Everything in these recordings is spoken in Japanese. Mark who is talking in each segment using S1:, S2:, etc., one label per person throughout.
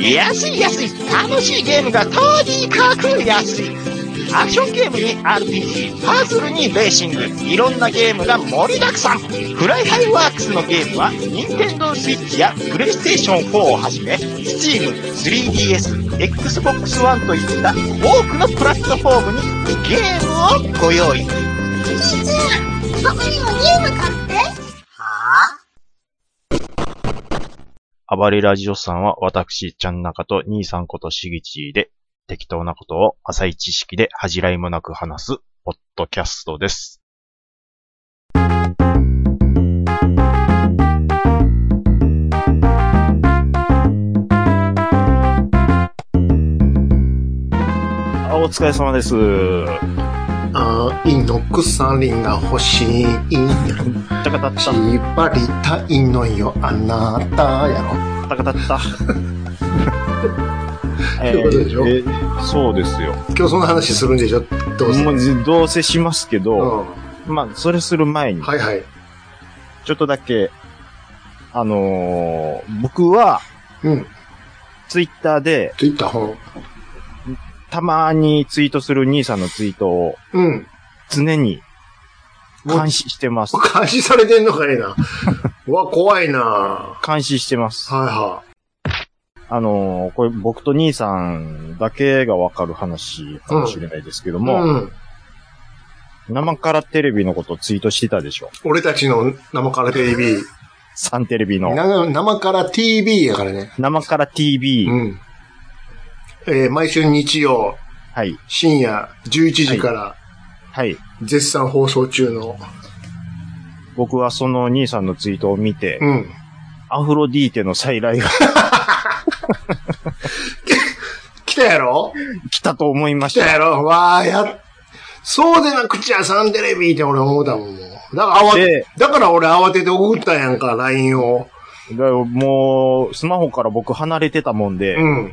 S1: 安い安い楽しいゲームがとにかく安いアクションゲームに RPG パズルにレーシングいろんなゲームが盛りだくさんフライハイワークスのゲームは NintendoSwitch や PlayStation4 をはじめ Steam3DSXbox One といった多くのプラットフォームにゲームをご用意
S2: お兄ちゃん、僕にもゲーム買って。は
S3: 暴れラジオさんは私、ちゃん中と兄さんことしぎちで、適当なことを浅い知識で恥じらいもなく話す、ポッドキャストです。あお疲れ様です。
S4: あいの鎖が欲しいやろ。
S3: たかたった、
S4: 縛りたいのよ、あなたやろ。
S3: たかたった。え
S4: そういうことでしょ
S3: えーそうですよ。
S4: 今日そんな話するんでしょどうせ。
S3: もうどうせしますけ
S4: う
S3: ど、
S4: ん。
S3: まあ、それする前に、
S4: はいはい。
S3: ちょっとだけ、あのー僕は、
S4: うん。
S3: ツイッターで、
S4: といった本。
S3: たまにツイートする兄さんのツイートを、
S4: うん。
S3: 常に、監視してます。
S4: 監視されてんのか いな。うわ、怖いな。は
S3: 監視してま
S4: い
S3: す。
S4: は
S3: あのーこれ僕と兄さんだけがわかる話かもしれないですけど
S4: い。
S3: も、
S4: うん。
S3: 生からテレビのことツイートしてたでしょ。
S4: 俺たちの生から TV。
S3: サンテレビの。
S4: な生から TV やからね。
S3: 生から TV。
S4: うん。えー毎週日曜
S3: はい。
S4: 深夜11時から
S3: はい。
S4: 絶賛放送中の。
S3: 僕はその兄さんのツイートを見て、
S4: うん。
S3: アフロディーテの再来が
S4: 来たやろ
S3: 来たと思いま
S4: 来
S3: した
S4: た。やろわあ、や、そうでなくちゃ、サンテレビって俺思うたもん、もう。だから慌て
S3: で、
S4: だから俺慌てて送ったやんか、LINE を。
S3: だからもう、スマホから僕離れてたもんで、
S4: うん、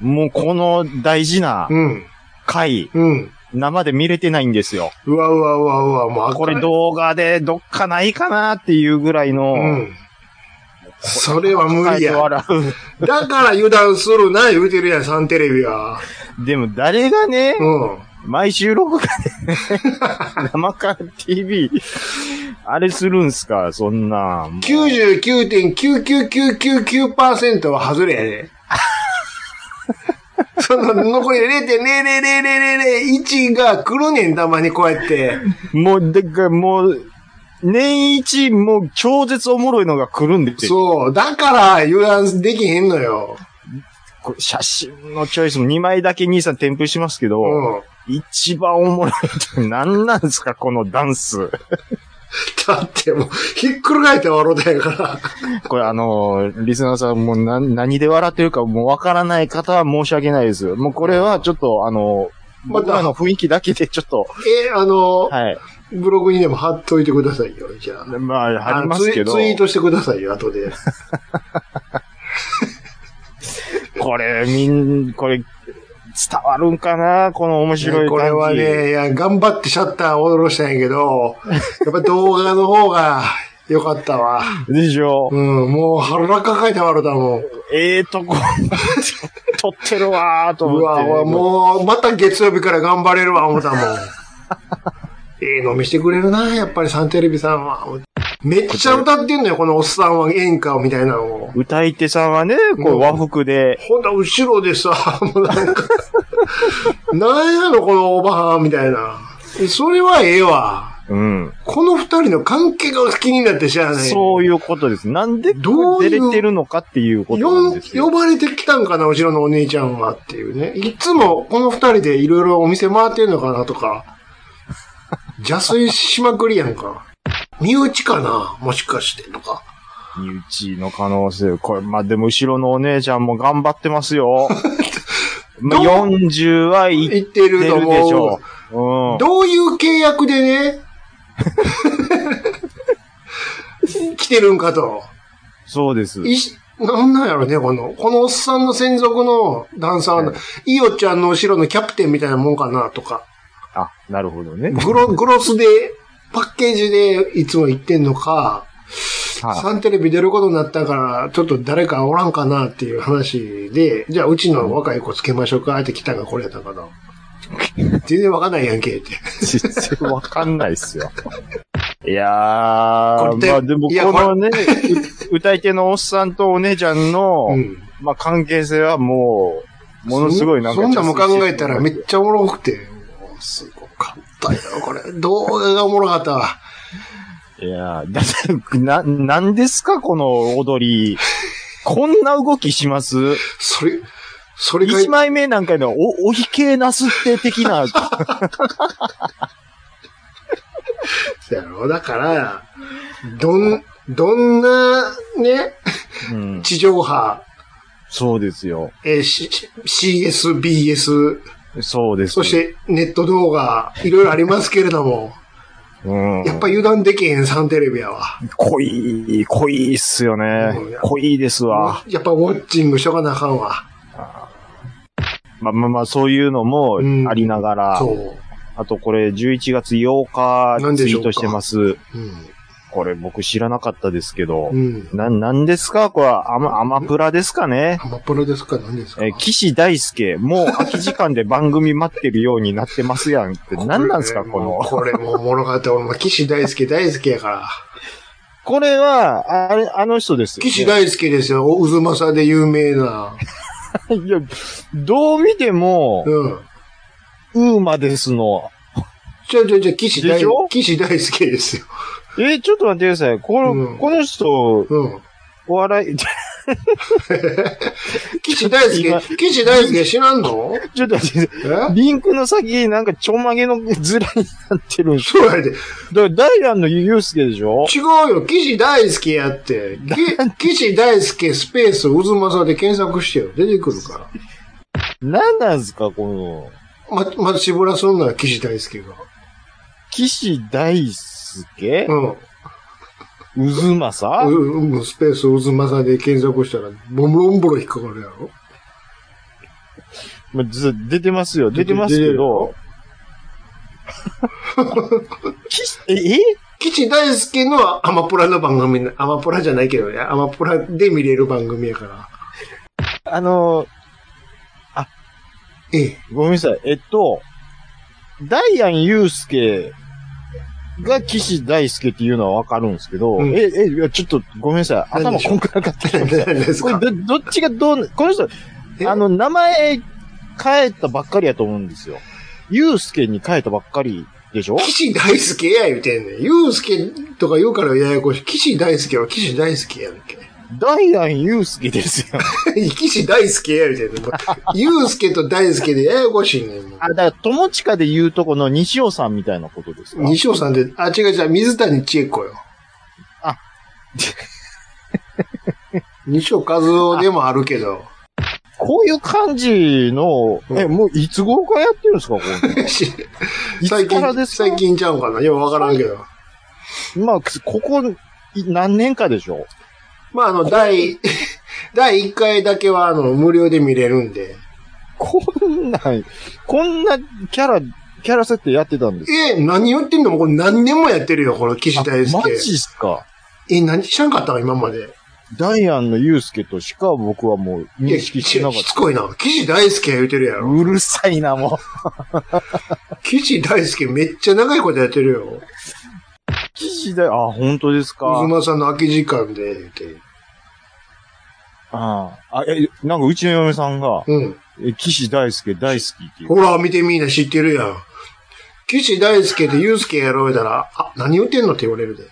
S3: もうこの大事な
S4: うん、
S3: 回、
S4: うん。
S3: 生で見れてないんですよ。
S4: うわうわうわうわ、もうあ
S3: これ
S4: う
S3: 動画でどっかないかなっていうぐらいの、
S4: うん。それは無理や。
S3: 笑
S4: だから油断するな、言うてるやん、サンテレビは。
S3: う。でも誰がね、
S4: うん。
S3: 毎週録画で、生から TV、あれするんすか、そんな。
S4: 99.99999%は外れやで。その残り0.00001が来るねん、たまにこうやって。
S3: もう、でか、もう、年一、もう、超絶おもろいのが来るんですよ。
S4: そう。だから油断できへんのよ。
S3: これ写真のチョイスも2枚だけ兄さん添付しますけど、
S4: うん。
S3: 一番おもろいって何なんですか、このダンス。
S4: だってもう、ひっくり返って笑うたん やから。
S3: これあのーリスナーさんもう何何で笑ってるかもうわからない方は申し訳ないです。もうこれはちょっとあのー、
S4: また
S3: 僕らの雰囲気だけでちょっと、
S4: え、あの、
S3: はい。
S4: ブログにでも貼っといてくださいよ、じゃあ。
S3: まあ、ありますけど
S4: あの、ツイツイートしてくださいよ、後で。
S3: これみん、これ、伝わるんかなこの面白い感じ。
S4: これはね、いや、頑張ってシャッターを下ろしたんやけ ど、やっぱ動画の方が良かったわ。
S3: でしょ、
S4: うん、もう腹抱えて笑うたもん。
S3: ええとこ、撮ってるわーと思
S4: う
S3: って。
S4: わ、うわもう、また月曜日から頑張れるわ、思ったもん。ええの見してくれるな、やっぱりサンテレビさんは。めっちゃ歌ってんのよ、このおっさんは演歌みたいなのを。
S3: 歌い手さんはね、こ
S4: う
S3: うん和服で、
S4: ほんと後ろでさ、 もうなんか、なんやの、このおばはんみたいな。それはええわ。
S3: うん。
S4: この二人の関係が気になってしゃあない。
S3: そういうことです。なんで
S4: どうい
S3: 出
S4: う
S3: れてるのかっていうことなん
S4: よ
S3: ですよ。
S4: 呼ばれてきたんかな、後ろのお姉ちゃんはっていうね。いつもこの二人でいろいろお店回ってんのかな とか、邪推しまくりやんか。身内かなもしかしてとか。
S3: 身内の可能性。これ、まあ、でも後ろのお姉ちゃんも頑張ってますよ。まあ、
S4: どう
S3: 40はいって
S4: 言って
S3: る
S4: る
S3: で
S4: と
S3: し
S4: 思
S3: ょう。う
S4: う。
S3: ん。
S4: どういう契約 でね、来てるんかと。
S3: そうです。
S4: いしなんなんやろね、この、このおっさんの専属のダンサーの
S3: は、
S4: イオちゃんの後ろのキャプテンみたいなもんかなとか。
S3: あ、なるほどね。
S4: グロ、グロスで、パッケージでいつも行ってんのか、
S5: はい
S4: サンテレビ出ることになったから、ちょっと誰かおらんかなっていう話で、じゃあうちの若い子つけましょうかって来たがこれやった かな。全然わかんないやんけって。
S5: 全然わかんないっ すよ。いやー、ま
S4: これで
S5: あでも
S4: いや
S5: このね、 う歌い手のおっさんとお姉ちゃんの、
S4: うん。
S5: まあ関係性はもう、ものすごいなんか
S4: そんなんも考えたらめ
S5: ち
S4: っちゃおもろくて、もうすごかったよ、これ。動画がおもろかったわ。
S5: ゃ。いやーだって、な、なんですかこの踊り。こんな動きします
S4: それ、それが
S5: 一、枚目なんかの、お、おひけなすって的な、
S4: やろ。だから、どん、どんな、ね、
S5: うん、
S4: 地上波、
S5: そうですよ。
S4: えー、C- CS、BS、
S5: そうです。
S4: そし、てネット動画、いろいろありますけれども、
S5: うん、
S4: やっぱ油断できへんサンテレビやわ。
S5: 濃い、濃いっすよね
S4: うん。
S5: 濃いですわ。
S4: やっぱウォッチングしとかなあかんわ。
S5: まあまあまあ、そういうのも
S4: うん
S5: ありながら、
S4: そう。
S5: あとこれ11月8日
S4: なんで
S5: ツイ
S4: しょ
S5: ー
S4: うか
S5: トしてます。
S4: うん。
S5: これ僕知らなかったですけど
S4: う、ん。
S5: な、なんですかこれはアマ、アマプラですかね
S4: アマプロですか何ですか
S5: えー、岸大介、もう空き時間で番組待ってるようになってますや んって、何なんすかこの。
S4: これもおもろかった。俺も岸大輔大輔や から。
S5: これは、あれ、あの人ですよね。
S4: 岸大輔ですよ。お渦政で有名な。
S5: いや、どう見ても、
S4: うん。
S5: ウーマですの。
S4: ちょちょちょ、岸大
S5: でしょ、
S4: 岸大輔ですよ。
S5: えー、ちょっと待ってください。この、
S4: うん
S5: この人、
S4: うん。
S5: お笑い、ち
S4: 岸大
S5: 今
S4: 輔、岸大輔知らんの
S5: ょっと待ってください。
S4: え
S5: リンクの先、なんかちょんまげのずらになってるんです
S4: そうやで。違
S5: よ。だから、ダイアンのユースケでしょ
S4: うよ、岸大輔やって。き岸大輔スペース渦政で検索してよ。出てくるから。
S5: 何なんですかこの、
S4: ま、ま、しぼらすんなら岸大輔が。
S5: 岸大介、
S4: うん。
S5: うずまさ
S4: ううん、スペース渦政で検索したら、ボロンボロ引っかかるやろ
S5: まず出てますよ。出てますけど。 岸え、え
S4: 岸大輔のアマプラの番組な、アマプラじゃないけどね、アマプラで見れる番組やから。
S5: あの、
S4: ええ。
S5: ごめんなさい。えっと、ダイアンユースケが岸大輔っていうのはわかるんですけど、
S4: うん
S5: え、え、いやちょっとごめんなさい。
S4: 何で
S5: 頭
S4: しょ
S5: こ
S4: うん
S5: くなかった。
S4: 何です
S5: これ
S4: か
S5: ど、どっちがどう、この人、
S4: え
S5: あの、名前変えたばっかりやと思うんですよ。ユースケに変えたばっかりで しょ
S4: 岸大輔や言うてんねん。ゆうすけとか言うからややこしい。岸大輔は岸大輔やんけ。
S5: ダイアンユースケですよ。
S4: 岸大輔や言うてんねん。もうゆうすけと大輔でややこしいねん。もう
S5: あ、だから、友近で言うとこの西尾さんみたいなことですか
S4: 西尾さんで、あ、違う違う、水谷千恵子よ。
S5: あ。
S4: 西尾和夫でもあるけど、
S5: こういう感じの、え、もういつ頃からやってるんですかこういうの
S4: し
S5: い
S4: 最
S5: つから
S4: 近、
S5: ですか
S4: 最近ちゃうんかなようわからんけど。
S5: まあ、ここ、い何年かでしょ
S4: まあ、あの、第、 第1回だけは、あの、無料で見れるんで。
S5: こんなん、こんなキャラ、キャラ設定やってたんです
S4: え、何言ってんのもうこれ何年もやってるよ、この岸大
S5: マ
S4: 輔。
S5: ジっすか
S4: え、何知らんかったの今まで。
S5: ダイアンのユースケとしか僕はもう
S4: いや、
S5: 認識してなかっ
S4: しつこいな。岸大輔言うてるや
S5: た。
S4: ろ。
S5: うるさいな、もう。
S4: 岸大輔めっちゃ長いことやってるよ。
S5: 記事だよ。あ、本当ですか。
S4: 渦間さんの空き時間で、言うて。
S5: ああ、え、なんかうちの嫁さんが、
S4: うん。
S5: え、岸大輔大好きっていう。
S4: ほら、見てみんな知ってるやん。岸大輔と祐介やろうたら、あ、何言ってんのって言われるで。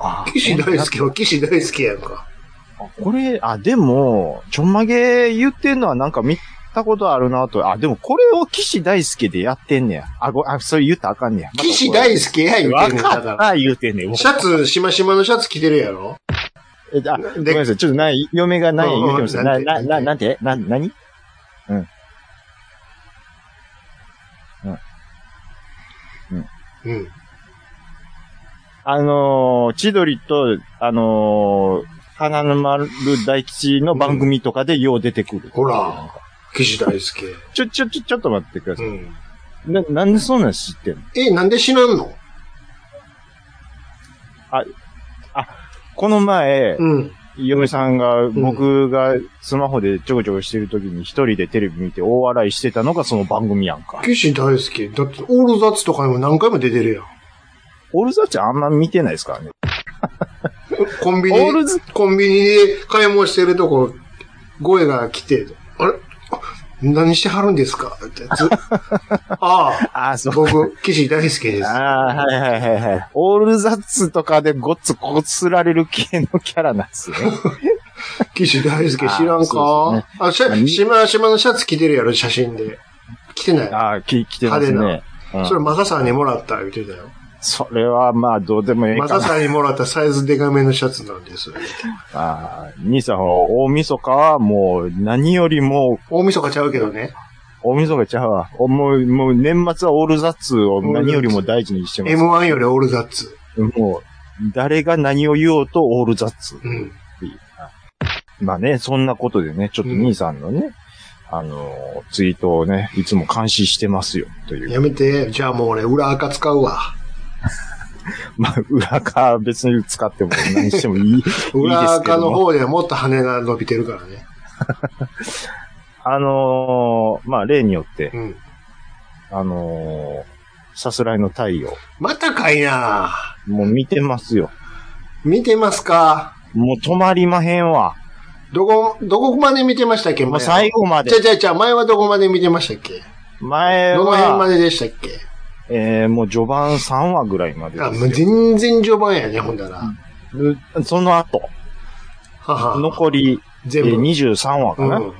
S5: あ
S4: 岸大輔は岸大輔やんか。
S5: これ、あ、でも、ちょんまげ言ってんのはなんか見たことあるなと。あ、でもこれを岸大輔でやってんねや。あ、ご、あ、それ言ったらあかんねや。
S4: 岸大輔や言う
S5: わ
S4: てんねん
S5: か
S4: だ
S5: っ
S4: から。
S5: た言うてんねん。もう
S4: シャツ、しましまのシャツ着てるやろ
S5: えあ、ご
S4: で
S5: めんなさい。ちょっとない、嫁がない言うてます
S4: うん
S5: な、
S4: うん
S5: な、な、な
S4: なん
S5: てな、なに
S4: うん。
S5: あのー、千鳥と、あのー、花の丸大吉の番組とかでよう出てくる。
S4: ほら。岸大輔。
S5: ちょ、ちょ、ちょ、ちょっと待ってくださ
S4: うん。
S5: い。な、なんでそんなん知ってんの
S4: え、なんで知らんの
S5: この前、
S4: うん。
S5: 嫁さんが、僕がスマホでちょこちょこしてる時に一人でテレビ見て大笑いしてたのがその番組やんか。
S4: 岸大好き。だって、オールザッツとかにも何回も出てるやん。
S5: オールザッチあんま見てないですからね。
S4: コンビニ
S5: オールズ、
S4: コンビニで買い物してるとこ、声が来て、あれあ何してはるんですかって やつ。あ
S5: ああ、
S4: あ、
S5: そう。
S4: 僕、岸大好きです。
S5: ああ、はいはいはいはい。オールザッツとかでごっつこつられる系のキャラなん ですね。
S4: 岸大輔知ら
S5: あー
S4: ん
S5: そうで
S4: かあ、しゃ、島、島のシャツ着てるやろ、写真で。着てない。
S5: ああ、き、来てますね。うん
S4: それ、マサさんにもらった、言ってたよ。
S5: それはまあどうでもいい
S4: マ
S5: か
S4: サ
S5: な。
S4: さんにもらったサイズデカめのシャツなんです。
S5: ああ、兄さんは大晦日はもう何よりも
S4: 大晦日ちゃうけどね。
S5: 大晦日ちゃうわ。おもう、もう年末はオールザッツを何よりも大事にしてます。
S4: M1 よりオールザッツ。
S5: もう、誰が何を言おうとオールザッツ。
S4: うん。
S5: まあね、そんなことでね、ちょっと兄さんのね、あのー、ツイートをね、いつも監視してますよ、という。
S4: やめて。じゃあもう俺、裏垢使うわ。
S5: まあ、裏側別に使っても何してもいい、いい ですけども。
S4: 裏垢の方ではもっと羽が伸びてるからね。
S5: あのー、まあ、例によって、
S4: うん。
S5: あのー、さすらいの太陽、
S4: またかいな
S5: もう見てますよ。
S4: 見てますか
S5: もう止まりまへんわ。
S4: どこ、どこまで見てましたっけ
S5: もう最後まで
S4: じゃ。じゃじゃ前はどこまで見てましたっけ
S5: 前
S4: どの辺ま
S5: は、
S4: ででしたっけ
S5: えー、もう序盤3話ぐらいまで
S4: あ、
S5: で
S4: もう
S5: すよ。
S4: 全然序盤やね、ほんだら。は
S5: その後、
S4: は。
S5: 残り、え
S4: 全
S5: ー、
S4: 部。
S5: 23話か
S4: う
S5: な、
S4: ん。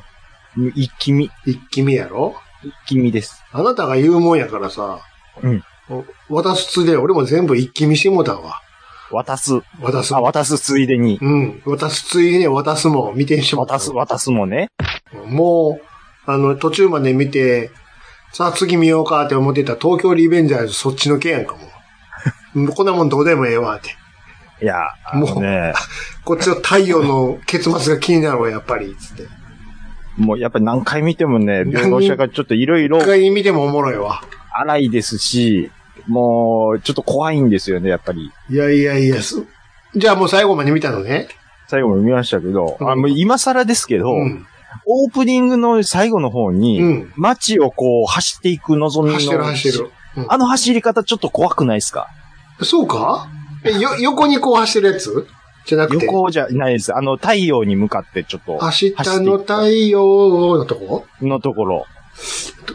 S5: 一気見、
S4: 一気見やろ
S5: 一気見です。
S4: あなたが言うもんやからさ。
S5: うん
S4: お。渡すつで、俺も全部一気見してもうたわ。
S5: 渡す。
S4: 渡す
S5: あ、。渡すついでに。
S4: うん。渡すついでね、渡すもん見てしもうたわ
S5: 渡す、渡すもね。
S4: もう、あの、途中まで見て、さあ次見ようかって思ってた東京リベンジャーズそっちの件やんかもう。もうこんなもんどうでもええわって。
S5: いや、あのね、
S4: こっちの太陽の結末が気になるわ、やっぱり、つって。
S5: もうやっぱり何回見てもね、描写がちょっといろいろ
S4: 一回見てもおもろいわ。
S5: 荒いですし、もう、ちょっと怖いんですよね、やっぱり。
S4: いやいやいや、すじゃあもう最後まで見たのね。
S5: 最後も見ましたけど、
S4: うん
S5: あもう今更ですけど、
S4: うん。
S5: オープニングの最後の方
S4: う
S5: に、
S4: ん。
S5: 街をこう走っていく望みの。
S4: 走ってる走ってる。
S5: あの走り方ちょっと怖くないですか
S4: そうかえ、よ、横にこう走ってるやつじゃなくて。
S5: 横じゃないです。あの太陽に向かってちょっと。
S4: 明日の太陽のとこ
S5: のところ。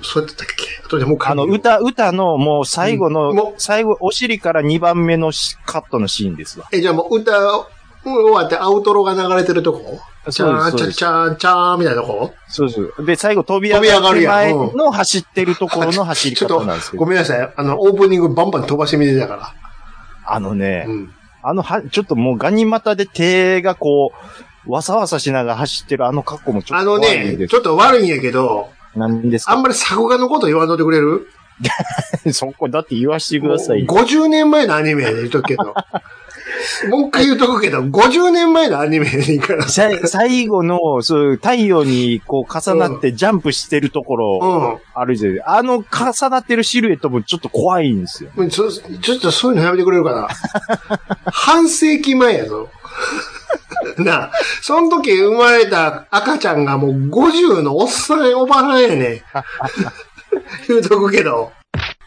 S4: そうやってたっけあとでもう一回
S5: あの、
S4: 見よう
S5: 歌、歌のもう最後の、
S4: うんもう
S5: 最後、お尻から2番目のしカットのシーンですわ。
S4: え、じゃあもう歌、終わってアウトロが流れてるとこチ
S5: そう
S4: ャーン、
S5: ですそ
S4: チ
S5: う
S4: ャ
S5: で
S4: ー
S5: す
S4: チャーン、チャーンみたいなとこ
S5: そうです。で、最後飛び上
S4: 飛び上
S5: が
S4: が
S5: る
S4: るやん
S5: 前
S4: うん
S5: の走ってるところの走り
S4: ちょっ
S5: 方なんで
S4: と、
S5: すけ
S4: ご
S5: ど。
S4: めんなさい。あの、オープニングバンバン飛ばしてみてたか
S5: あのね
S4: ら。、うん。
S5: あのは、ちょっともうガニ股で手がこう、わさわさしながら走ってるあの格好もちょっ
S4: あ
S5: と
S4: の
S5: 怖いん
S4: ね、
S5: です。
S4: ちょっと悪いんやけど、
S5: 何です
S4: あん
S5: か
S4: まり作画のこと言わんといてくれる
S5: そこだって言わしてくださいよ。
S4: もう50年前のアニメやで言う とくけど。もう一回言うとくけど、50年前のアニメやでいいから。
S5: さい最後の、そう、太陽にこう重なってジャンプしてるところ
S4: う
S5: あるじゃない、あの重なってるシルエットもちょっと怖いんですよ。
S4: ん。ちょ、ちょっとそういうのやめてくれるか な。半世紀前やぞ。 なあ、その時生まれた赤ちゃんがもう50のおっさんおばさん やね。言うとくけど。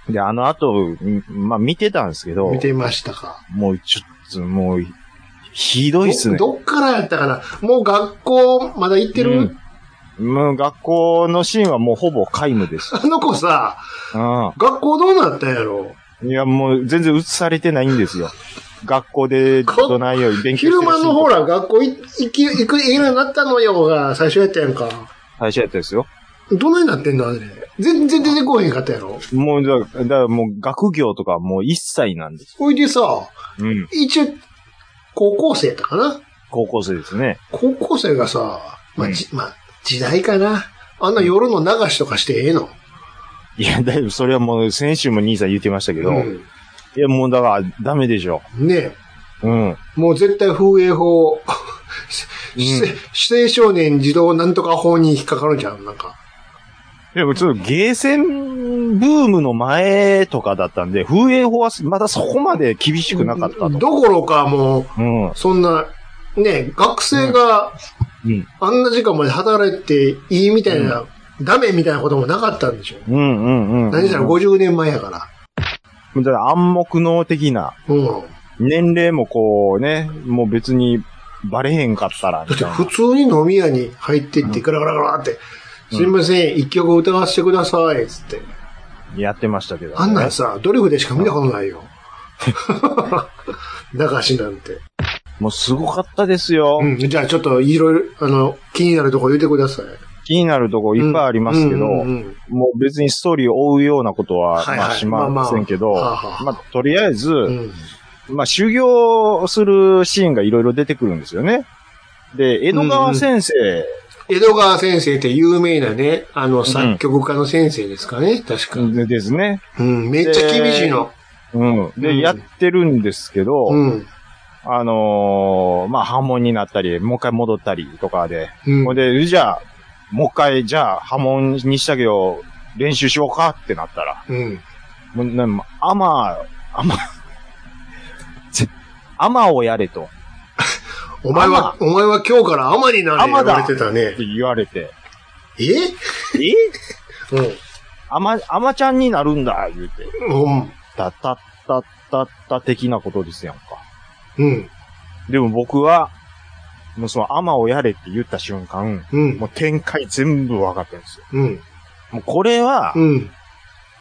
S5: で、あの後、んまあ、見てたんですけど
S4: 見、てましたか。
S5: もうちょっと、もう、ひどいっすね。
S4: どどっからやったかなもう学校まだ行ってる、
S5: うんもう学校のシーンはもうほぼ皆無です。
S4: あの子さ、
S5: うん。
S4: 学校どうなったんやろ
S5: いや、もう全然映されてないんですよ。学校でどないより勉強してるシ
S4: 昼
S5: ーンとか
S4: 間のほら、学校い行き、行く、行けるようになったのよが最初やったやんか。
S5: 最初やったですよ。
S4: どないなってんのあれ。全然出てこへんかったやろ
S5: もうだ、だからもう学業とかもう一切なんです。
S4: ほいでさ、
S5: うん。
S4: 一応、高校生やったかな
S5: 高校生ですね。
S4: 高校生がさ、ま
S5: う
S4: あ、
S5: ん
S4: じ、まあ、時代かな。あんな夜の流しとかしてええの
S5: いや、だいぶそれはもう先週も兄さん言ってましたけど、
S4: うん
S5: いや、もうだからダメでしょ。
S4: ねえ。
S5: うん。
S4: もう絶対風営法、し指定少年児童なんとか法に引っかかるじゃん、なんか。
S5: でもちょっとゲーセンブームの前とかだったんで、風営法はまだそこまで厳しくなかったと。
S4: どころかも
S5: うん。
S4: う、そんな、ね、学生が
S5: うんうん、
S4: あんな時間まで働いていいみたいな、ダメみたいなこともなかったんでしょ。
S5: うんうんうん。
S4: 何したら50年前やから。
S5: だから暗黙の的な、
S4: うん。
S5: 年齢もこうね、もう別にバレへんかったら、
S4: だ
S5: み
S4: って
S5: たいな
S4: 普。通に飲み屋に入ってって、ガラガラガラって、
S5: うん
S4: すいません、一曲歌わせてください、つって。
S5: やってましたけど、ね。
S4: あんなんさ、ドリフでしか見たことない よ。流しなんて。
S5: もうすごかったですよ。
S4: うん。じゃあちょっといろいろ、あの、気になるとこ言ってください。
S5: 気になるとこいっぱいありますけ
S4: う
S5: ど、
S4: んうんうん
S5: もう別にストーリーを追うようなこと
S4: は
S5: は、
S4: いはい
S5: まあしませんけ
S4: ま
S5: ど、
S4: あまあはあはあ
S5: まあとりあえず、
S4: うんうん
S5: まあ修行するシーンがいろいろ出てくるんですよね。で、江戸川先生、
S4: 江戸川先生って有名なね、あの、作曲家の先生ですかね、確か。
S5: ですね。
S4: うん、めっちゃ厳しいの。
S5: うん。で、
S4: うん
S5: やってるんですけど、
S4: うん。
S5: あのーまあ、波紋になったり、もう一回戻ったりとかで、
S4: うん
S5: ほんで、じゃあ、もう一回、じゃあ、波紋にしたけど、練習しようかってなったら、
S4: うん。
S5: もう、なアマー、アマー、 ぜアマーをやれと、
S4: お前は、お前は今日から天になれ
S5: 天だ
S4: 言われてたね。
S5: 言われて、
S4: え
S5: え
S4: う
S5: アマ、アマちゃんになるんだ、言うて、
S4: ん。
S5: たったったったった的なことですやんか。
S4: うん。
S5: でも僕は、もうそのアマをやれって言った瞬間、
S4: うん。
S5: もう展開全部分かってるんですよ。
S4: うん。
S5: もうこれは、
S4: うん。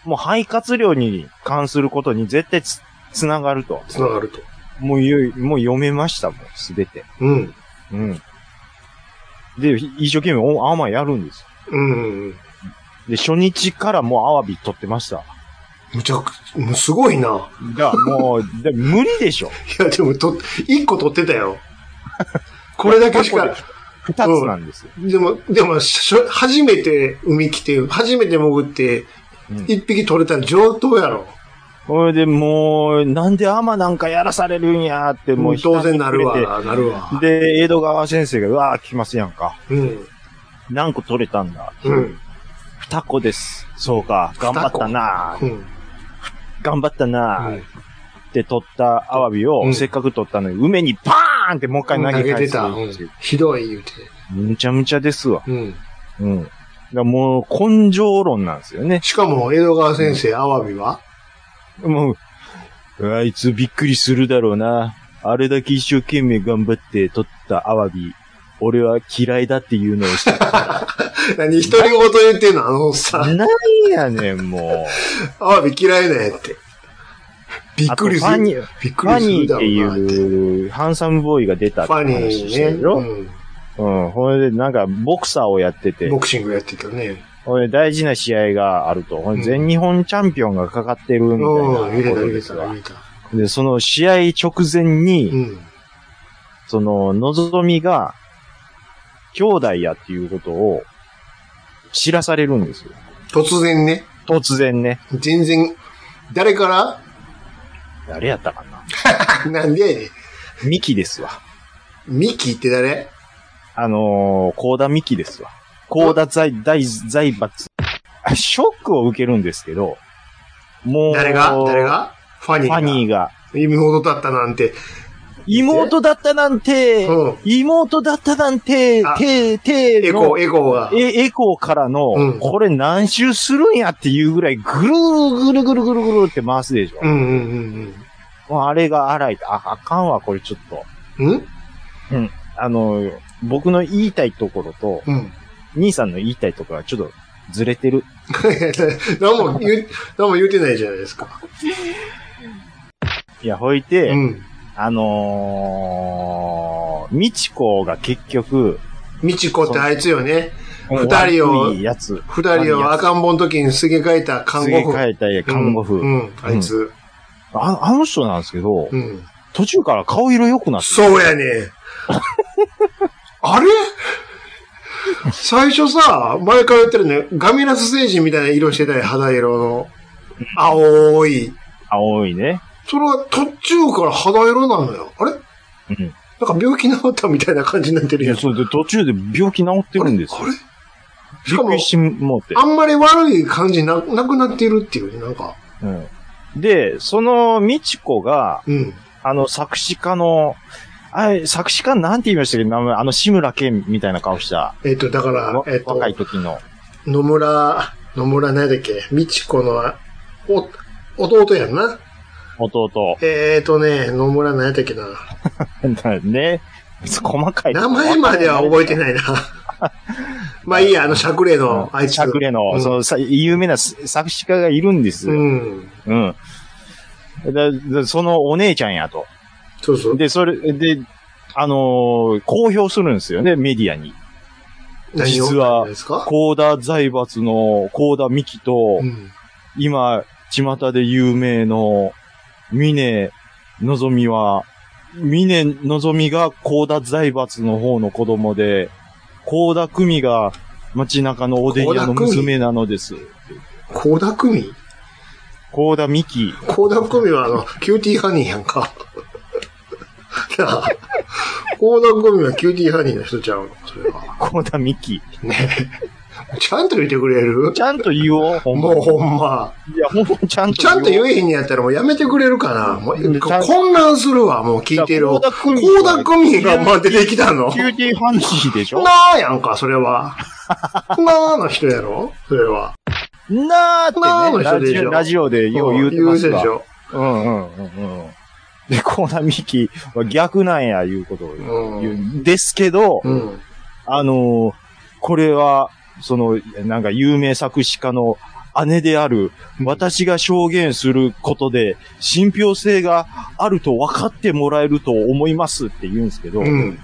S5: もう肺活量に関することに絶対つ、つながると。
S4: つながると。
S5: もう言う、もう読めましたもん、すべて。
S4: うん。
S5: うん。で、ひ一生懸命、おアマやるんですよ。
S4: うん。うん
S5: で、初日からもうアワビ取ってました。
S4: むちゃくちゃ、もうすごいな。
S5: が、もう、で無理でしょ。
S4: いや、でも、と、一個取ってた よ。これだけしか、
S5: 二つなんですよ。
S4: でも、でも、しょ初めて海来て、初めて潜って
S5: うん、
S4: 一匹取れたら上等やろ。
S5: それでもう、なんでアマなんかやらされるんやって、も
S4: もう
S5: う、
S4: 当然なる
S5: ひた
S4: わ、なるわ
S5: す。られて。で、江戸川先生が、うわー、来ますやんか。
S4: うん。
S5: 何個取れたんだ。
S4: うん。
S5: 二個です。そうか、頑張ったな
S4: う
S5: ー
S4: ん。
S5: 頑張ったなーって取ったアワビを、
S4: うん
S5: せっかく取ったのに、梅にパーンってもう一回投げ返すっていう
S4: うんひどい言うて。
S5: むちゃむちゃですわ。
S4: うん。
S5: うん。だからもう、根性論なんですよね。
S4: しかも、江戸川先生、アワビは
S5: もう、あいつびっくりするだろうな。あれだけ一生懸命頑張って取ったアワビ。俺は嫌いだっていうのを したか
S4: 何、一人ごと言ってんのあのおっさ
S5: ら。
S4: ん。
S5: なんやねん、も
S4: アワビ嫌いだよって。びっ
S5: う。あと
S4: くり
S5: フ
S4: す
S5: ァ
S4: る。
S5: ニー、
S4: びっ
S5: フ
S4: く
S5: ァ
S4: りす
S5: ニ
S4: る
S5: ー
S4: だろ
S5: って
S4: うなって。
S5: いう、ハンサムボーイが出たって
S4: ファニ
S5: 話
S4: ー
S5: して
S4: ね。
S5: るよ。
S4: うん
S5: うん。ほれで、なんか、ボクサーをやってて、
S4: ボクシングやってたね。
S5: ほれで大事な試合があると。ほれで全日本チャンピオンがかかってるみたい
S4: うん、入
S5: な
S4: れ
S5: とこ
S4: た
S5: ろ
S4: 入
S5: で
S4: れ
S5: す
S4: た
S5: わ
S4: 入。れた。
S5: で、その試合直前に、
S4: うん。
S5: その、のぞみが、兄弟やっていうことを、知らされるんですよ。
S4: 突然ね。
S5: 突然ね。
S4: 全然、誰から
S5: 誰やったかな
S4: なんでやねん
S5: ミキですわ。
S4: ミキって誰
S5: あのー、コーダミキですわ。コーダ財、大財閥。あショックを受けるんですけど、もう、
S4: 誰が誰がファニー
S5: フ
S4: が。
S5: ァニーが、
S4: 耳ほどだったなんて。
S5: 妹だったなんて、
S4: うん。
S5: 妹だったなんて
S4: あ、
S5: て、て、
S4: エコー、エコーが。
S5: え、エコーからの、
S4: うん
S5: これ何周するんやっていうぐらい、ぐるぐるぐるぐるぐるって回すでしょ。
S4: うんうんうん
S5: もうあれが荒い。あ、あかんわ、これちょっと。
S4: うん。ん
S5: あの、僕の言いたいところと、
S4: うん。
S5: 兄さんの言いたいところはちょっとずれてる。
S4: 何も言う、何も言うてないじゃないですか。
S5: いや、ほいて、
S4: うん。
S5: あのー、みちこが結局、
S4: みちこってあいつよね。二人を
S5: 悪いやつ、
S4: 二人を赤ん坊の時にすげ替えた看
S5: すげ
S4: 護婦。
S5: 替えた看護婦、
S4: うん。うんあいつ。
S5: あ。あの人なんですけど、
S4: うん。
S5: 途中から顔色良くなってる
S4: そうやね。あれ最初さ、前から言ってるね、ガミラス星人みたいな色してたよ、肌色の。青い。
S5: 青いね。
S4: それは途中から肌色なのよ。あれなん
S5: うん
S4: か病気治ったみたいな感じになってる
S5: い
S4: や
S5: や、
S4: ん。
S5: それで途中で病気治ってるんですよ。
S4: あれしかも
S5: びっくりしもうて。
S4: あんまり悪い感じななくなってるっていうね、なんか。
S5: うん。で、その、みちこが、
S4: うん。
S5: あの、作詞家の、あれ、作詞家なんて言いましたっけど、名前、あの、志村けんみたいな顔した、
S4: えっ、と、だから
S5: わ、
S4: えっ、と
S5: 若、い時の。
S4: 野村、野村何だっけ美智子の、お、弟やんな。
S5: 弟。
S4: えっ、ー、とね、野村何やったっけな。
S5: ね。細かい。
S4: 名前までは覚えてない な。まあいいや、あの、シャクレの、あいつ。
S5: シャクレの、
S4: うん
S5: そのさ、有名な作作詞家がいるんです。
S4: う
S5: うん。
S4: ん。
S5: だだそのお姉ちゃんやと。
S4: そうそう。
S5: で、それ、で、あのー公表するんですよね、メディアに。
S4: 何を
S5: 実は
S4: ですか
S5: 高田財閥の高田美希と、
S4: うん。
S5: 今、巷で有名の、峰のぞみは、峰のぞみが高田財閥の方の子供で、高田久美が街中のおでん屋の娘なのです。
S4: 高田組
S5: 高田美希。
S4: 高田組はあの、キューティーハニーやんか。なあ。高田組はキューティーハニーの人ちゃうのそれは。
S5: 高田美希。
S4: ねえ。ちゃんと言ってくれる
S5: ちゃんと言おう、ほんま
S4: もうほんま。
S5: いや、ほんまちゃんと
S4: ちゃんと言
S5: う。
S4: えへんのやったらもうやめてくれるかな。もう
S5: ちゃん
S4: 混乱するわ、もう聞いてる。
S5: 高
S4: 高
S5: 田久美
S4: 田組がまあ出てきたの。
S5: キューティーハンディでしょ
S4: なあやんか、それ は。なあの人やろそれは。
S5: なーって
S4: なーの
S5: ね、
S4: 人
S5: ラ
S4: でし
S5: ジ
S4: ょ
S5: オラジオでよう言うてます
S4: 言うで
S5: わ
S4: し。ょ。
S5: うんうんうんうん。で、コーナーミキは逆なんや、いうことを言
S4: う
S5: う。
S4: ん
S5: ですけど、
S4: うん。
S5: あのーこれは、その、なんか有名作詞家の姉である、私が証言することで、信憑性があると分かってもらえると思いますって言うんですけど、
S4: うん。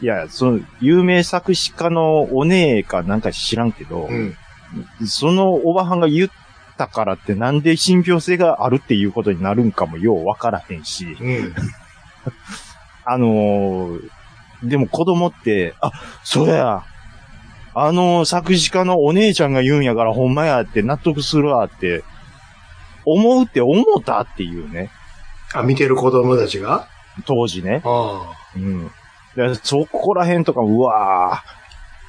S5: いや、その、有名作詞家のお姉かなんか知らんけど、
S4: うん。
S5: そのおばはんが言ったからってなんで信憑性があるっていうことになるんかもようわからへんし、
S4: うん。
S5: あのーでも子供って、あ、そうや、あの作詞家のお姉ちゃんが言うんやからほんまやって納得するわって、思うって思ったっていうね、
S4: あ、見てる子供たちが
S5: 当時ね。
S4: あ
S5: うん。でそこら辺とか、うわ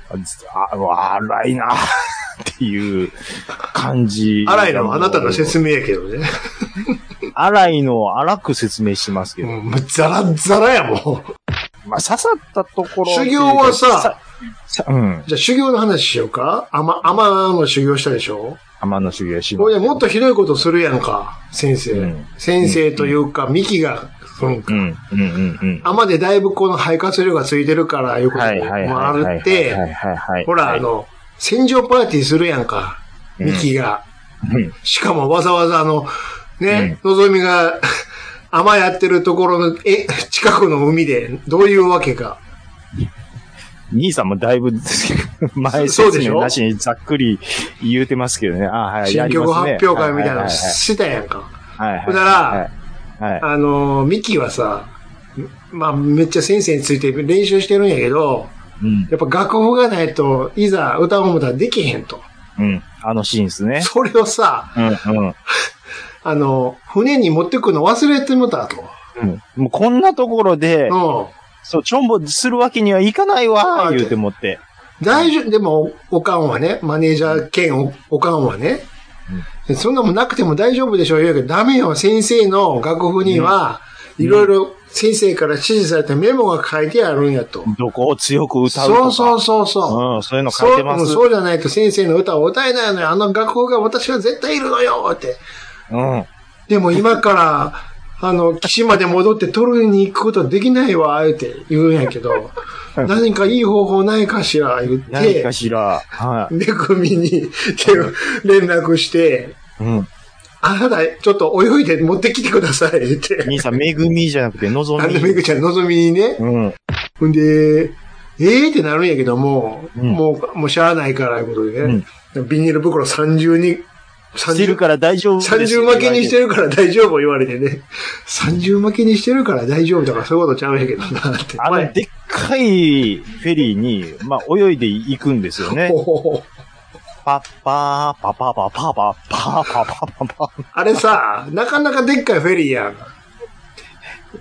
S5: ぁ、あ、うわぁ荒いなぁっていう感じ。
S4: あ。荒いのはあなたの説明やけどね。
S5: 荒いのを荒く説明しますけど。
S4: うん、もうザラッザラやもん。
S5: まあ、刺さったところ。
S4: 修行はさ、
S5: さうん。
S4: じゃあ修行の話しようか甘、甘の修行したでしょ
S5: 天の修行しま
S4: もう
S5: す
S4: じゃあもっとひどいことするやんか、先生。
S5: うん
S4: 先生というか、ミキが、その、
S5: うん、うん、うん、うん。
S4: 甘でだいぶこの肺活量がついてるから、いうこと
S5: はい、はい、
S4: も
S5: はい。
S4: あ
S5: は
S4: る
S5: い、
S4: っ
S5: は
S4: て、
S5: い、はいはい。
S4: ほら、あの、戦場パーティーするやんか、
S5: うん
S4: ミキが。
S5: うん、
S4: しかもわざわざあの、ね、のぞみが、 甘やってるところの、え、近くの海で、どういうわけか。
S5: 兄さんもだいぶ 前
S4: そうで
S5: 説
S4: しょ
S5: 明なしにざっくり言うてますけどね。あはい、や
S4: 新
S5: り
S4: 曲
S5: ま
S4: 発
S5: すね
S4: 表会みたいな
S5: は
S4: の
S5: い
S4: してたやんか。
S5: はいはいはい。
S4: ほんなら
S5: はい、はい。
S4: あのー、ミキはさ、まあ、めっちゃ先生について練習してるんやけど、
S5: うん、
S4: やっぱ楽譜がないといざ歌おうもたらできへんと。
S5: うん。あのシーンですね。
S4: それをさ、
S5: うん、うん。
S4: あの、船に持ってくの忘れてもたと。
S5: うんもうこんなところで、
S4: う
S5: そう、ちょんぼするわけにはいかないわ
S4: あ、
S5: 言うて思って。
S4: ん。大丈夫、でも、おおかんはね、マネージャー兼おおかんはね、そんなもんなくても大丈夫でしょう言うけど、ダメよ、先生の楽譜には、いろいろ先生から指示されたメモが書いてあるんやと。
S5: どこを強く歌うとか。
S4: そうそうそうそう。
S5: うん、そういうの書
S4: そ
S5: いうてます。
S4: うんそうじゃないと先生の歌を歌えないのよ。あの学校が私は絶対いるのよって。
S5: うん。
S4: でも今から、 あの、岸まで戻って取りに行くことはできないわ、って言うんやけど、何かいい方法ないかしら、言っ
S5: 何
S4: て
S5: か、しら。は
S4: めぐみに手を連絡して、
S5: い。うん。
S4: あなた、ちょっと泳いで持ってきてください、って。
S5: 兄さん、めぐみじゃなくて、のぞ
S4: なん
S5: み。
S4: でめぐちゃん、のぞみにね。
S5: うん。
S4: ほんで、えーってなるんやけども、
S5: うん
S4: もう、もうしゃあないから、いうことでね。ビニール袋30に、30
S5: してるから大丈夫です。
S4: 30負けにして
S5: る。
S4: るから大丈夫言われてね。30負けにしてるから大丈夫だからそういうことちゃうんやけどなって。
S5: あ
S4: 前
S5: の、でっかいフェリーに、まあ、泳いで行くんですよね。
S4: ほほほ
S5: パッパー、パパパパパ、パーパパパパ。
S4: あれさ、なかなかでっかいフェリーやん。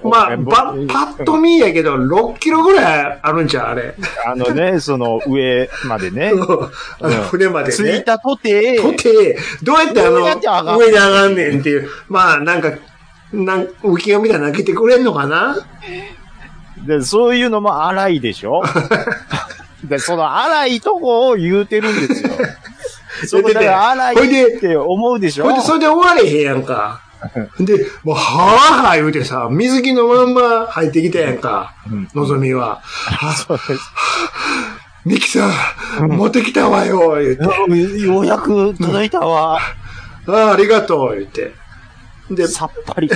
S4: まあ、ば、パッと見やけど、6キロぐらいあるんちゃうあれ。
S5: あのね、その上までね。
S4: あの、船まで
S5: つい
S4: ね。
S5: たとて、
S4: とて、どうやってあ
S5: どうやって上が
S4: の、
S5: ん
S4: 上に上がんねんっていう。まあ、なんか、なん浮世みたいなの投げてくれんのかな
S5: でそういうのも荒いでしょで、その荒いとこを言うてるんですよ。そこだから荒
S4: ほい
S5: い
S4: で
S5: って思うでしょ
S4: ほいで、それで終われへんやん か。で、もう、はぁはぁ言うてさ、水着のまんま入ってきたやんか。
S5: うん
S4: のぞみは。
S5: そうです
S4: ミキさん、持ってきたわよ、言って。
S5: ようやく届いたわ。
S4: ああ、ありがとう、言って。で、
S5: さっぱり。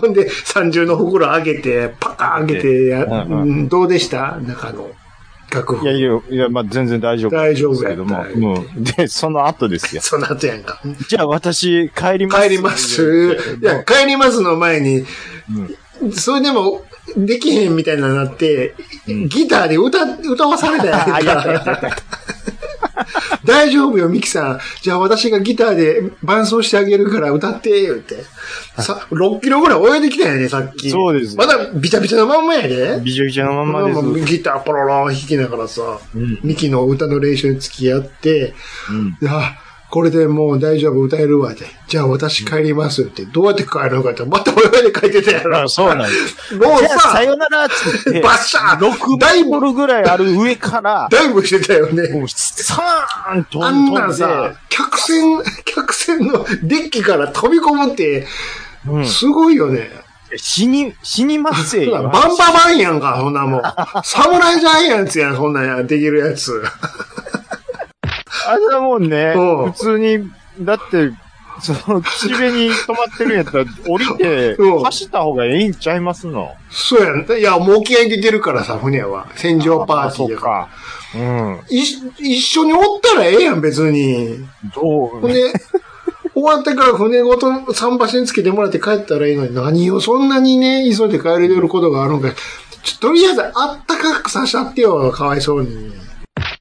S4: ほんで、三重の袋開けて、パカーン開けてや、
S5: うんう
S4: うんどうでした中の楽
S5: いや
S4: 譜。
S5: いや、いや、まあ、全然大丈夫。
S4: 大丈夫
S5: です
S4: や
S5: け
S4: った
S5: ども。うん。で、その 後ですよ。
S4: その後やんか。
S5: じゃあ私、帰ります。
S4: 帰ります。いや、帰りますの前に、それでも、できへんみたいになって、ギターで歌、歌わされたやん
S5: あ、いやいやいやい
S4: か。
S5: や
S4: 大丈夫よ、ミキさん。じゃあ私がギターで伴奏してあげるから歌って、言って。さ、6キロぐらい泳いできたんやね、さっき。
S5: そうです
S4: まだビチャビチャのまんまやで。
S5: びちょびちょのまん
S4: ま
S5: ま
S4: あま
S5: で
S4: あギターポロロン弾きながらさ、
S5: ん
S4: ミキの歌の練習に付き合って、
S5: ん
S4: あこれでもう大丈夫歌えるわって。じゃあ私帰りますって。どうやって帰るのかって。また泳いで帰ってたやろ。
S5: す。そうなんです。
S4: もう
S5: じゃあ、
S4: さ
S5: さ、よならっつって、
S4: バッシャー
S5: 6メートルぐらいある上から、
S4: ダイブしてたよね。
S5: もう、さーん、
S4: あ
S5: 飛
S4: ん
S5: ん
S4: なん
S5: 飛ん
S4: さ
S5: で、、
S4: 客船、客船のデッキから飛び込むって、
S5: うん
S4: すごいよね。
S5: 死に、死にますせ
S4: バン
S5: よ。
S4: ババンやんか、そんなもん。侍ジャイアンツやん、そんなんやできるやつ。
S5: あれだもんね、
S4: うん
S5: 普通に、だって、その、岸辺に止まってるんやったら、降りて
S4: うん、
S5: 走った方がええんちゃいますの。
S4: そうやん。いや、もう沖合に出てるからさ、船は。戦場パーティーやから。
S5: あそうか。
S4: い一緒におったらええやん、別に。
S5: うん。ど
S4: ほん
S5: う
S4: で、終わってから船ごと桟橋につけてもらって帰ったらいいのに、何をそんなにね、急いで帰れることがあるんか。ちょ、とりあえずあったかくさしちゃってよ、かわいそうに。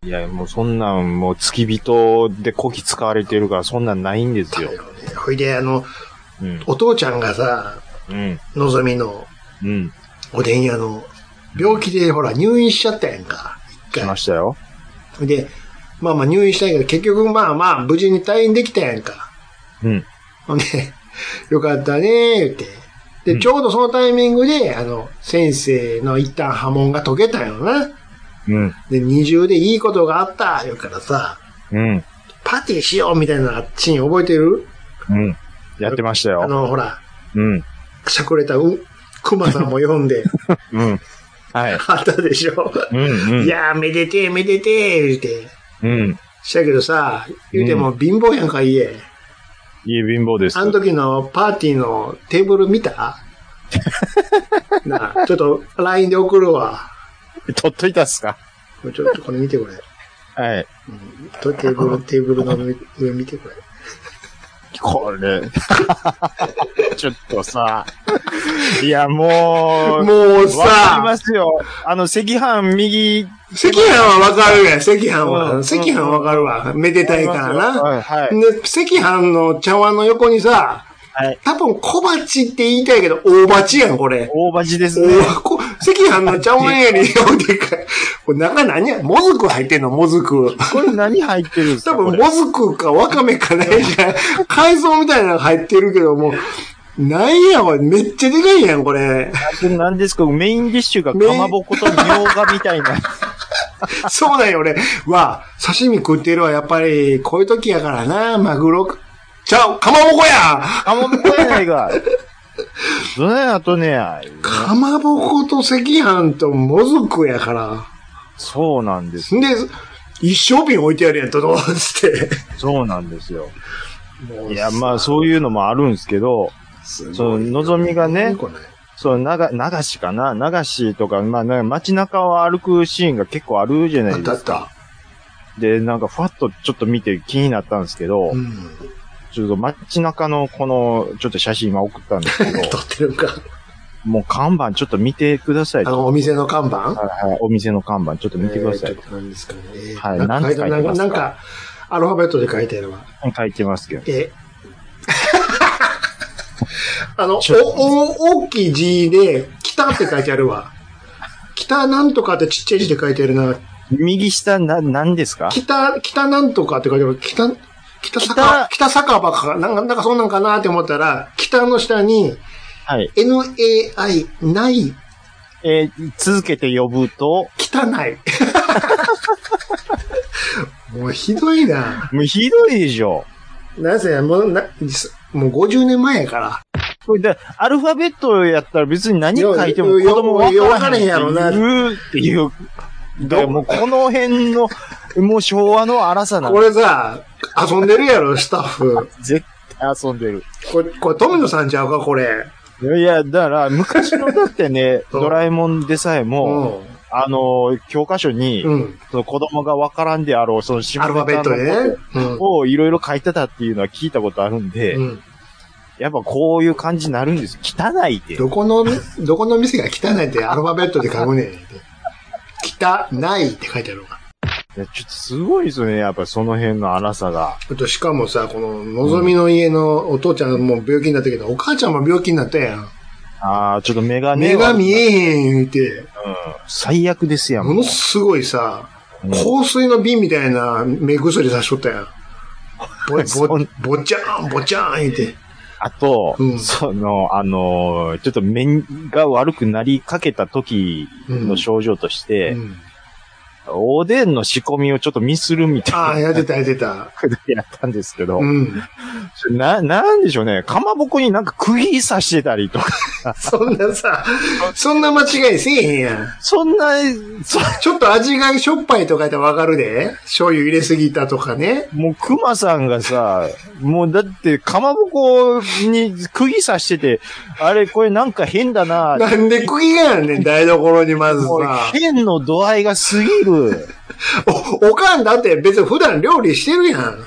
S5: いや、もうそんなん、もう付き人でこき使われてるから、そんなんないんですよ。
S4: ほいで、あの、
S5: うん。
S4: お父ちゃんがさ、
S5: うん。
S4: のぞみの
S5: うん。
S4: おでん屋の、病気でほら入院しちゃったやんか。一
S5: 来
S4: 回
S5: ま。したよ。
S4: で、まあまあ入院したんやけど、結局まあまあ無事に退院できたやんか。
S5: うん。
S4: ほんで、 よかったねー、言って。
S5: う
S4: で、
S5: ん
S4: ちょうどそのタイミングで、あの、先生の一旦波紋が解けたんよな。
S5: うん。
S4: で、二重でいいことがあった、言うからさ、
S5: うん。
S4: パーティーしようみたいなシーン覚えてる
S5: うん。やってました
S4: あ
S5: よ。
S4: の、ほら、
S5: うん。
S4: しゃくれたう、熊さんも読ん で
S5: うん。はい。
S4: あったでしょ。
S5: うん。うん。
S4: いやー、めでてー、めでてー、言うて。
S5: うん。
S4: したけどさ、言うても貧乏やんか、家。
S5: いい貧乏です。
S4: あの時のパーティーのテーブル見たなあ、ちょっと LINE で送るわ。
S5: 取っといたっすか
S4: これちょっとこれ見てこれ。
S5: はい。
S4: とテーブル、テーブルの上上見てこれ。
S5: こ れ、ちょっとさ、いや、もう、
S4: もう
S5: わかり
S4: さ、
S5: ますよ。あの、赤飯右、
S4: 赤飯はわかるやん、赤飯は。
S5: うん
S4: 赤飯はわかるわ。めでたいからな。
S5: はい、はい。
S4: で、赤飯の茶碗の横にさ、
S5: はい
S4: 多分小鉢って言いたいけど、大鉢やん、これ。
S5: 大鉢ですね。
S4: おこ赤飯の茶碗より、でかい。これ中何やもずく入ってんのもずく。
S5: これ何入ってるんです
S4: 多
S5: かこ
S4: 分、
S5: れ
S4: もずくかわかめかないじゃん。海藻みたいなの入ってるけども、ないやん、これ。めっちゃでかいやん、これ。
S5: これ何ですかメインディッシュがか
S4: メイン
S5: まぼことみょうがみたいな。
S4: そうだよ、俺。わ、刺身食ってるはやっぱり、こういう時やからな、マグロ。ちゃう、かまぼこや
S5: かまぼこやないか。どないなっとんねや。
S4: かまぼこと赤飯ともずくやから。
S5: そうなんです。
S4: んで、一生瓶置いてやるやん、とどうして。
S5: そうなんですよ。
S4: もう
S5: いや、まあ、そういうのもあるんですけど、
S4: すごい
S5: その、のぞみがね、
S4: これ
S5: そう、なが、流しかな流しとか、まあ、なんか街中を歩くシーンが結構あるじゃな
S4: あ
S5: い
S4: っ
S5: で
S4: たあ
S5: す
S4: っ
S5: か。
S4: た。
S5: で、なんか、ふわっとちょっと見て気になったんですけど、
S4: うん。
S5: ちょっと街中のこの、ちょっと写真今送ったんですけど、
S4: 撮ってるか。
S5: もう看板ちょっと見てください。
S4: あ
S5: はい
S4: の、お店の看板
S5: はい、お店の看板ちょっと見てください。
S4: えーちょっと何ですかね。えー
S5: はい
S4: なんか
S5: 何て書いてますか
S4: なんか、アルファベットで書いてあるわ。
S5: 書いてますけど。
S4: え あの、お、お、大きい字で、北って書いてあるわ。北なんとかってちっちゃい字で書いてあるな。
S5: 右下な、何ですか
S4: 北、北なんとかって書いてある。北、北坂、北
S5: 北
S4: 酒場か。なんか、なんかそうなんかなって思ったら、北の下に、
S5: はい。
S4: NAI、ない、
S5: えー続けて呼ぶと、
S4: 汚い。 もうひどいな。
S5: もうひどいでしょ。
S4: なぜ、もう、な、もう50年前やから。
S5: これで、アルファベットやったら別に何書いても
S4: い
S5: 子
S4: や
S5: 供分
S4: よよ
S5: からへんやろな。
S4: よ
S5: っていう。だからもうこの辺の、もう昭和の荒さな
S4: こ
S5: んで
S4: れさ、遊んでるやろ、スタッフ。
S5: 絶対遊んでる。
S4: これ、これ、富野さんちゃうか、これ。、
S5: いやいや、だから昔のだってね
S4: そう
S5: ドラえもんでさえも、
S4: う
S5: あの、教科書に、
S4: ん。うん。
S5: その子供が分からんであろう、その下
S4: アルファベットでね。うん
S5: をいろいろ書いてたっていうのは聞いたことあるんで、
S4: うん。
S5: やっぱこういう感じになるんです。汚いって。
S4: どこの、どこの店が汚いってアルファベットで書くねんって。汚いって書いてあるわ。
S5: いやちょっとすごいですよね、やっぱその辺の荒さが。
S4: あと、しかもさ、この、のぞみの家のお父ちゃんも病気になったけど、お母ちゃんも病気になったやん。
S5: ああ、ちょっと目がね。
S4: 目が見えへん言うて、
S5: うん最悪ですやん。
S4: ものすごいさ、
S5: うん
S4: 香水の瓶みたいな目薬さしとったやん。ぼ、
S5: そん
S4: ぼ、ぼちゃーん、ぼちゃーん言うて。
S5: あと、
S4: うん
S5: その、あのーちょっと目が悪くなりかけた時の症状として、
S4: うん
S5: おでんの仕込みをちょっとミスるみたいな
S4: ああ、やってた、やってた。
S5: ことやったんですけど、
S4: うん。
S5: な、なんでしょうね。かまぼこになんか釘刺してたりとか、
S4: そんなさ、そんな間違いせえへんやん。
S5: そんな、そ
S4: ちょっと味がしょっぱいとかやったらわかるで。醤油入れすぎたとかね。
S5: もう熊さんがさ、もうだってかまぼこに釘刺してて、あれこれなんか変だな、
S4: なんで釘がやんねん、台所にまず
S5: もう
S4: さ。
S5: 変の度合いが過ぎる。
S4: お、おかんだって別に普段料理してるやん。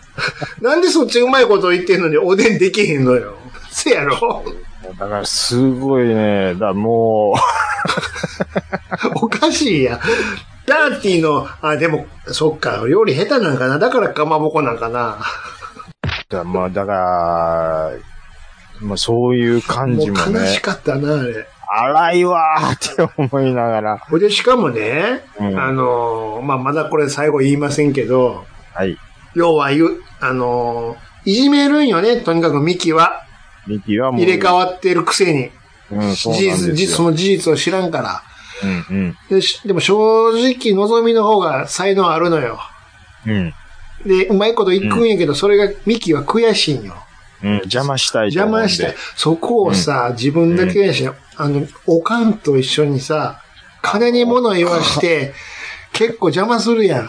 S4: なんでそっちうまいこと言ってんのにおでんできへんのよ。せやろ
S5: だからすごいね、だからも
S4: おかしいやん。ダーティーの、あ、でも、そっか、料理下手なんかな。だからかまぼこなんかな。
S5: う、だま あだから、まあそういう感
S4: もう
S5: じも
S4: 悲し
S5: ね、
S4: かったな、あれ。
S5: 荒いわーって思いながら、
S4: ほいで、しかもね、
S5: うん
S4: あのーまあ、まだこれ最後言いませんけど、
S5: はい、
S4: 要は言う、あのーいじめるんよね、とにかくミキは。
S5: ミキはもう、
S4: 入れ替わってるくせに。
S5: うん、
S4: 事
S5: そうなんで
S4: 実、
S5: すよ
S4: じその事実を知らんから。
S5: うん、
S4: でしでも正直、のぞみの方が才能あるのよ。
S5: うん、うん、
S4: で、うまいこといくんやけど、それが、ミキは悔しいんよ。
S5: うん、邪魔したいと
S4: 邪
S5: 思うんで。
S4: 魔して、そこをさ、自分だけやし、あの、おかんと一緒にさ、金に物言わ して、結構邪魔するやん。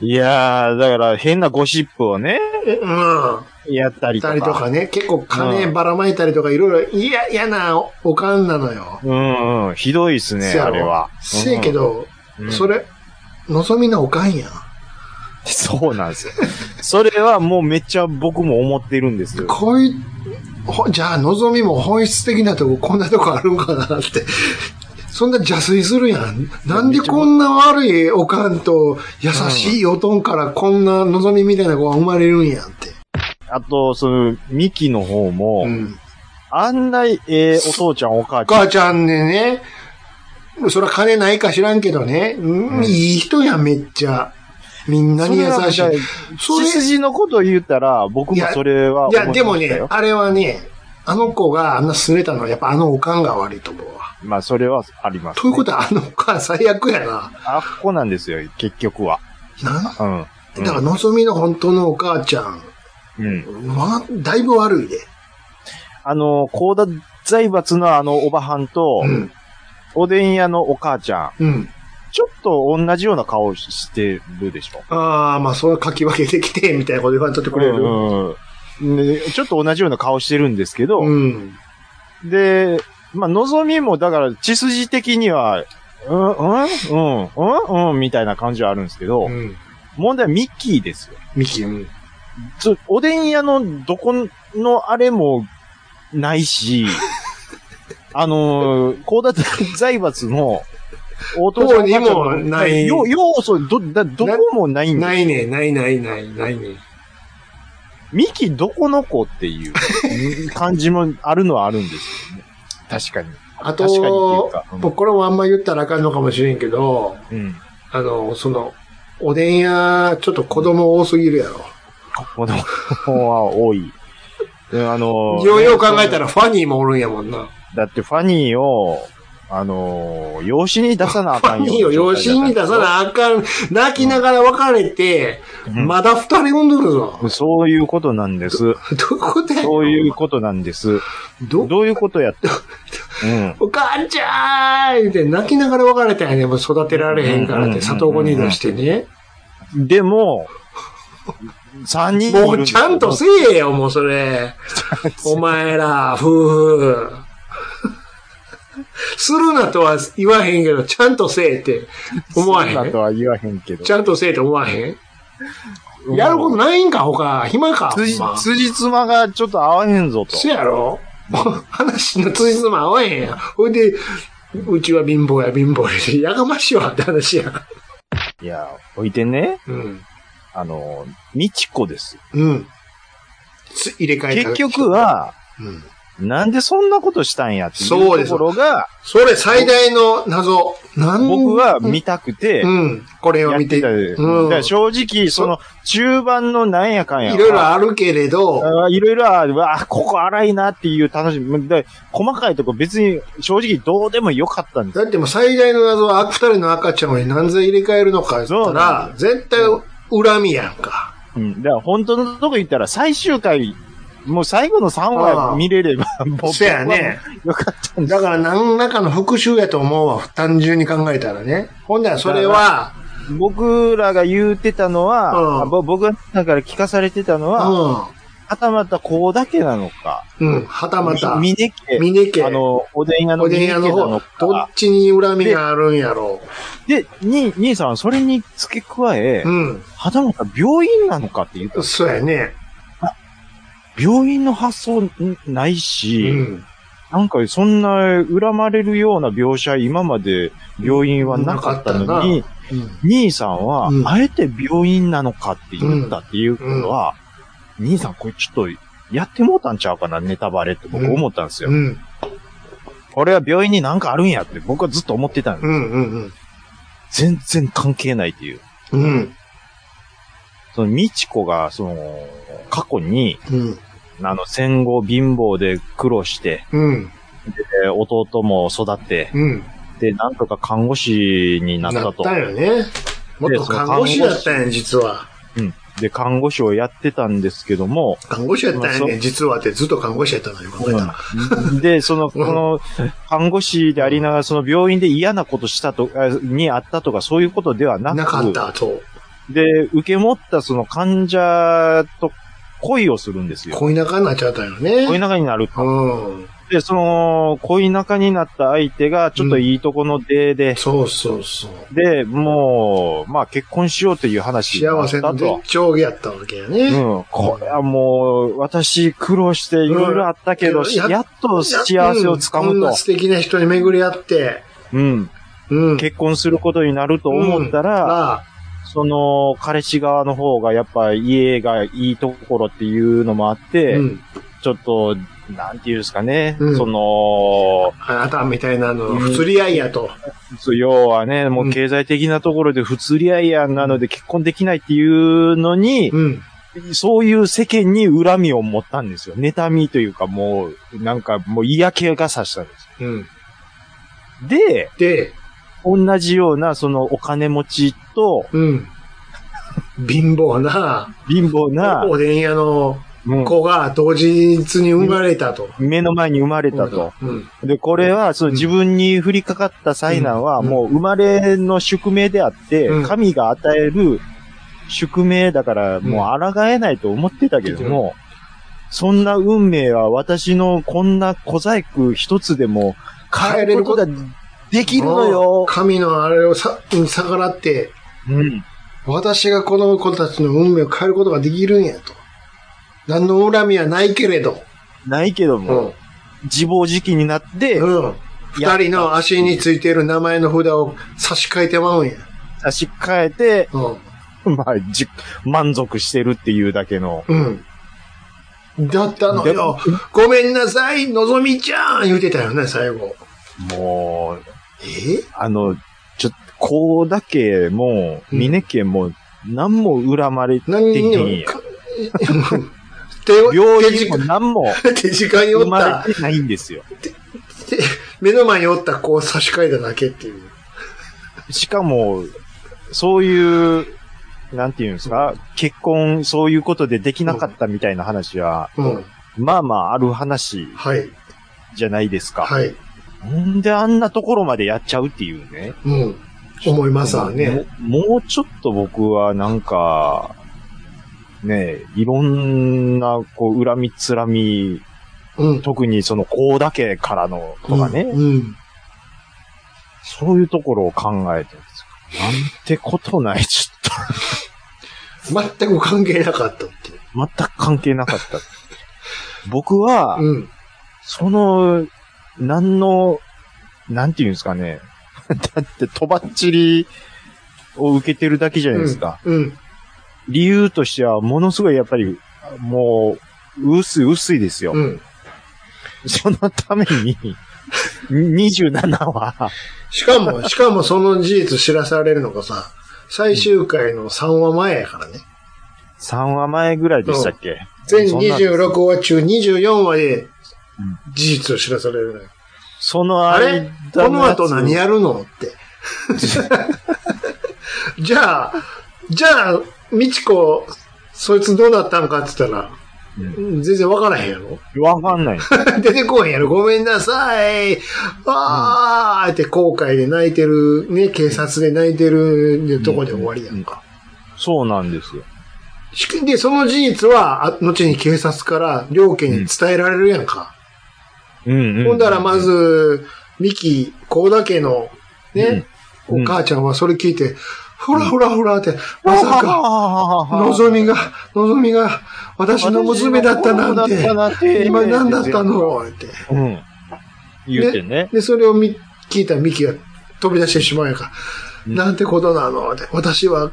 S5: いやー、だから変なゴシップをね、
S4: うん。
S5: やったりと
S4: た
S5: か。
S4: りとかね、結構金
S5: うん
S4: ばらまいたりとかいろいろ嫌、嫌なおおかんなのよ。
S5: うんうん、ひどいですね、
S4: せや
S5: あ
S4: ろ
S5: れは。
S4: せやけど、
S5: うん、
S4: それ、のぞみのおかんやん。
S5: そうなんですよ。それはもうめっちゃ僕も思ってるんですよ。
S4: こい、ほじゃあのぞみも本質的なとここんなとこあるんかなって。 そんな邪推するやん。なんでこんな悪いおかんと優しいおとんからこんなのぞみみたいな子が生まれるんやんって。
S5: あと、その、ミキの方も、
S4: うん。
S5: あんな、えー、お父ちゃん、お母
S4: お
S5: ちゃん。
S4: 母ちゃんねね、そら金ないか知らんけどね、うん
S5: うん
S4: いい人やんめっちゃ。みんなに優しい
S5: それは。
S4: そ
S5: 血
S4: れ
S5: 筋のことを言ったら、僕
S4: い
S5: も
S4: や
S5: それは思
S4: いや、でも
S5: いました
S4: ね
S5: よ、
S4: あれはね、あの子があんなすれたのは、やっぱあのおかんが悪いと思うわ。
S5: まあ、それはあります、ね。
S4: ということは、あのおかん最悪やな。
S5: あっこなんですよ、結局は。
S4: な
S5: うん。うん
S4: だから、のぞみの本当のお母ちゃん、
S5: うん。
S4: ま、だいぶ悪いで。
S5: あの、高田財閥のあの、おばはんと、
S4: うん。
S5: おでん屋のお母ちゃん、
S4: うん。
S5: ちょっと同じような顔してるでしょ。
S4: ああ、まあ、それは書き分けてきて、みたいなこと言われとってくれる。うん。
S5: うんねちょっと同じような顔してるんですけど、で、まあ、望みも、だから、血筋的には、うん、うん、うん、うん、うん、みたいな感じはあるんですけど、
S4: うん
S5: 問題はミッキーですよ。
S4: ミキ、うん。
S5: つおでん屋のどこのあれもな いし、あのー、高田財閥の、お父さんお母ちゃんの
S4: 方にもない
S5: 要要素、ど、だどこもないんです
S4: ないね、ないないない、ないね。
S5: ミキどこの子っていう感じもあるのはあるんですよね。確かに。
S4: あ
S5: 確かに
S4: と
S5: っていうかうん、
S4: 僕これもあんま言ったらあかんのかもしれんけど、
S5: うん。
S4: あの、その、おでん屋、ちょっと子供多すぎるやろ。
S5: 子供は多い。であの、
S4: ようよう考えたらファニーもおるんやもんな。
S5: だってファニーを、あのー、養子に出さなあ
S4: フ
S5: か
S4: ァ
S5: んよ。
S4: ニーを養子に出さなあかん。泣きながら別れて、
S5: うん
S4: まだ二人産んどるぞ。
S5: そういうことなんです。
S4: どこで
S5: そういうことなんです。
S4: ど、
S5: どういうことやって。うん。
S4: お母ちゃーんって泣きながら別れたんやね。もう育てられへんからって、里子に出してね。
S5: でも、三人いる
S4: もうちゃん とせえよ、もうそれ。お前ら、夫婦。 するなとは言わへんけど、ちゃんとせえって思わへ
S5: そんなんと。は言わへんけど。
S4: ちゃんとせえって思わへん
S5: うん
S4: やることないんか、他。暇か。
S5: 辻
S4: ほんま、
S5: 辻褄がちょっと合わへんぞと。
S4: そやろ話のつじつま合わへんやん。ほいで、うちは貧乏や貧乏やし、やがましいわって話やん。
S5: いや、おいてね、
S4: うん。
S5: あの、みちこです。
S4: うん。つ入れ替えた
S5: 結局、は、
S4: うん。
S5: なんでそんなことしたんやってい
S4: そうで
S5: う
S4: す
S5: ところが、
S4: それ最大の謎。なん
S5: 僕は見たくて、
S4: うん。これを
S5: やっ
S4: 見て、
S5: て
S4: い
S5: た
S4: ろ
S5: で。
S4: うん
S5: だから正直、その、中盤のなんやかんやは。
S4: いろあるけれど、
S5: あーいろいろある、うわあ、ここ荒いなっていう楽しみ。だから細かいとこ別に正直どうでもよかったんです。
S4: だってもう最大の謎は、二人の赤ちゃんを何歳入れ替えるのか言
S5: そ
S4: った
S5: うな
S4: ら、絶対恨みやんか。
S5: うん。だから本当のとこ言ったら最終回、もう最後の3
S4: あ
S5: 話
S4: ー
S5: 見れれば、 僕
S4: そやね。
S5: よかったんです。
S4: だから何らかの復讐やと思うわ、単純に考えたらね。ほんならそれは、
S5: 僕らが言うてたの
S4: うん
S5: は、あぼ僕がだから聞かされてたのは、はたまたこうだけなのか。
S4: うん。うん。はたまた、
S5: み峰家。
S4: 峰家
S5: あ、の、おでん屋の
S4: おでん
S5: 峰家
S4: 屋
S5: な
S4: の
S5: の
S4: 方、ど
S5: か
S4: っ。ちに恨みがあるんやろ
S5: で、に、兄さんはそれに付け加え、
S4: う。うん。
S5: はたまた病院なのかって言ったんです
S4: そうやね。
S5: 病院の発想んないし、
S4: うん。
S5: なんかそんな恨まれるような描写今まで病院はなかったのに、
S4: なうん
S5: 兄さんは
S4: うん
S5: あえて病院なのかって言ったっていうことは、兄さんこれちょっとやってもうたんちゃうかな、ネタバレって僕思ったんですよ。
S4: うん。
S5: これは病院になんかあるんやって僕はずっと思ってたんです。
S4: うん。うん。
S5: 全然関係ないっていう。
S4: うん。
S5: その、みちこが、その、過去に、
S4: うん。
S5: あの、戦後貧乏で苦労して、
S4: うん。
S5: えー弟も育って、
S4: うん。
S5: で、なんとか看護師になったと。
S4: よね。もっと看護師だったんや、実は。
S5: で、看護師をやってたんですけども、
S4: 看護師やったんや
S5: まあそ
S4: ね、実はってずっと看護師やったのよ、考えたら。
S5: で、そ の、こ
S4: うん
S5: の、看護師でありながら、その病院で嫌なことしたと、あにあったとか、そういうことではなく、
S4: なかった、と。
S5: で、受け持ったその患者と恋をするんですよ。
S4: 恋仲になっちゃったよね。
S5: 恋仲になる。
S4: うん。
S5: で、その、恋仲になった相手が、ちょっといいとこの出で、
S4: そうそうそう。
S5: で、もう、まあ結婚しようという話にな
S4: 幸
S5: っ
S4: せ
S5: た
S4: の
S5: と
S4: 絶。頂やったわけや
S5: う
S4: ね。
S5: ん。これはもう、私苦労していろいろあったけど、
S4: うん
S5: しや
S4: や
S5: っと幸せをつか
S4: うん
S5: む
S4: こん
S5: と
S4: な、素敵な人に巡り合って、
S5: うん。
S4: うん。
S5: 結婚することになると思ったら、
S4: ああ
S5: その、彼氏側の方がやっぱ家がいいところっていうのもあって、
S4: うん。
S5: ちょっと、なんていうんですかね、
S4: うん
S5: その、
S4: あなたみたいなの、
S5: うん
S4: 不釣り合いやと。
S5: 要はね、もう経済的なところで不釣り合いやなので結婚できないっていうのに、
S4: うん。
S5: そういう世間に恨みを持ったんですよ。妬みというかもう、なんかもう嫌気がさしたんです
S4: うん。
S5: よ。で、
S4: で、
S5: 同じようなそのお金持ちと
S4: うん。貧乏な、
S5: 貧乏な、
S4: おでん屋の
S5: うん
S4: 子が同日に生まれたと。
S5: 目の前に生まれたと。
S4: うん。
S5: で、これは、その
S4: うん
S5: 自分に降りかかった災難は、
S4: うん
S5: もう生まれの宿命であって
S4: うん、
S5: 神が与える宿命だから、
S4: ん
S5: もう抗えないと思ってたけども、そんな運命は私のこんな小細工一つでも変えることができるのよ。
S4: 神のあれをさ逆らって、
S5: うん。
S4: 私がこの子たちの運命を変えることができるんやと。何の恨みはないけれど。
S5: ないけど
S4: う
S5: も、
S4: ん。
S5: 自暴自棄になって、
S4: うん。
S5: や
S4: 二人の足についている名前の札を差し替えてまうんや。
S5: 差し替えて、
S4: うん。
S5: まあ、じ満足してるっていうだけの。
S4: うん。だったのよ。ごめんなさい、のぞみちゃん言うてたよね、最後。
S5: もう、
S4: え
S5: あの、ちょ、こうだけも、
S4: うん
S5: 峰家も、何も恨まれて
S4: 何
S5: へ
S4: にも
S5: んや。
S4: か手を、
S5: 病
S4: 手
S5: 院も
S4: 近
S5: 何も
S4: 手近にお
S5: 生
S4: っ
S5: ま
S4: た、
S5: れてないんですよ。
S4: 目の前におった子を差し替えただけっていう。
S5: しかも、そういう、なんていうんですか、結婚、そういうことでできなかったみたいな話は、
S4: うん。
S5: まあまあある話
S4: はい。
S5: じゃないですか。
S4: はい。
S5: なんであんなところまでやっちゃうっていうね。
S4: うん。思いますわね。
S5: ももうちょっと僕はなんか、ねえ、いろんな、こう、恨みつらみ、
S4: うん。
S5: 特にその、こうだけからの、とかね、
S4: うん。
S5: そういうところを考えてるんですよ。なんてことない、ちょっ
S4: 全く関係なかったっていう。
S5: と、全く関係なかった。僕は、
S4: うん。
S5: その、何の、なんていうんですかね。 だって、とばっちりを受けてるだけじゃないですか。
S4: うん。
S5: 理由としては、ものすごいやっぱり、もう、薄い薄いですよ。
S4: うん。
S5: そのために、27は、
S4: しか も、しかもその事実知らされるのがさ、最終回の3話前やからね。
S5: 3話前ぐらいでしたっけ
S4: 全
S5: そんなんです
S4: 26話中24話で事実を知らされるのよ。
S5: その
S4: あ
S5: 間
S4: れこの後何
S5: や
S4: やるの って。じゃあ、じゃあ、みちこ、そいつどうなったんかって言ったら、
S5: う
S4: 全然わからへんやろ
S5: つわかんない。
S4: 出てこへんやろごめんなさいあーって後悔で泣いてる、ね、警察で泣いてるとこで終わりやんか。
S5: そうなんですよ。
S4: しかで、その事実は、あ後に警察から両家に伝えられるやんか。
S5: うん、うん。
S4: ほんだらまず、ミキ、コウダ家の、ね、
S5: うん
S4: お母ちゃんはそれ聞いて、ほらほらほらって、
S5: うん、
S4: まさか、の
S5: 望
S4: ぞみが、のぞみが、私の娘だったなんて、今何だったのって。
S5: うん。言うてね。
S4: で、それをみ聞いたミキが飛び出してしまうやんか。
S5: うん
S4: なんてことなのって、私は、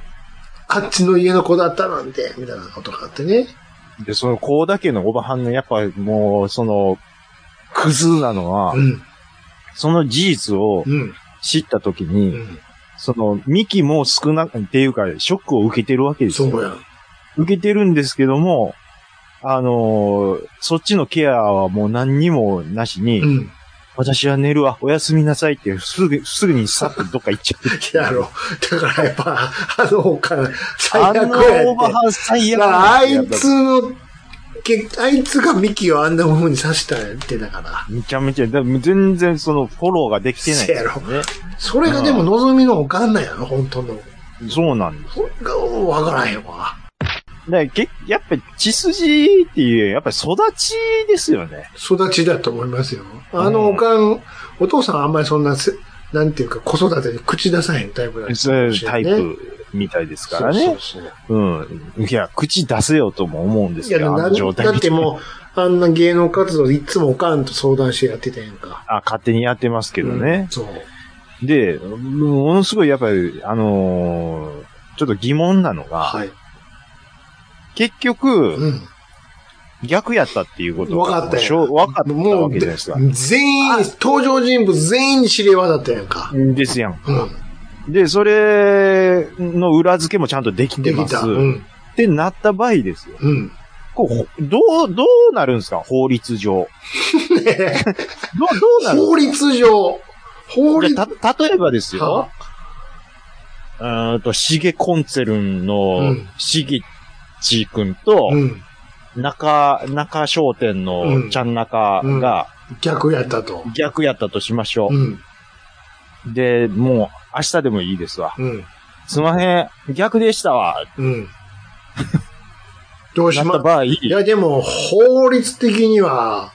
S4: あっちの家の子だったなんて、みたいなことがあってね。
S5: で、その、こうだけのおばはんの、やっぱりもう、その、クズなのは、
S4: うん、
S5: その事実を
S4: うん、
S5: 知ったときに、
S4: うん。
S5: その、ミキも少な、っていうか、ショックを受けてるわけです
S4: そ
S5: よ。
S4: うやん。
S5: 受けてるんですけども、あのーそっちのケアはもう何にもなしに、
S4: うん。
S5: 私は寝るわ、おやすみなさいって、すぐ、すぐにさっとどっか行 っちゃう。
S4: やろ。だからやっぱ、あのおかん、最
S5: あ
S4: 悪
S5: の
S4: や
S5: オーバー
S4: って。
S5: ハウス最
S4: だ
S5: 悪
S4: からあい
S5: やっ
S4: つの、けあいつがミキをあんな風に刺したんやってだから。
S5: ぱめちゃめちゃ、だから全然そのフォローができてない、
S4: せやろそれがでも望みのおかんなんやろ、本当の。
S5: ね。そうなんです。
S4: それがわからへんわ。
S5: だからけやっぱ血筋っていう、やっぱり育ちですよね。
S4: 育ちだと思いますよ。あのおかん、お父さんはあんまりそんなせ、なんていうか子育てに口出さへんタイプだった
S5: そういうタイ
S4: そうで
S5: プみたいです
S4: す
S5: からね。
S4: そうそうそう
S5: うん。いや、口出せよとも思うんです
S4: いや、
S5: けど、あ
S4: な
S5: の状態
S4: だ
S5: 見
S4: ってもう、あんな芸能活動でいつもおかんと相談してやってたやんか。
S5: あ、勝手にやってますけど
S4: うん
S5: ね。
S4: そう。
S5: で、ものすごいやっぱり、あのーちょっと疑問なのが、
S4: はい。
S5: 結局、
S4: うん。
S5: 逆やったっていうこと
S4: わかったよ
S5: しょわかった
S4: も
S5: わ
S4: う
S5: けじゃないですか。
S4: 全員、登場人物全員に知れ渡ったやんか。
S5: ですやん。
S4: うん。
S5: で、それの裏付けもちゃんとできて
S4: で
S5: ま
S4: き
S5: す。
S4: た。うん。
S5: ってなった場合ですよ。
S4: うん。
S5: こうどう、どうなるんですか法律上。どう、どうなる
S4: 法律上、法律
S5: じゃあた例えばです
S4: は。
S5: ようーんと、シゲコンツェルン
S4: う
S5: の
S4: ん
S5: シゲチ君と、
S4: うん。
S5: 中、中商店
S4: うん
S5: のちゃん中が
S4: 逆やったと。
S5: 逆やったとしましょう。
S4: うん。
S5: で、もう明日でもいいですわ。
S4: うん。
S5: すまへん、逆でしたわ。
S4: うん。どうし
S5: なった
S4: ま、
S5: 場合、
S4: いやでも、法律的には、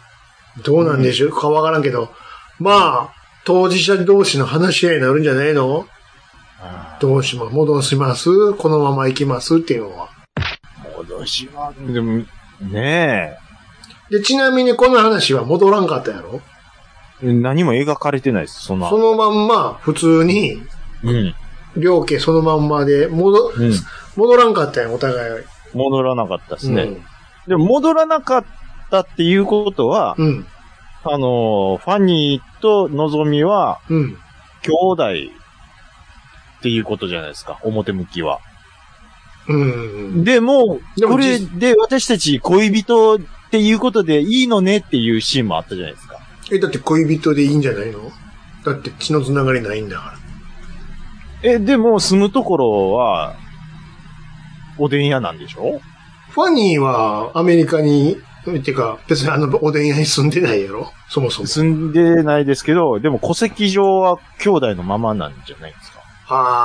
S4: どうなんでしょうかわからんけど、まあ、当事者同士の話し合いになるんじゃないの
S5: あ
S4: どうします戻しますこのまま行きますっていうのは。
S5: ーもうどうしよう。でも、ね
S4: で、ちなみにこの話は戻らんかったやろ
S5: え、何も描かれてないです、そんな
S4: そ。のまんま、普通に、
S5: うん。
S4: 両家そのまんまで、戻、
S5: うん
S4: 戻らんかったやん、お互い。
S5: 戻らなかったですね。
S4: うん
S5: でも戻らなかっったっていうことは、
S4: うん。
S5: あの、ファニーとのぞみは
S4: うん。
S5: 兄弟っていうことじゃないですか、表向きは。
S4: うん。
S5: でも、
S4: でも
S5: これ
S4: 実
S5: で私たち恋人っていうことでいいのねっていうシーンもあったじゃないですか。
S4: え、だって恋人でいいんじゃないのだって血のつながりないんだから。
S5: え、でも住むところは、おでん屋なんでしょ
S4: ファニーはアメリカに、てか、別にあの、おでん屋に住んでないやろそもそも。
S5: 住んでないですけど、でも戸籍上は兄弟のままなんじゃないですか。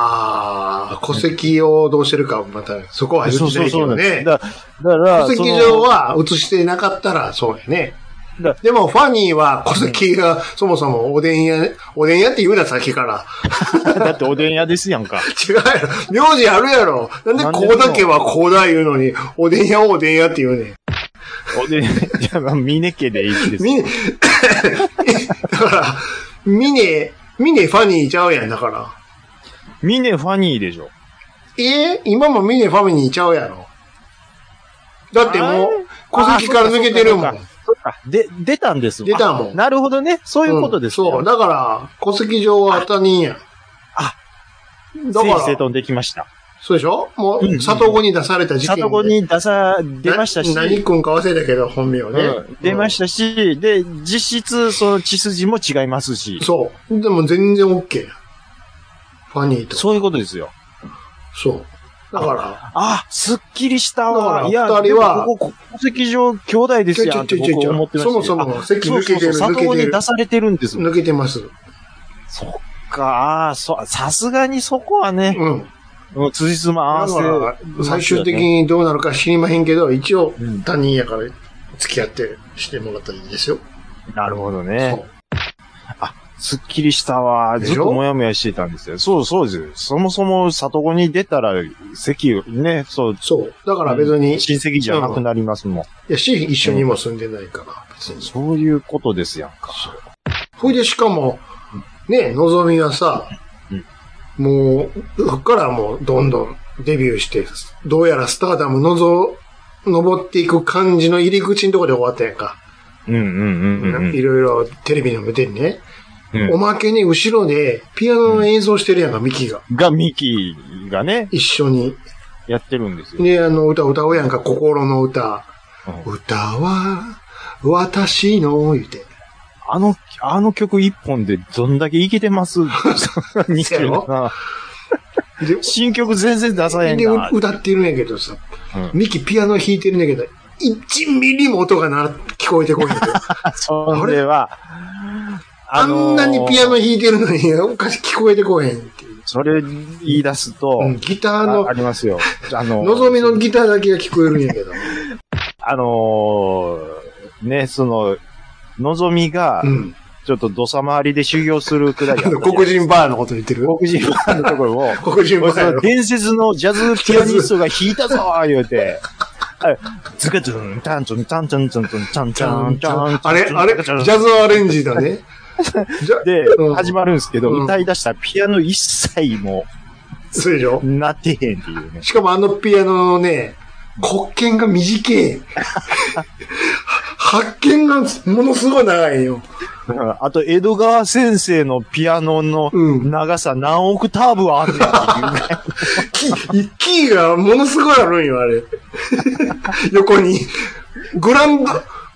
S4: ああ、戸籍をどうしてるか、また、そこは言ってないけどね。
S5: だだから、
S4: 戸籍上は移してなかったら、そうやね
S5: だ。
S4: でも、ファニーは戸籍が、そもそもおでん屋、おでん屋って言うな、さっきから。
S5: そのだっておでん屋ですやんか。
S4: 違うやろ。名字あるやろ。なんで、こうだけはこうだ言うのに、おでん屋をおでん屋って言うねん。
S5: おでん、 じゃあ、まあ峰家でいいです。
S4: み、だ から、ミネ、ミネファニーちゃうやん、だから。
S5: 峰ファニーでしょ。
S4: えー今もミネファミニーちゃうやろ。だってもう、戸籍から抜けてるも
S5: あー
S4: ん。
S5: そっかで、出たんです
S4: 出たもん
S5: あなるほどね。そういうことですね、
S4: うんそう。だから、戸籍上は他人やん。
S5: あ
S4: だ
S5: 整
S4: か
S5: 理整
S4: ら、
S5: 頓できました。
S4: そうでしょも
S5: うんうん
S4: う、里子に出された事件で。
S5: 里子に出さ、出ましたし。
S4: な何君か忘れたけど、本名ね。
S5: うん出ましたし、で、実質、その血筋も違いますし。
S4: たそう。でも全然 OK やん。ファニーと。
S5: そういうことですよ。
S4: そう。だから、
S5: あ、すっきりしたわ。
S4: だから
S5: いや、
S4: 二人は
S5: でもここ、戸籍上兄弟ですやんって僕思ってました
S4: そもそも席
S5: そう
S4: 抜
S5: そ
S4: け
S5: う
S4: て
S5: そ
S4: る、
S5: う、
S4: 抜
S5: 里
S4: け
S5: 子
S4: て
S5: に
S4: る
S5: 出。されてるんです。
S4: 抜けてます。
S5: そっか、あーそ、さすがにそこはね、
S4: うん。
S5: うん、辻褄合
S4: だ
S5: わせ、
S4: から、最終的にどうなるか知りまへんけど、一応
S5: うん
S4: 他人やから付き合ってしてもらったらいいですよ。
S5: なるほど
S4: そ
S5: ね
S4: う。
S5: すっきりしたわ。
S4: で
S5: ずっ
S4: しょ
S5: ともやもやしてたんですよ。そうそうです。そもそも里子に出たら、席を、ね、そう。
S4: そう。だから別に、い
S5: 親戚じゃなくなりますもん。
S4: やし、一緒にも住んでないから、別に。
S5: そういうことですやんか。
S4: ほいでしかも、ね、のぞみはさ
S5: うん、
S4: もう、そっからもうどんどんデビューして、どうやらスターダムのぞ、登っていく感じの入り口のとこで終わったやんか。
S5: うんうんうんうん
S4: いろいろテレビの見てね。
S5: うん
S4: おまけに後ろでピアノの演奏してるやんか、ミキが。
S5: うん。が、ミキがね、
S4: 一緒に。
S5: やってるんですよ。
S4: で、あの、歌歌うやんか、心の歌。
S5: うん
S4: 歌は、私の、言うて。
S5: あの、あの曲一本でどんだけいけてます
S4: せやろで、
S5: 新曲全然出さへん
S4: で
S5: な。
S4: 歌ってるんやけどさ、
S5: う
S4: ミキピアノ弾いてるんやけど、1ミリも音がな、聞こえてこない。
S5: それは、
S4: あんなにピアノ
S5: あの
S4: 弾
S5: ー
S4: いてるのに、おかし聞こえてこへんっていう。
S5: それ言い出すと、
S4: うんギター
S5: あ
S4: の
S5: あ、りますよ。あのー、
S4: のぞみのギターだけが聞こえるんやけど。
S5: あのーね、その、のぞみが
S4: う、ん。
S5: ちょっと土佐回りで修行するくだりあ
S4: あ
S5: ったじゃ
S4: の
S5: な い
S4: 黒人バーのこと言ってる
S5: 黒人バーのところを、
S4: 黒人バ
S5: 俺そ
S4: ーや
S5: の
S4: ろ。
S5: 伝説のジャズピアニストが弾いたぞー言うて、あズカズン、タンチョン、タンチョン、タンチョン、タンチョン、タンチョン、
S4: あれ、あれ、ジャズアレンジだね。 じゃ、
S5: で
S4: うん、
S5: 始まるんですけど、
S4: うん
S5: 歌い出したらピアノ一切も
S4: そうでしょ
S5: う、なってへんっていうね。
S4: しかもあのピアノのね、黒鍵が短い。 発見がものすごい長いよ。
S5: あと、江戸川先生のピアノの
S4: うん
S5: 長さ何オクターブはあんねんっていう
S4: キ
S5: ね。
S4: ー、キーがものすごいあるんよ、あれ。 横に。グランド、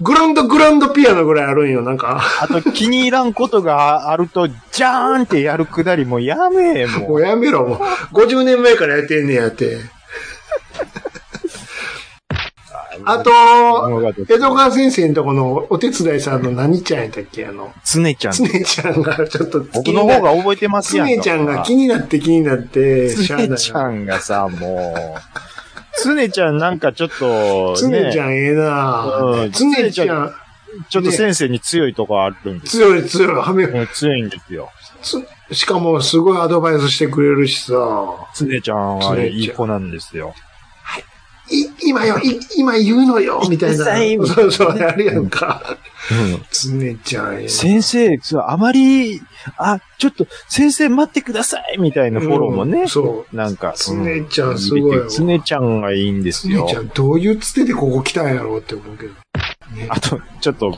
S4: グランドグランドピアノぐらいあるんよ、なんか。
S5: あと、気に入らんことがあると、ジャーンってやるくだりもうやめえ、も
S4: も
S5: う。
S4: うやめろ、もう。50年前からやってんねやって。あと、江戸川先生のとこのお手伝いさんの何ちゃんやったっけあの、
S5: つねちゃん
S4: つ。ねちゃんがちょっと
S5: 僕の方が覚えてます
S4: つ
S5: やんか。
S4: ねちゃんが気になって気になって、しゃあ
S5: つ
S4: な
S5: ね
S4: い
S5: ちゃんがさ、もう。つねちゃんなんかちょっと、
S4: つねちゃ
S5: ん。
S4: んええ
S5: う
S4: なんつねちゃん、
S5: ちょっと先生に強いとこあるんですよ。
S4: 強い強い、はめ、
S5: うん強いんですよ。
S4: つしかもすごいアドバイスしてくれるしさ、
S5: つねちゃん
S4: つ
S5: は
S4: ねちゃん
S5: いい子なんですよ。
S4: い、今よ、い、今言うのよ、みたいな。そうそう、あれやんか。
S5: うん
S4: つねちゃんええ
S5: 先生、そうあまり、あ、ちょっと、先生待ってくださいみたいなフォローも
S4: う
S5: ね
S4: ん。そう。
S5: なんか。
S4: つねちゃんすごいわ
S5: うつねちゃんがいいんで
S4: つ
S5: す
S4: ね
S5: よ
S4: ち。ゃんどういうつてでここ来たんやろうって思うけど。
S5: あと、ちょっと、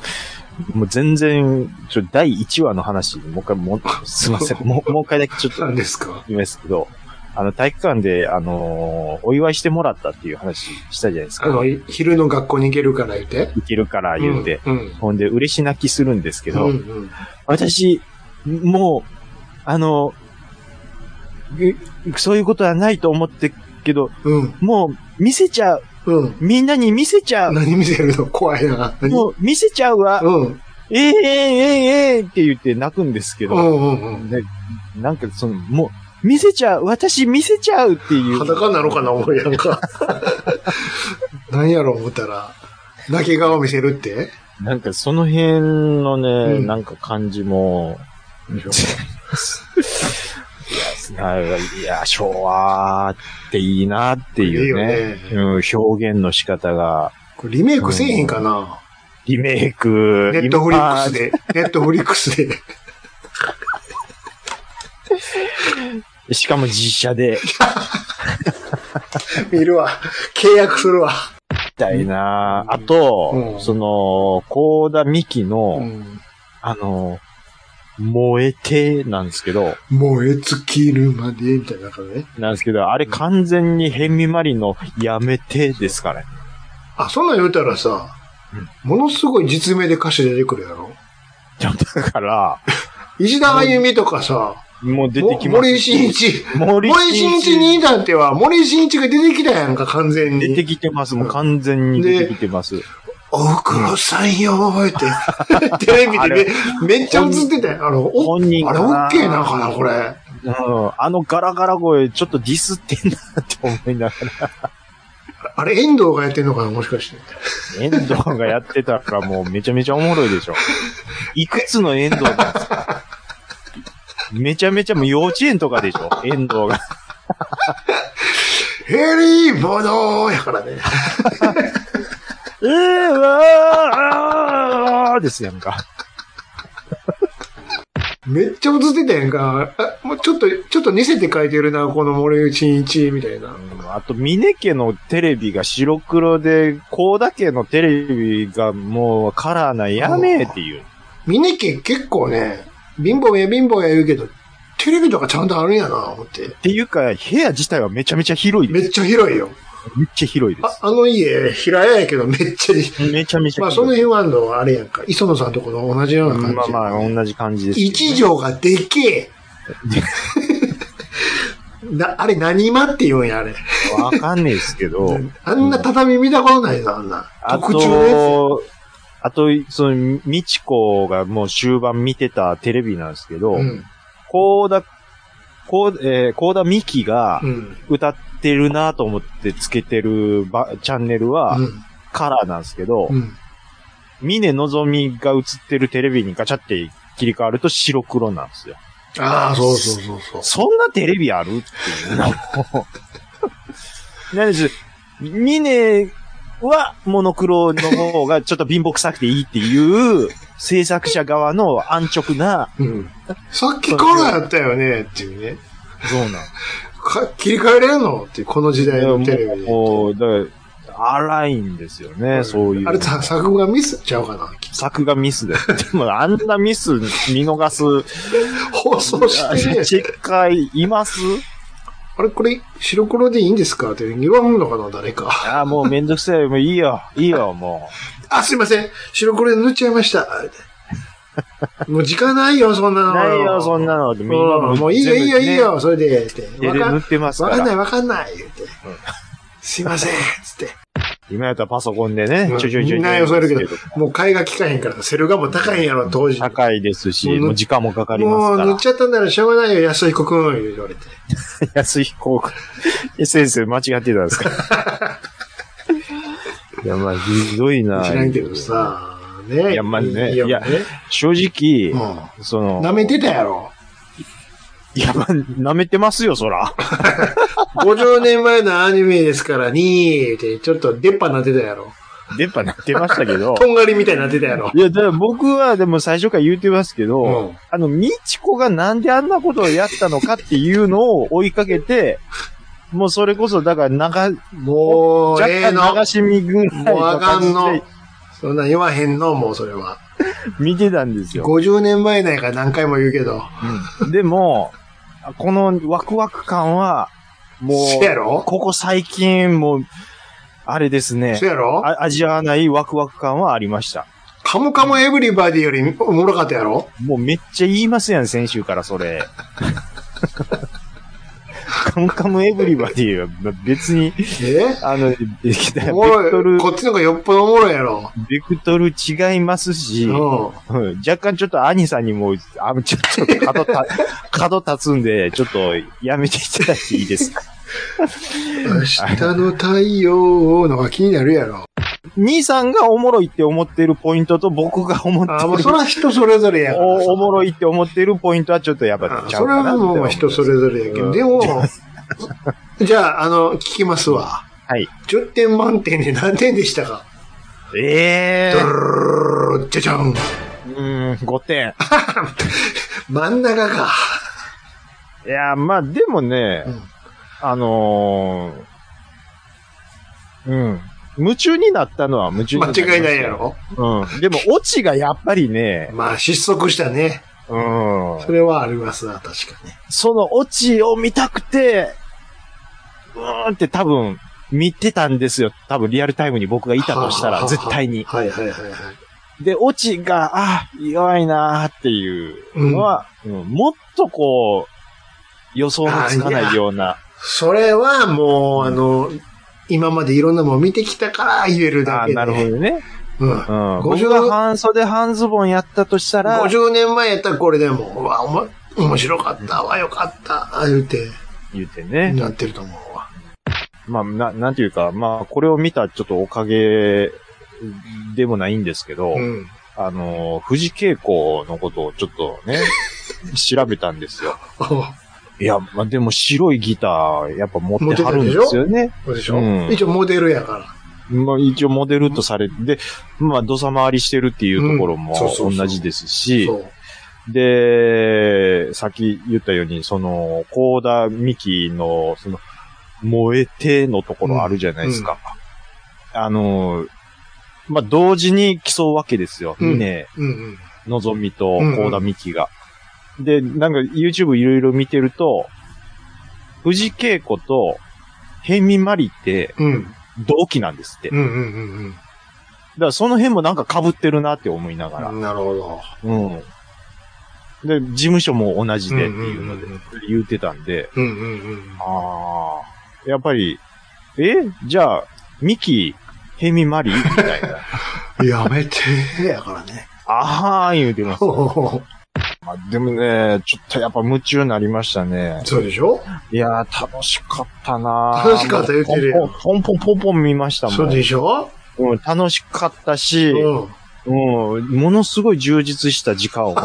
S5: もう全然、ちょ、第1話の話、もう一回、もう、すいません、もう、もう一回だけちょっと
S4: 何ですか
S5: 言うんですけど、あの、体育館で、あのーお祝いしてもらったっていう話したじゃないです
S4: あ
S5: か。
S4: の、い昼の学校に行けるから言って。
S5: いけるから言うて。
S4: うん。うん。
S5: ほんで、嬉し泣きするんですけど、
S4: うんうん
S5: 私、もう、あの、えそういうことはないと思ってけど、
S4: うん。
S5: もう、見せちゃう。
S4: うん。
S5: みんなに見せちゃう。
S4: 何見せるの怖いな。何
S5: も
S4: う
S5: う、見せちゃうわ。
S4: ん。
S5: ええええええって言って泣くんですけ
S4: う
S5: ど、
S4: んうん
S5: ねなんかその、もう、見せちゃう。私見せちゃうって
S4: う
S5: い
S4: ん。
S5: う。
S4: 裸なのかな思うやんか。何やろ思ったら。泣き顔見せるって
S5: なんかその辺のね、
S4: うん
S5: なんか感じも、いや、いや昭和っていいなって
S4: いい
S5: いう
S4: よ
S5: ね。
S4: ね。
S5: うん、表現の仕方が、
S4: これリメイクせえへんかな、
S5: リメイク、
S4: ネットフリックス
S5: 今
S4: で。ネットフリックスで。
S5: しかも実写で、み
S4: 見るわ。契約するわ。
S5: たいな。
S4: うん
S5: あと、
S4: うん
S5: その、高田美希の、
S4: うん
S5: あの、燃えて、なんですけど、
S4: 燃え尽きるまで、みたいな感じね。
S5: なんですけど、あれ完全にヘンミマリのやめてですからね。
S4: あ、そんなん言うたらさ、ものすごい実名で歌詞出てくるやろ
S5: だから、
S4: 石田あゆみとかさ、
S5: もう出て
S4: も
S5: きます。
S4: 森進一。
S5: 森
S4: 森進一に至っては、森進一が出てきたやんか、完全
S5: 出て
S4: に。
S5: きてます。もう完全に出てきてます。
S4: おふくろさんよー って。テレビでねめっちゃ映ってたやん。あの、お
S5: 本人
S4: あ
S5: か
S4: れ、オ
S5: な
S4: ッケーなんかな、これ。
S5: うん。あのガラガラ声、ちょっとディスってんなって思いながら。
S4: あれ、遠藤がやってんのかな、もしかして。
S5: 遠藤がやってたからもうめちゃめちゃおもろいでしょ。いくつの遠藤なんですかめちゃめちゃもう幼稚園とかでしょ遠藤が。
S4: ヘリーボドーやからね。
S5: えー、わーですやんか。
S4: めっちゃ映ってたやんか。あもうちょっと、ちょっと似せて書いてるな、この森進一みたいな。
S5: うんあと、峰家のテレビが白黒で、高田家のテレビがもうカラーなやめえっていう。
S4: 峰家結構ね、貧乏や貧乏や言うけど、テレビとかちゃんとあるんやな、思って。
S5: っていうか、部屋自体はめちゃめちゃ広いです。
S4: めっちゃ広いよ。
S5: めっちゃ広いで
S4: あ、あの家、平屋やけどめっちゃいい、
S5: す。めちゃめちゃ広い。
S4: まあその辺はあの、あれやんか、磯野さんとこの同じような感じ。
S5: まあまあ、同じ感じですけどね、
S4: 一畳がでけえ。 な、あれ何間って言うんや、あれ。
S5: わかんねえですけど。
S4: あんな畳見たことないぞ、あんな。
S5: あ
S4: 特注のや
S5: と、あと、その、みちこがもう終盤見てたテレビなんですけ
S4: つ。
S5: ど、
S4: うん。
S5: こうだ、こう、えー、こうだみきが
S4: うん。
S5: 歌ってるなと思ってつけてるばチャンネルは
S4: うん
S5: カラーなんですけど
S4: う、ん。
S5: 峰のぞみが映ってるテレビにガチャって切り替わると白黒なんですよ。
S4: ああ、そうそうそうそう。
S5: そんなテレビあるっていうのをなんです。ミネはモノクロの方がちょっと貧乏臭くていいっていう制作者側の安直な、
S4: うん。さっきからやったよね、っていうね。
S5: そうなん
S4: か切り替えれんのっていう、この時代のテレビで。
S5: もう、だから荒いんですよね、そういう。
S4: あれさ、作画ミスちゃうかな
S5: 作画ミスで。でも、あんなミス見逃す、
S4: 放送してね。
S5: チェッカーいます
S4: あれ、これ、白黒でいいんですかって言わんのかな誰か。
S5: ああ、もうめんどくさい。もういいよ。いいよ、も
S4: あ、すいません。白黒で塗っちゃいました。もう時間ないよ、そんな
S5: う。
S4: の。
S5: ないよ、そんなの。み
S4: うん
S5: んなも
S4: もういいよ、いいよ、いい。よ、それで。って
S5: 全部ね手で
S4: わか
S5: 塗ってます
S4: わ
S5: か
S4: かんない、
S5: ら。
S4: わかんない。言って。すいません。つって。
S5: 今やったらパソコンでね
S4: うん、
S5: ちょいちょいちょいちょい。
S4: 内容されるけど、もう買いが効かへんから、セルガも高いんやろ、当時。
S5: 高いですし、
S4: もう
S5: もう時間もかかりま
S4: も
S5: す
S4: う
S5: か
S4: 塗
S5: ら
S4: っ。ちゃったんならしょうがないよ、安彦くん、言われて。
S5: 安い効果。え先生、間違ってたんですか いや、まあ、ひどいな。
S4: 知らんけど。さ、ね。
S5: いやまあね
S4: いや、
S5: いや
S4: ね
S5: 正直、
S4: う
S5: その
S4: ん。、舐めてたやろ。
S5: いや、まあ、舐めてますよ、そら。
S4: 50年前のアニメですからに、って、ちょっと出っ歯なってたやろ。
S5: 電波鳴ってましたけど。
S4: とんがりみたいになってたやろ。
S5: いや、だから僕はでも最初から言うてますけど、
S4: うん
S5: あの、みちこがなんであんなことをやったのかっていうのを追いかけて、もうそれこそ、だから、長、
S4: もう、
S5: 若
S4: ええ
S5: 干
S4: の。も
S5: 流し見ぐらいの
S4: うあかんの
S5: 感じで。
S4: そんなん言わへんの、もうそれは。
S5: 見てたんですよ。
S4: 50年前なんやから何回も言うけど。
S5: でも、このワクワク感は、も
S4: せやろ
S5: う、ここ最近もう、あれですね
S4: そ。やろ
S5: あ味わわないワクワク感はありました。
S4: カムカムエブリバディよりおもろかったやろ
S5: もうめっちゃ言いますやん、先週からそれ。カムカムエブリバディは別に、
S4: え
S5: あの、ベ
S4: おも
S5: クト
S4: ろ
S5: ル
S4: い。こ、っちの方がよっぽどおもろいやろ。
S5: ベクトル違いますし、
S4: うん。
S5: うん若干ちょっと兄さんにも、あちょっと角た、 角立つんで、ちょっとやめていただいていいです か。
S4: 明日の太陽のが気になるやろ。
S5: 兄さんがおもろいって思ってるポイントと僕が思って
S4: ああ、もう
S5: る
S4: それは人それぞれやから
S5: お、おもろいって思ってるポイントはちょっとやっぱ
S4: あ
S5: ちゃ
S4: そうれ
S5: かな
S4: は
S5: って思
S4: も
S5: う
S4: う人それぞれやけ
S5: う
S4: ど。
S5: ん
S4: でも、じゃあ、あの、聞きますわ。
S5: はい。
S4: 10点満点で何点でしたか
S5: ええ
S4: ドゥルルルルルじゃじゃん。
S5: ー、うーん、5点。
S4: 真ん中か。
S5: いや、まあでもね、
S4: うん
S5: あのー、うん。夢中になったのは夢中になった。
S4: 間違いないや。ろ。
S5: うん。でも、オチがやっぱりね、
S4: まあ、失速したね。
S5: うん。
S4: それはありますな、確かに。
S5: そのオチを見たくて、うーんって多分、見てたんですよ。多分リアルタイムに僕がいたとした
S4: はあはあは
S5: ら、
S4: あ
S5: 絶対に。
S4: はいはいはいはい。
S5: で、オチが、あ、弱いなーっていうのは、うんもっとこう、予想もつかないような、
S4: それはもう、あの、今までいろんなもの見てきたから言えるだ
S5: あ
S4: けで。
S5: なるほどね。
S4: うん
S5: う。ん。
S4: 50
S5: 僕が半袖半ズボンやったとしたら、
S4: 50年前やったらこれでも、うわ、おも、面白かったわ、よかった、言うて、
S5: 言うてね。
S4: なってると思うわ。
S5: まあ、な、なんていうか、まあ、これを見たちょっとおかげでもないんですけど、
S4: うん。
S5: あの、富士稽古のことをちょっと ね、調べたんですよ。いや、まあ、でも白いギター、やっぱ持ってはるんですよね。
S4: そうでしょ、
S5: うん
S4: 一応モデルやから。
S5: まあ、一応モデルとされて、で、まあ、土佐回りしてるっていうところも
S4: うんそうそうそう
S5: 同じですし、
S4: そう。
S5: で、さっき言ったように、その、コーダミキの、その、燃えてのところあるじゃないですか。あの、まあ、同時に競うわけですよ。
S4: うん
S5: ね、
S4: うんうん。
S5: のぞみとコ
S4: うんうん
S5: ーダミキが。で、なんか YouTube いろいろ見てると、藤恵子とヘミマリって
S4: うん。
S5: 同期なんですって。
S4: う
S5: だ
S4: んうんうん
S5: からその辺もなんか被ってるなって思いながら
S4: う。ん。なるほど。
S5: うん。で、事務所も同じでっていうので
S4: うんうんうん、
S5: 言ってたんで、
S4: うんうんうん。
S5: ああ、やっぱり、えじゃあ、ミキ、ヘミマリみたいな。
S4: やめて、やからね。
S5: ああ、言うてます。
S4: ほうほうほう
S5: まあでもね、ちょっとやっぱ夢中になりましたね。
S4: そうでしょ
S5: いやー、楽しかったなー
S4: 楽しかった言うてるやん
S5: もうポンポンポンポンポン見ましたも。
S4: そうんでしょ
S5: うん、楽しかったし、
S4: うん。
S5: うん、ものすごい充実した時間を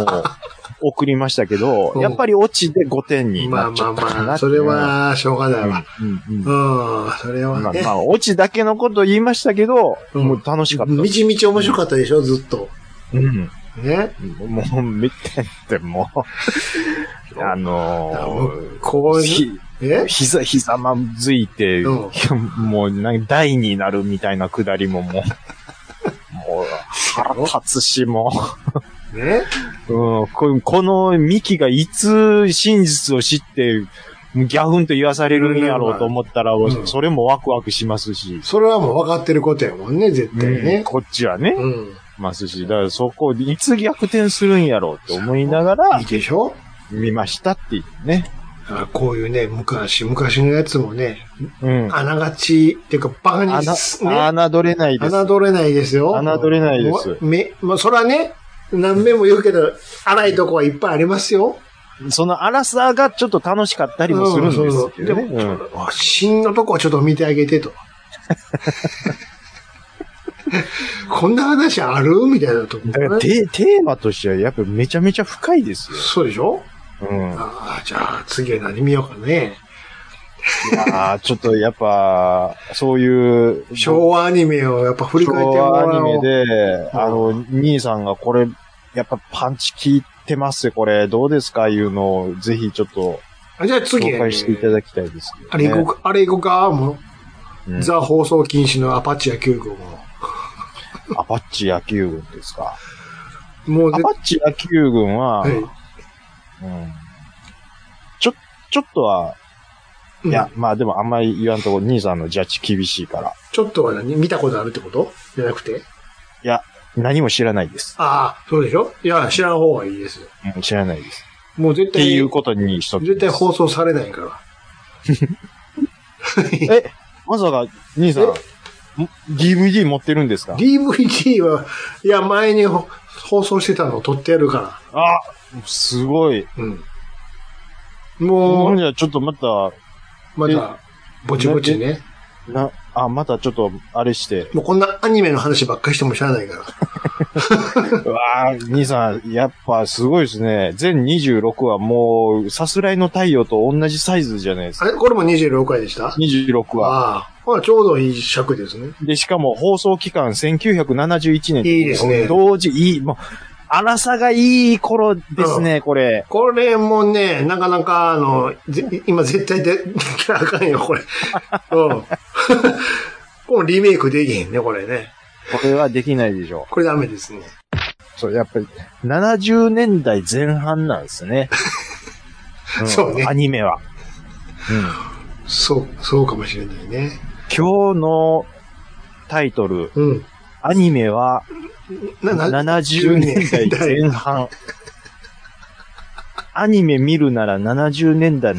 S5: 送りましたけど
S4: う、ん
S5: やっぱりオチで5点に
S4: ま
S5: な
S4: あ
S5: っち
S4: ま
S5: ゃ
S4: あ
S5: ったか
S4: ま
S5: な
S4: あ、
S5: ってい
S4: そうれ
S5: のは、
S4: は、しょうがないわ。
S5: うんうん
S4: うん、それ
S5: ま
S4: は
S5: あ、
S4: ね
S5: ま。あ、オチだけのこと言いましたけど、
S4: うん
S5: もう楽しかった。
S4: みちみち面白かったでしょずっと。
S5: うん。
S4: ね。
S5: もう、見てって、もう、あのー、
S4: こういう、
S5: ひ、
S4: え
S5: 膝、膝まずいて、
S4: うん
S5: いやもう、なんか、台になるみたいなくだりももう、もう、腹立つし、もう。
S4: ね
S5: うん、ここのミキがいつ真実を知って、ギャフンと言わされるんやろうと思ったら、
S4: うん
S5: それもワクワクしますし、
S4: それはもう分かってることやもんね、絶対
S5: うん
S4: ね。
S5: こっちはね、
S4: うん。
S5: ますし、だからそこ、いつ逆転するんやろうって思いながら
S4: いい、でしょ
S5: 見ましたっていうね。
S4: あこういうね、昔、昔のやつもね、
S5: うん。
S4: あながち、っていうか、バカに
S5: 穴、
S4: すね、
S5: 侮れないです。
S4: 侮れないですよ。
S5: 侮れないです
S4: もうめ、まあ、それはね、何べんも言うけど、荒いとこはいっぱいありますよ。
S5: その荒さがちょっと楽しかったりもするんですけどね。
S4: うん
S5: う
S4: そ
S5: ん
S4: うそう芯のとこはちょっと見てあげてと。 こんな話あるみたいなとこ、
S5: だからテテーマとしてはやっぱめちゃめちゃ深いですよ。
S4: そうでしょ
S5: うん。
S4: ああ、じゃあ次は何見ようかね。
S5: ああ、ちょっとやっぱ、そういう、
S4: 昭和アニメをやっぱ振り返っても
S5: 昭
S4: ら
S5: 和ア
S4: おう。
S5: ニメで、
S4: うん
S5: あの、兄さんがこれ、やっぱパンチ効いてますよ、これ。どうですかいうのを、ぜひちょっと、
S4: あじゃあ次、
S5: 紹介していただきたいですけどね。
S4: あれ行こうか、あれ行こうか、もう、
S5: うん
S4: ザ放送禁止のアパッチや9号も。
S5: アパッチ野球軍ですか。
S4: もう
S5: ア
S4: ぜ
S5: パ、ッチ野球軍は、
S4: はい。
S5: うんちょ、ちょっとは、いや、まあでもあんまり言わんとこ、兄さんのジャッジ厳しいから、
S4: ちょっとは何見たことあるってことじゃなくて
S5: 何も知らないです。
S4: ああ、そうでしょいや、知らん方がいいですよ。
S5: うん知らないです。
S4: もう絶
S5: って
S4: 対、
S5: いうことにしときます
S4: 絶対放送されないから。
S5: え、まさか、兄さん、ん DVD 持ってるんですか
S4: DVD は、いや、前にほ放送してたのを撮ってやるか
S5: あすごい。
S4: ら。うん。
S5: ほ
S4: も
S5: ん
S4: う、
S5: じゃ、ちょっとまた、
S4: また、ぼちぼちね。
S5: な、あ、またちょっと、あれ して。
S4: もうこんなアニメの話ばっかりしても知らないから。
S5: うわー兄さん、やっぱすごいですね。全26はもう、さすらいの太陽と同じサイズじゃないですか。
S4: あれこれも26回でした
S5: 26
S4: あ
S5: は。
S4: あ。ほら、ちょうどいい尺ですね。
S5: で、しかも放送期間1971年。
S4: いいですね
S5: 同時、いい、もう、荒さがいい頃ですね、これ。
S4: これもね、なかなか、あの、ぜ今絶対で、あかんよ、これ。うん。 このリメイクできへんね、これね。
S5: これはできないでしょ
S4: これダメですね。
S5: う。そう、やっぱり、70年代前半なんで すね。ん
S4: そうね
S5: アニメは。うん。
S4: そう、そうかもしれないね。
S5: 今日のタイトル、
S4: うん。
S5: アニメは
S4: な、な、
S5: 70年代前半。アニメ見るなら70年代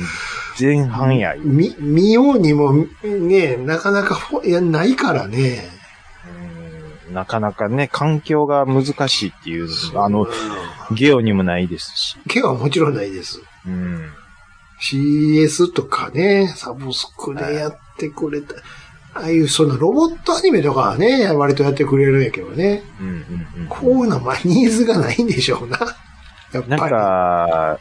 S5: 前半や。うん
S4: み、見ようにも、ね、なかなかほ、いや、ないからね。
S5: なかなかね、環境が難しいっていうのが、あの、、ゲオにもないですし。
S4: 毛はもちろんないです。
S5: うん。
S4: CS とかね、サブスクでやってくれた。ああいう、そのロボットアニメとかはね、割とやってくれるんやけどね。
S5: うんうん
S4: こういうのはニーズがないんでしょうな。やっ
S5: なん
S4: ぱ
S5: か、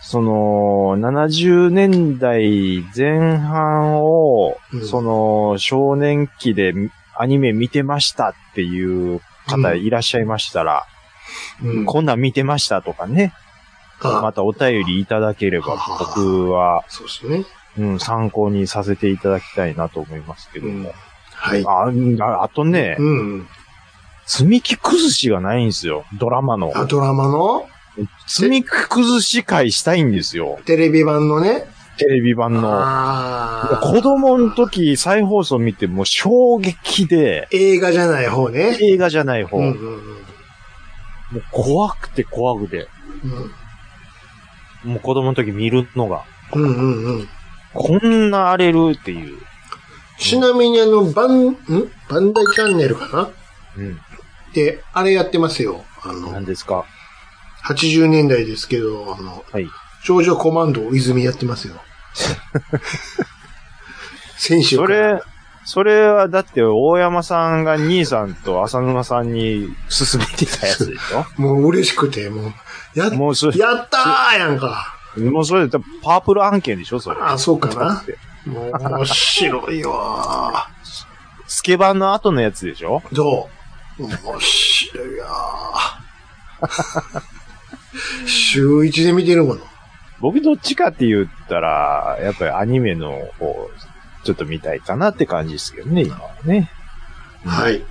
S5: その、70年代前半を、
S4: うん
S5: その、少年期でアニメ見てましたっていう方
S4: うん
S5: いらっしゃいましたら、
S4: り。うん
S5: こんなん見てましたとかね、ま
S4: あ
S5: たお便りいただければ
S4: は、は
S5: 僕は、
S4: そうですね。
S5: うん、参考にさせていただきたいなと思いますけど
S4: うん
S5: も。
S4: はい。
S5: あうんあ、あとね、
S4: うん。
S5: 積み木崩しがないんですよ、ドラマの。
S4: あ、ドラマの
S5: 積み木崩し会したいんですよ、
S4: テレビ版のね。
S5: テレビ版の。
S4: ああ。
S5: 子供の時再放送見てもう衝撃で、
S4: 映画じゃない方ね。
S5: 映画じゃない方、
S4: うんう
S5: もうん怖くて怖くて、
S4: うん。
S5: もう子供の時見るのが、
S4: うんうんうんうん。
S5: こんな荒れるっていう。
S4: ちなみにあの、バン、んバンダイチャンネルかな
S5: うん。
S4: で、あれやってますよ。あ
S5: 何
S4: の、
S5: ですか
S4: 80年代ですけど、あの、
S5: はい。
S4: 少女コマンド泉やってますよ。選手
S5: それ、それはだって大山さんが兄さんと浅沼さんに勧めてたやつでし
S4: もう嬉しくて、もう、やっ
S5: ょ、もうそれ、
S4: やったーやんか。
S5: もうそれ、パープル案件でしょそれ。
S4: あ、そうか
S5: だっ
S4: な。
S5: て
S4: もう面白いわ
S5: スケバンの後のやつでしょ
S4: ー。どう面白いわー。週一で見てるもの。
S5: 僕どっちかって言ったら、やっぱりアニメの方、ちょっと見たいかなって感じですけどね、今はね。
S4: はい。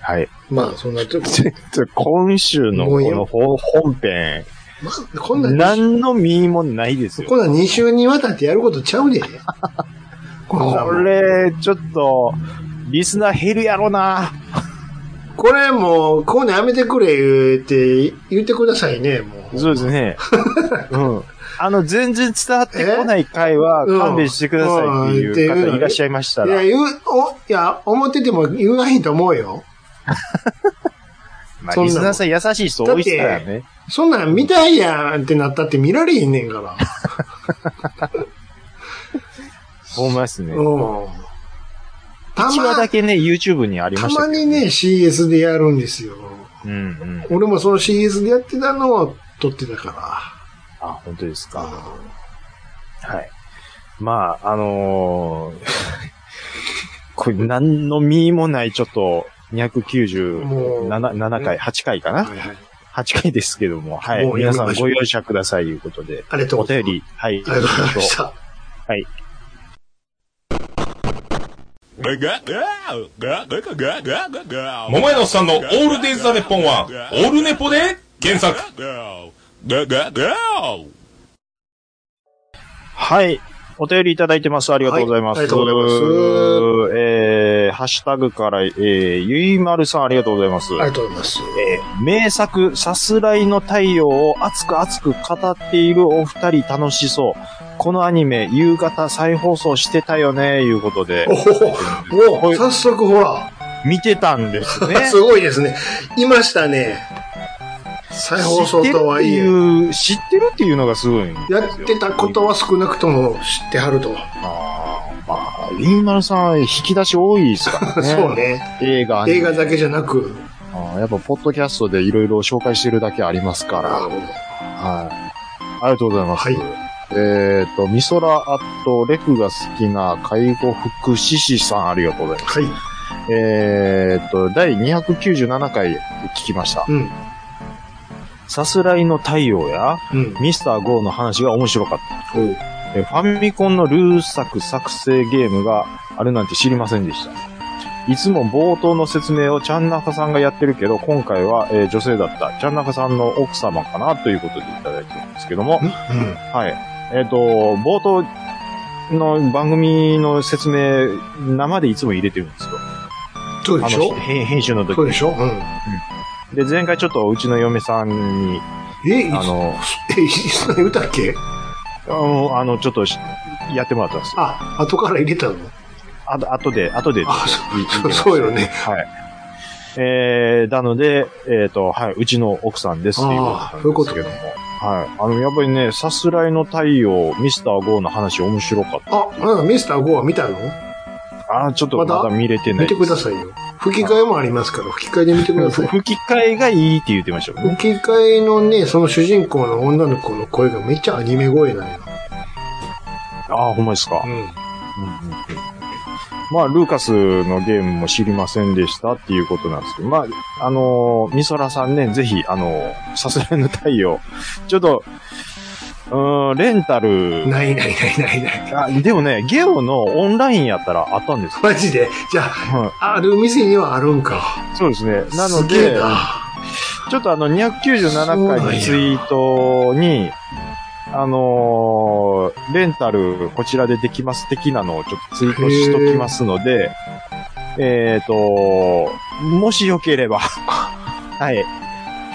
S5: はい。
S4: まあ、そんなとこ。
S5: ちょっと今週の
S4: も
S5: こ
S4: ういい
S5: の
S4: よ
S5: 本本編、
S4: まあ、こんなん
S5: 何の身もないですよ。
S4: こんなん2週にわたってやることちゃうで。こんなん
S5: これ、ちょっと、リスナー減るやろな。
S4: これもう、こういうのやめてくれ言うて、言ってくださいね、もう。
S5: そうで すね。うん。あの、全然伝わってこない回は
S4: えうん
S5: 勘弁してくださいっていう方いらっしゃいました
S4: いや、
S5: ら、
S4: 言う、お、いや、思ってても言わへんと思うよ。
S5: まあ、
S4: そん
S5: リ
S4: なの
S5: スナーさん優しい人多いですからね。
S4: そんなん見たいやんってなったって見られへんねんから。
S5: 思いますね。
S4: うん。た
S5: 一話
S4: ま
S5: だ、けね、YouTube にあり
S4: た
S5: ました
S4: ま
S5: けど
S4: にね、CS でやるんですよ。
S5: うんうん。
S4: 俺もその CS でやってたのを撮ってたか
S5: あ、本当です
S4: ら。
S5: か。はい。まあ、あのー これ何の身もないちょっと、
S4: もう
S5: 297 7回、8回かな
S4: はいはい。
S5: ?8 回ですけども、はい。
S4: もうや
S5: 皆
S4: め
S5: さ
S4: ま
S5: ん
S4: しょう
S5: ご容赦くださいということで、
S4: ありがとう
S5: お
S4: ござい
S5: 便
S4: ます。
S5: り、はい。
S4: ありがとうございました。
S6: 桃屋のおっさんのオールデイズ・ザ・ネッポンは、オールネポで原作。
S5: はい。お便りいただいてます。ありがとうございます。
S4: はいありがとうございま
S5: えー、ハッシュタグから、えー、ゆいまるさんありがとうございます。
S4: ありがとうございます。
S5: えー名作、さすらいの太陽を熱く熱く語っているお二人楽しそう。このアニメ、夕方再放送してたよね、いうことで。
S4: おお、もう、早速ほら、。
S5: 見てたんですね
S4: すごいですね。いましたね。再放送とはいえ、
S5: 知ってるっていう、知ってるっていうのがすごいんですよ
S4: やってたことは少なくとも知ってはると。
S5: あーまあ、リーマルさん、引き出し多いですからね。
S4: そう。ね。
S5: 映画、
S4: 映画だけじゃなく、
S5: あーやっぱ、ポッドキャストでいろいろ紹介してるだけありますから。
S4: あ
S5: はい。ありがとうございます。
S4: はい
S5: えっ、と、ミソラアットレフが好きな介護福祉士さん、ありがとうございます。
S4: はい。
S5: えっ、と、第297回聞きました。
S4: うん。
S5: さすらいの太陽や、
S4: うん。
S5: ミスター GO の話が面白かった。
S4: おう
S5: えファミコンのルー作作成ゲームがあるなんて知りませんでした。いつも冒頭の説明をちゃんなかさんがやってるけど、今回は、えー女性だったちゃんなかさんの奥様かなということでいただいてるんですけども、
S4: うん。
S5: はい。えっ、と、冒頭の番組の説明、生でいつも入れてるんですよ。
S4: そうでしょ
S5: あの編編集の時
S4: そうでしょうん。
S5: で、前回ちょっとうちの嫁さんに、
S4: え、い
S5: あの、
S4: つ、え、いつの歌っけ
S5: あの、あのちょっとしやってもらったんですよ。
S4: あ、後から入れたの。
S5: あと、後で、後で。
S4: あ
S5: いいけ
S4: そ
S5: ま
S4: う、
S5: す
S4: そうよね。
S5: はい。えー、なので、えっ、と、はい、うちの奥さんですっていう
S4: ああそういうこ
S5: こ
S4: とと
S5: なんですけども。はい。あの、やっぱりね、さすらいの太陽、ミスター GO の話面白かっ
S4: あ、あなたミスター GO は見たの
S5: た。ああ、ちょっとま
S4: まだ
S5: だ見れてな
S4: 見
S5: いで
S4: て
S5: す。
S4: くださいよ。吹き替えもありますから、吹き替えで見てください。
S5: 吹き替えがいいって言ってましたよね。
S4: 吹き替えのね、その主人公の女の子の声がめっちゃアニメ声なんよ。
S5: ああ、ほんまですか。
S4: ん。
S5: うんうんうんまあ、ルーカスのゲームも知りませんでしたっていうことなんですけど、まあ、あのーミソラさんね、ぜひ、あのーさすらいの太陽、ちょっと、うーん、レンタル、
S4: ないないないないない。
S5: あでもね、ゲオのオンラインやったらあったんですよ。
S4: マジで。じゃ
S5: は
S4: あ、ある店にはあるんか。
S5: い。そうですね。なの
S4: すげえ
S5: で、
S4: な。
S5: ちょっとあの、
S4: そう
S5: 297
S4: なん
S5: 回
S4: や
S5: のツイートに、あのーレンタルこちらでできます的なのをちょっとツイートしときますので、えっ、と、もしよければ、 はい、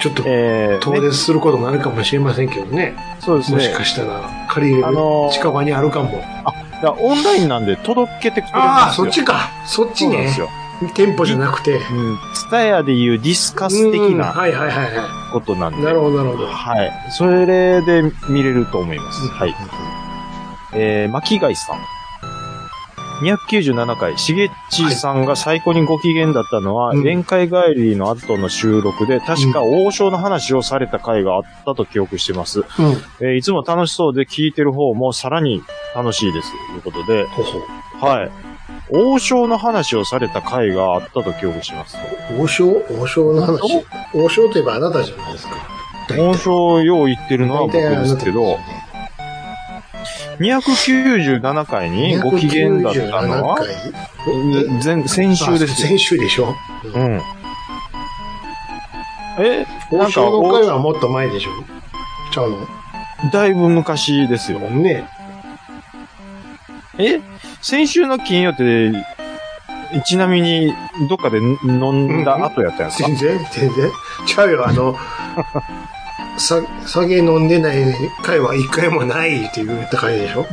S4: ちょっと、
S5: えー
S4: 遠
S5: ね
S4: 出することもあるかもしれませんけどね。
S5: そうです
S4: も
S5: ね
S4: し。かしたら、借りれ
S5: あ
S4: る
S5: のー
S4: 近場にあるかも。
S5: だからオンラインなんで届けてくれるんですよ。
S4: ああ、そっちか。そっち
S5: そうなんで
S4: ね
S5: す。よ。
S4: 店舗じゃなくて。
S5: うん。ツタヤでいうディスカス的
S4: うん
S5: な
S4: はいはいはいは
S5: ことなん
S4: い。
S5: で。
S4: なるほどなるほど。
S5: はい。それで見れると思います。
S4: うん
S5: はい。えー、巻貝さん。297回、しげっちさんが最高にご機嫌だったのは、
S4: うん
S5: 宴会帰りの後の収録で、確か王将の話をされた回があったと記憶してます。
S4: うん。
S5: えーいつも楽しそうで聞いてる方もさらに楽しいです。ということで、
S4: ほほ。
S5: はい。王将の話をされた回があったと記憶してます。
S4: 王将王将の話。王将といえばあなたじゃないですか。
S5: 王将よう言ってるのは
S4: 大
S5: 僕
S4: 体あな
S5: で
S4: た
S5: すけど、297回にご機嫌だったのは、
S4: 297回
S5: 前先週で
S4: あ
S5: すよ。
S4: 先週でしょ
S5: うん。え、
S4: 王
S5: なんか
S4: 将の会はもっと前でしょちゃう
S5: だいぶ昔ですよ。
S4: のね
S5: え、先週の金曜って、ちなみに、どっかで飲んだ後やったんですか、
S4: 全然全然ちゃうよあのさ酒飲んでない会は一回もないっていう会でしょ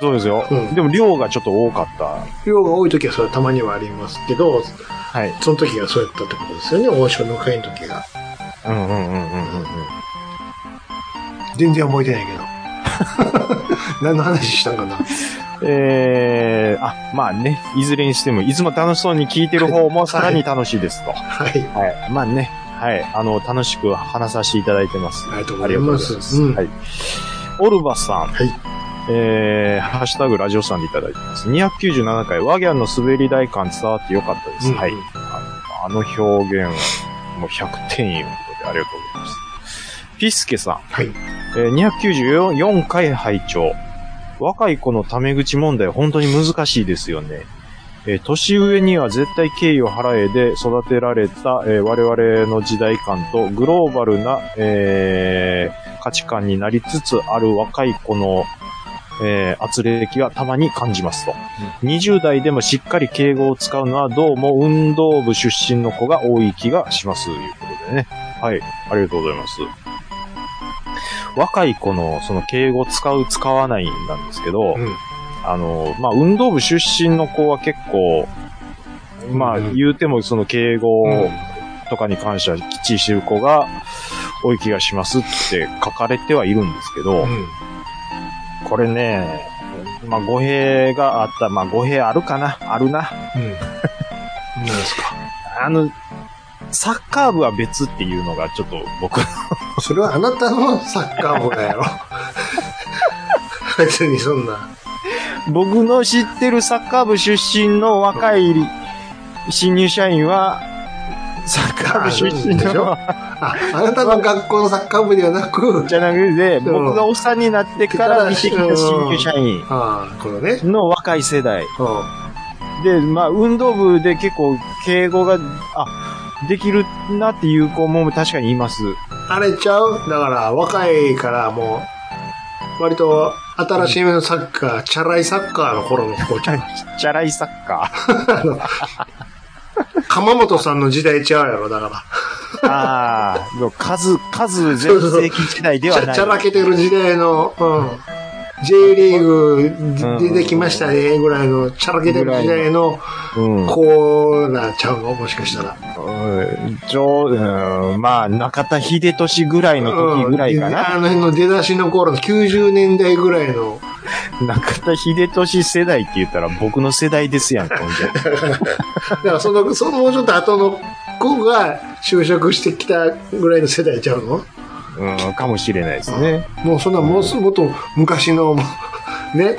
S5: そうですよ、
S4: うん
S5: でも量がちょっと多かった。
S4: 量が多い時はそれはたまにはありますけど
S5: はい。
S4: その時がそうやったってことですよね王将の会の時が
S5: うんうんうんうんうんうん。
S4: 全然覚えてないけど 何の話したんかな
S5: えー、あ、まあね、いずれにしても、いつも楽しそうに聞いてる方もさらに楽しいですと。
S4: はい
S5: はい。まあね、はい。あの、楽しく話させていただいてます。
S4: ありがとうございます
S5: ありがとうござい
S4: うん
S5: はい。オルバさん。
S4: はい。
S5: えー、ハッシュタグラジオさんでいただいてます。297回、ワギャンの滑り台感伝わってよかったです。
S4: うん
S5: はい。あのあの表現は、もう100点いうことでありがとうございます。ピスケさん。
S4: はい
S5: えー294回拝聴。若い子のタメ口問題、本当に難しいですよね。えー年上には絶対敬意を払えで育てられた、えー我々の時代感とグローバルな、えー価値観になりつつある若い子の、えー、圧力がたまに感じますと。20代でもしっかり敬語を使うのはどうも運動部出身の子が多い気がします。ということでね。はい。ありがとうございます。若い子のその敬語使う使わないなんですけど、
S4: うん
S5: あの、まあ、運動部出身の子は結構、まあ、
S4: うん
S5: 言うてもその敬語とかに関してはきっちりしてる子が多い気がしますって書かれてはいるんですけど、
S4: うん
S5: これね、まあ、語弊があった、まあ、語弊あるかなあるな。
S4: うん。なんですか。
S5: あの、サッカー部は別っていうのがちょっと僕、
S4: それはあなたのサッカー部だやろ。 別にそんな。
S5: 僕の知ってるサッカー部出身の若い新入社員は、サッカー部出身
S4: あそうでしょ
S5: の、
S4: あ、あなたの学校のサッカー部ではなく、
S5: じゃなくて、
S4: うん
S5: 僕がおっさんになってから見てきた新入社員
S4: ああ、このね。
S5: の若い世代。
S4: うん。
S5: で、まあ、運動部で結構敬語が、あ、できるなっていう子も確かにいます。
S4: あれちゃうだから、若いからもう、割と新しめのサッカー、チャラいサッカーの頃の子ちゃう。
S5: チャラいサッカ
S4: 鎌本さんの時代ちゃうやろ、だか
S5: ー。ああ、数、数全 盛期時代で
S4: ら。
S5: は
S4: ちゃ
S5: ない。
S4: ちゃらけてる時代の、うん。J リーグ
S5: うん
S4: 出てきましたね、ぐらいの、ちゃらけてる時代の
S5: うん。
S4: 子らちゃうのもしかしたら。
S5: うんちょう、うん、まあ、中田秀俊ぐらいの時ぐらいか
S4: うん
S5: な。
S4: あの辺の出だしの頃の90年代ぐらいの、
S5: 中田秀俊世代って言ったら僕の世代ですやん、ほんじゃ
S4: だからその、そのもうちょっと後の子が就職してきたぐらいの世代ちゃうの
S5: うん、かもしれないですね。
S4: もうそんなもうすもっと昔の、 もうね、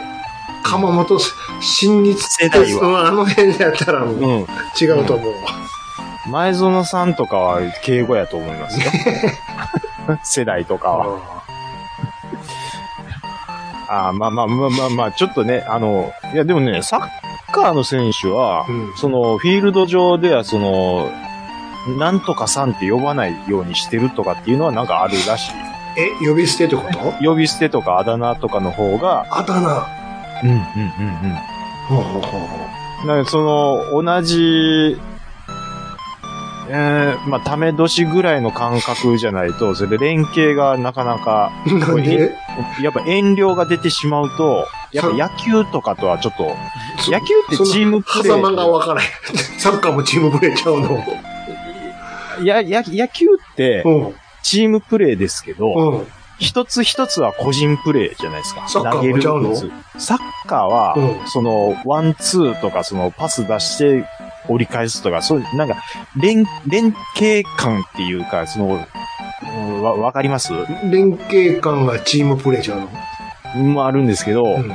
S4: 鎌本新日
S5: 世代は
S4: うんあの辺やったらもう
S5: うん。
S4: 違うと思うわ。
S5: 前園さんとかは敬語やと思いますよ。 世代とかは。あーまあまあまあまあまあ、ちょっとね、あの、いやでもね、サッカーの選手は、
S4: うん
S5: その、フィールド上では、その、なんとかさんって呼ばないようにしてるとかっていうのはなんかあるらしい。
S4: え、呼び捨てってこと
S5: 呼び捨てとかあだ名とかの方が、
S4: あだ名。
S5: うん、うん、うん、うん。
S4: ほうほうほう
S5: なんかその、同じ、えー、まあ、ため年ぐらいの感覚じゃないと、それで連携がなかなか、
S4: ほうなんで
S5: やっぱ遠慮が出てしまうと、やっぱ野球とかとはちょっと、野球ってチームプレ
S4: 狭間が
S5: ー、
S4: 分からへん。サッカーもチームプレーちゃうの。
S5: や、や、野球って
S4: うん。
S5: チームプレーですけど、
S4: うん。
S5: 一つ一つは個人プレーじゃないですか。
S4: サッカー
S5: 投げ
S4: もちゃうの
S5: る打つサッカーは、
S4: うん
S5: その、ワン、ツーとか、その、パス出して、折り返すとか、そういう、なんか、連、連携感っていうか、その、うんわ、わかります
S4: 連携感がチームプレーちゃうの。
S5: もあるんですけど、
S4: うん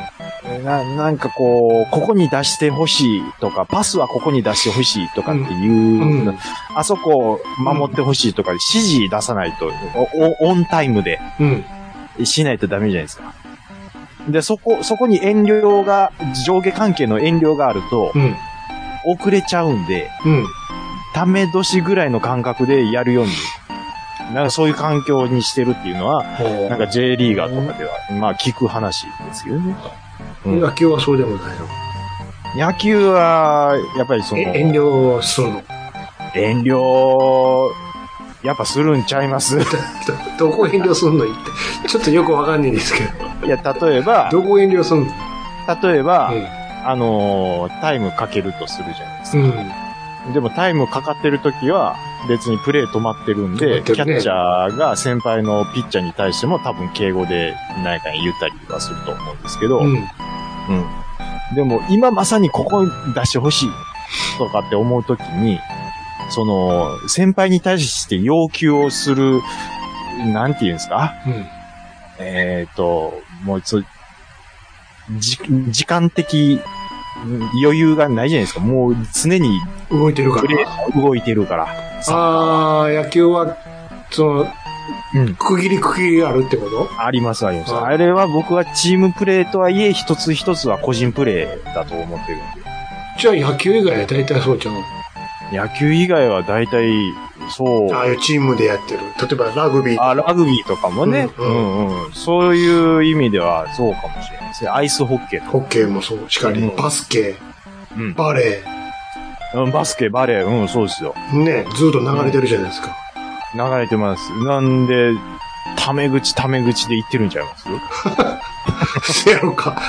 S5: な、なんかこう、ここに出してほしいとか、パスはここに出してほしいとかっていう、
S4: うん
S5: あそこを守ってほしいとか、指示出さないと、おおオンタイムで、
S4: うん。
S5: しないとダメじゃないですか。で、そこ、そこに遠慮が、上下関係の遠慮があると、
S4: うん。
S5: 遅れちゃうんで、
S4: うん。
S5: ため年ぐらいの感覚でやるように、なんかそういう環境にしてるっていうのは、
S4: ほう
S5: なんか J リーガーとかでは、まあ聞く話ですよね。うん
S4: 野球はそうでもないの。
S5: 野球は、やっぱりその、
S4: え遠慮するの。
S5: 遠慮、やっぱするんちゃいます い
S4: どどこ遠慮すんの言って。ちょっとよくわかんないですけど。
S5: や、例えば、
S4: どこ遠慮すんの
S5: 例えば、
S4: うん
S5: あのータイムかけるとするじゃないですか。
S4: うん。
S5: でもタイムかかってる時は別にプレー止まってるん
S4: 止ま
S5: で、
S4: って
S5: キャ
S4: るね
S5: ッチャーが先輩のピッチャーに対しても多分敬語で何かに言ったりはすると思うんですけど、
S4: うん。
S5: でも今まさにここに出してほしいとかって思う時に、その先輩に対して要求をする、なんて言うんですか
S4: うん。
S5: えっ、と、もうそう、じ時間的余裕がないじゃないですか。もう常に
S4: 動いてるか
S5: プレ
S4: ら。
S5: ー動いてるから。
S4: ああ、野球は、その、
S5: うん
S4: 区切り区切りあるってこと
S5: あります、あります。
S4: あ
S5: あれは僕はチームプレーとはいえ、一つ一つは個人プレーだと思ってるんで。
S4: じゃあ野球以外は大体そうちゃう
S5: 野球以外は大体、そう。
S4: ああいうチームでやってる。例えばラグビー。
S5: あ、ラグビーとかもね。
S4: う
S5: うんんうん。そういう意味ではそうかもしれないですね。アイスホッケーと
S4: ホッケーもそう。しかり、
S5: うん
S4: バスケ、
S5: うん
S4: バレ
S5: か。うんバスケ、バレー、うん、そうですよ。
S4: ー。ね、ずっと流れてるじゃないですか。
S5: 流れてます。なんで、タメ口、タメ口で言ってるんちゃいま す
S4: せやろか。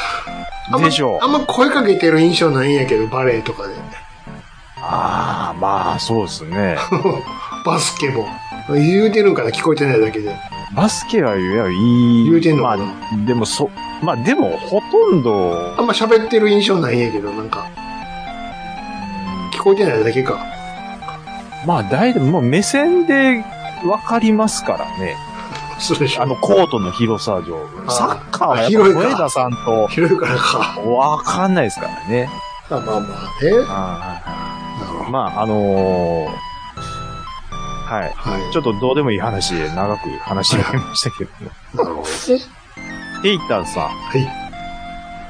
S4: あんま
S5: でしょう
S4: あんま声かけてる印象ないんやけど、バレーとかで。
S5: ああ、まあ、そうです ね。
S4: バスケも。言うてるんかな聞こえてないだけで。
S5: バスケは言えばいい。
S4: 言うてんの
S5: ま
S4: か
S5: あ
S4: な、
S5: でもそ、まあでも、ほとんど
S4: あ、んま喋ってる印象ないんやけど、なんか。聞こえてないだけか。
S5: まあ大体、もう目線でわかりますからね。
S4: そうでしょ。
S5: あの、コートの広さ上。
S4: あ
S5: サッカーはやっ
S4: 広い
S5: ぱ
S4: か
S5: 小枝さんと
S4: 広いからか。
S5: わかんないですからね。
S4: まあまあまあね。なる
S5: あ
S4: ほ
S5: ー
S4: ど。
S5: まあ、あのーはい。
S4: はい。
S5: ちょっとどうでもいい話で長く話してみましたけど も。
S4: なるほどね。
S5: テイタンさん。
S4: はい。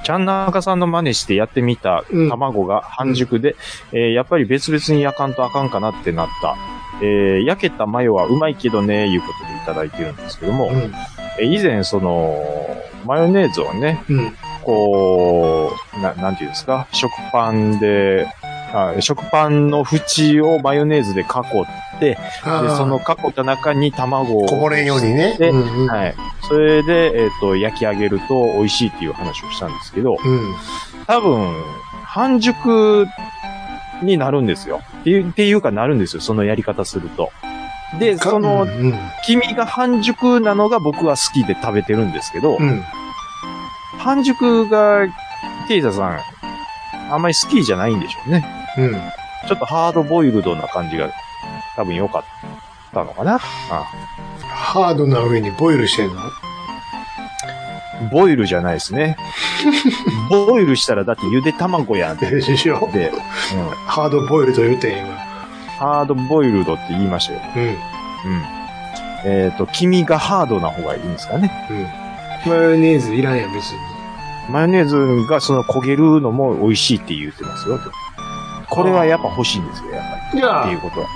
S5: ちゃんなかさんの真似してやってみた
S4: うん
S5: 卵が半熟で、えーやっぱり別々に焼かんとあかんかなってなった。えー焼けたマヨはうまいけどね、いうことでいただいてるんですけども、えー以前その、マヨネーズをね、
S4: うん。うん。
S5: こう、ななんていうんですか、食パンで、あ食パンの縁をマヨネーズで囲って、で
S4: あー
S5: その囲った中に卵を。
S4: こぼれんようにね。
S5: で
S4: うんうん。
S5: はい。それで、えっ、と、焼き上げると美味しいっていう話をしたんですけど、
S4: うん。
S5: 多分、半熟になるんですよ。っていう、っていうかなるんですよ。そのやり方すると。で、そ
S4: う
S5: の、
S4: んうん。
S5: 黄身が半熟なのが僕は好きで食べてるんですけど、
S4: うん。
S5: 半熟が、テイザさん、あんまり好きじゃないんでしょうね。
S4: うん。
S5: ちょっとハードボイルドな感じが、多分良かったのかな。
S4: ハードな上にボイルしてんの
S5: ボイルじゃないで すね。ボイルしたらだってゆで卵やんって。
S4: でしょ
S5: で、うん、
S4: ハードボイルと言うてん今。
S5: ハードボイルドって言いましたよ。
S4: うん。
S5: うん。えっ、と、黄身がハードな方がいいんですかね。
S4: うん。マヨネーズいらんやん、別に。
S5: マヨネーズがその焦げるのも美味しいって言ってますよ。とこれはやっぱ欲しいんですよ、やっぱり。
S4: じゃあ
S5: っていうことは。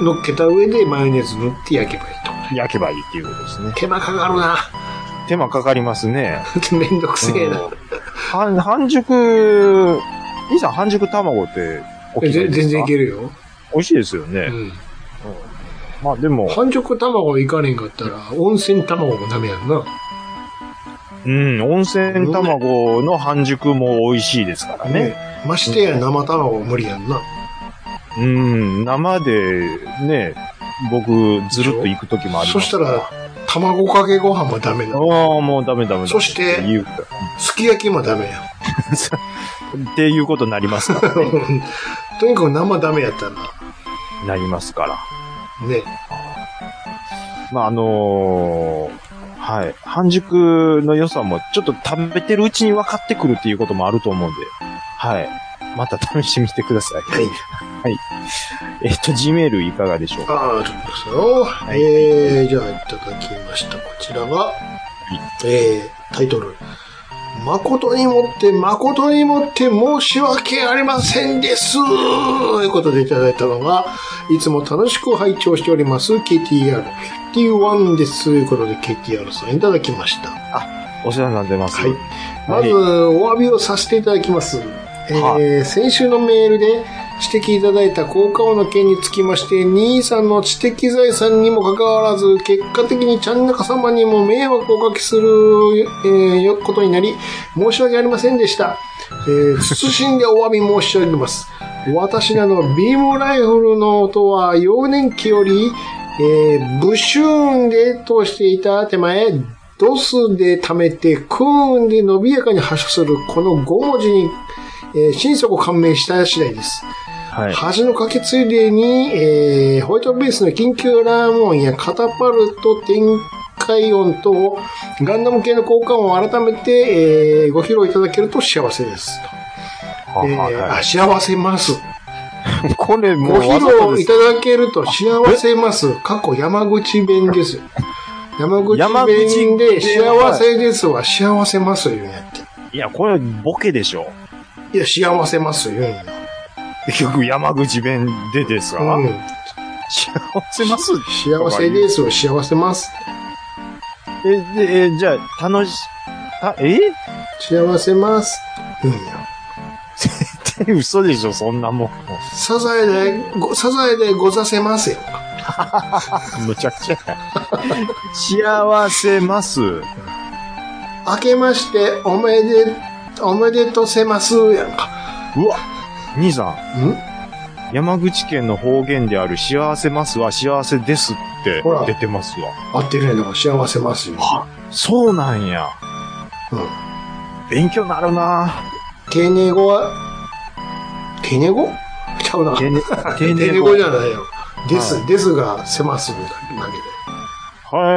S4: 乗っけた上でマヨネーズ塗って焼けばいいと。
S5: 焼けばいいっていうことですね。
S4: 手間かかるな。
S5: 手間かかりますね。
S4: めんどくせえな。
S5: 半半熟、兄さん半熟卵ってお嫌い
S4: ぜ
S5: ですか
S4: 全然いけるよ。
S5: 美味しいですよ
S4: う
S5: ね。
S4: ん。
S5: まあでも、
S4: 半熟卵いかれんかったら、温泉卵もダメやんな。
S5: うん、温泉卵の半熟も美味しいですからね。
S4: ましてや生卵無理やんな。
S5: うん、生で、ね、僕、ずるっと行く時もあります
S4: そしたら、卵かけご飯もダメな。
S5: ああ、もうダメダメダメ
S4: そして
S5: っていう
S4: すき焼きもダメやん。
S5: っていうことになりますか らね。
S4: とにかく生ダメやったら、
S5: なりますから。
S4: ね。
S5: まあ、あのーはい。半熟の良さも、ちょっと食べてるうちに分かってくるっていうこともあると思うんで、はい。また試してみてください。
S4: はい。
S5: えっと、Gmail いかがでしょうか
S4: ああ、ちょっとですよ。えー、じゃあいただきました。こちらが、えー、タイトル。誠にもって、誠にもって申し訳ありませんです。ということでいただいたのが、いつも楽しく拝聴しております、KTR51 です。ということで KTR さんいただきました。
S5: お世話になってます。
S4: はい。まず、お詫びをさせていただきます。えー先週のメールで指摘いただいた効果音の件につきまして、兄さんの知的財産にもかかわらず、結果的にちゃんなか様にも迷惑をおかけする、えーよことになり、申し訳ありませんでした。えー、謹んでお詫び申し上げます。私らのビームライフルの音は幼年期より、えー、ブシューンで通していた手前、ドスで溜めて、クーンで伸びやかに発射する、この5文字に、えー心底感銘した次第です。
S5: はい。
S4: 恥のかけついでに、えーホワイトベースの緊急ラーモンやカタパルト展開音と、ガンダム系の効果音を改めて、えーご披露いただけると幸せです。
S5: は
S4: えー
S5: はは
S4: あ幸せます。
S5: これも
S4: ご
S5: うわざ
S4: 披
S5: と
S4: 露
S5: で
S4: い
S5: す
S4: た。だけると幸せます。過去山口弁です よ。山口
S5: 山口
S4: 弁
S5: 弁
S4: で幸せですは幸せますようにやって。
S5: いや、これボケでしょ。
S4: いや、幸せますよ。う
S5: 結局山口弁でですか、
S4: ん。
S5: 幸せます
S4: 幸せですよ、幸せます。
S5: え、で、え、じゃあ、楽し、あ、え
S4: 幸せます。うんや。
S5: って 嘘でしょ、そんなもん。
S4: サザエで、ごサザエでござせますよ。
S5: むちゃくちゃや。幸せます。
S4: 明けまして、おめで、おめでとせますやんか。
S5: うわ、兄さん、
S4: ん
S5: 山口県の方言である幸せますは幸せですって
S4: ほら
S5: 出てますわ。
S4: 合ってるやんか、幸せますよ。
S5: そうなんや。
S4: うん。
S5: 勉強なる な
S4: ケネ語は、ケネ語ちゃうな。
S5: 丁
S4: ケ
S5: 寧、丁
S4: ネ
S5: 寧
S4: 語
S5: 語。
S4: じゃないよ。です、
S5: は
S4: ですが、せますだけで。
S5: ははい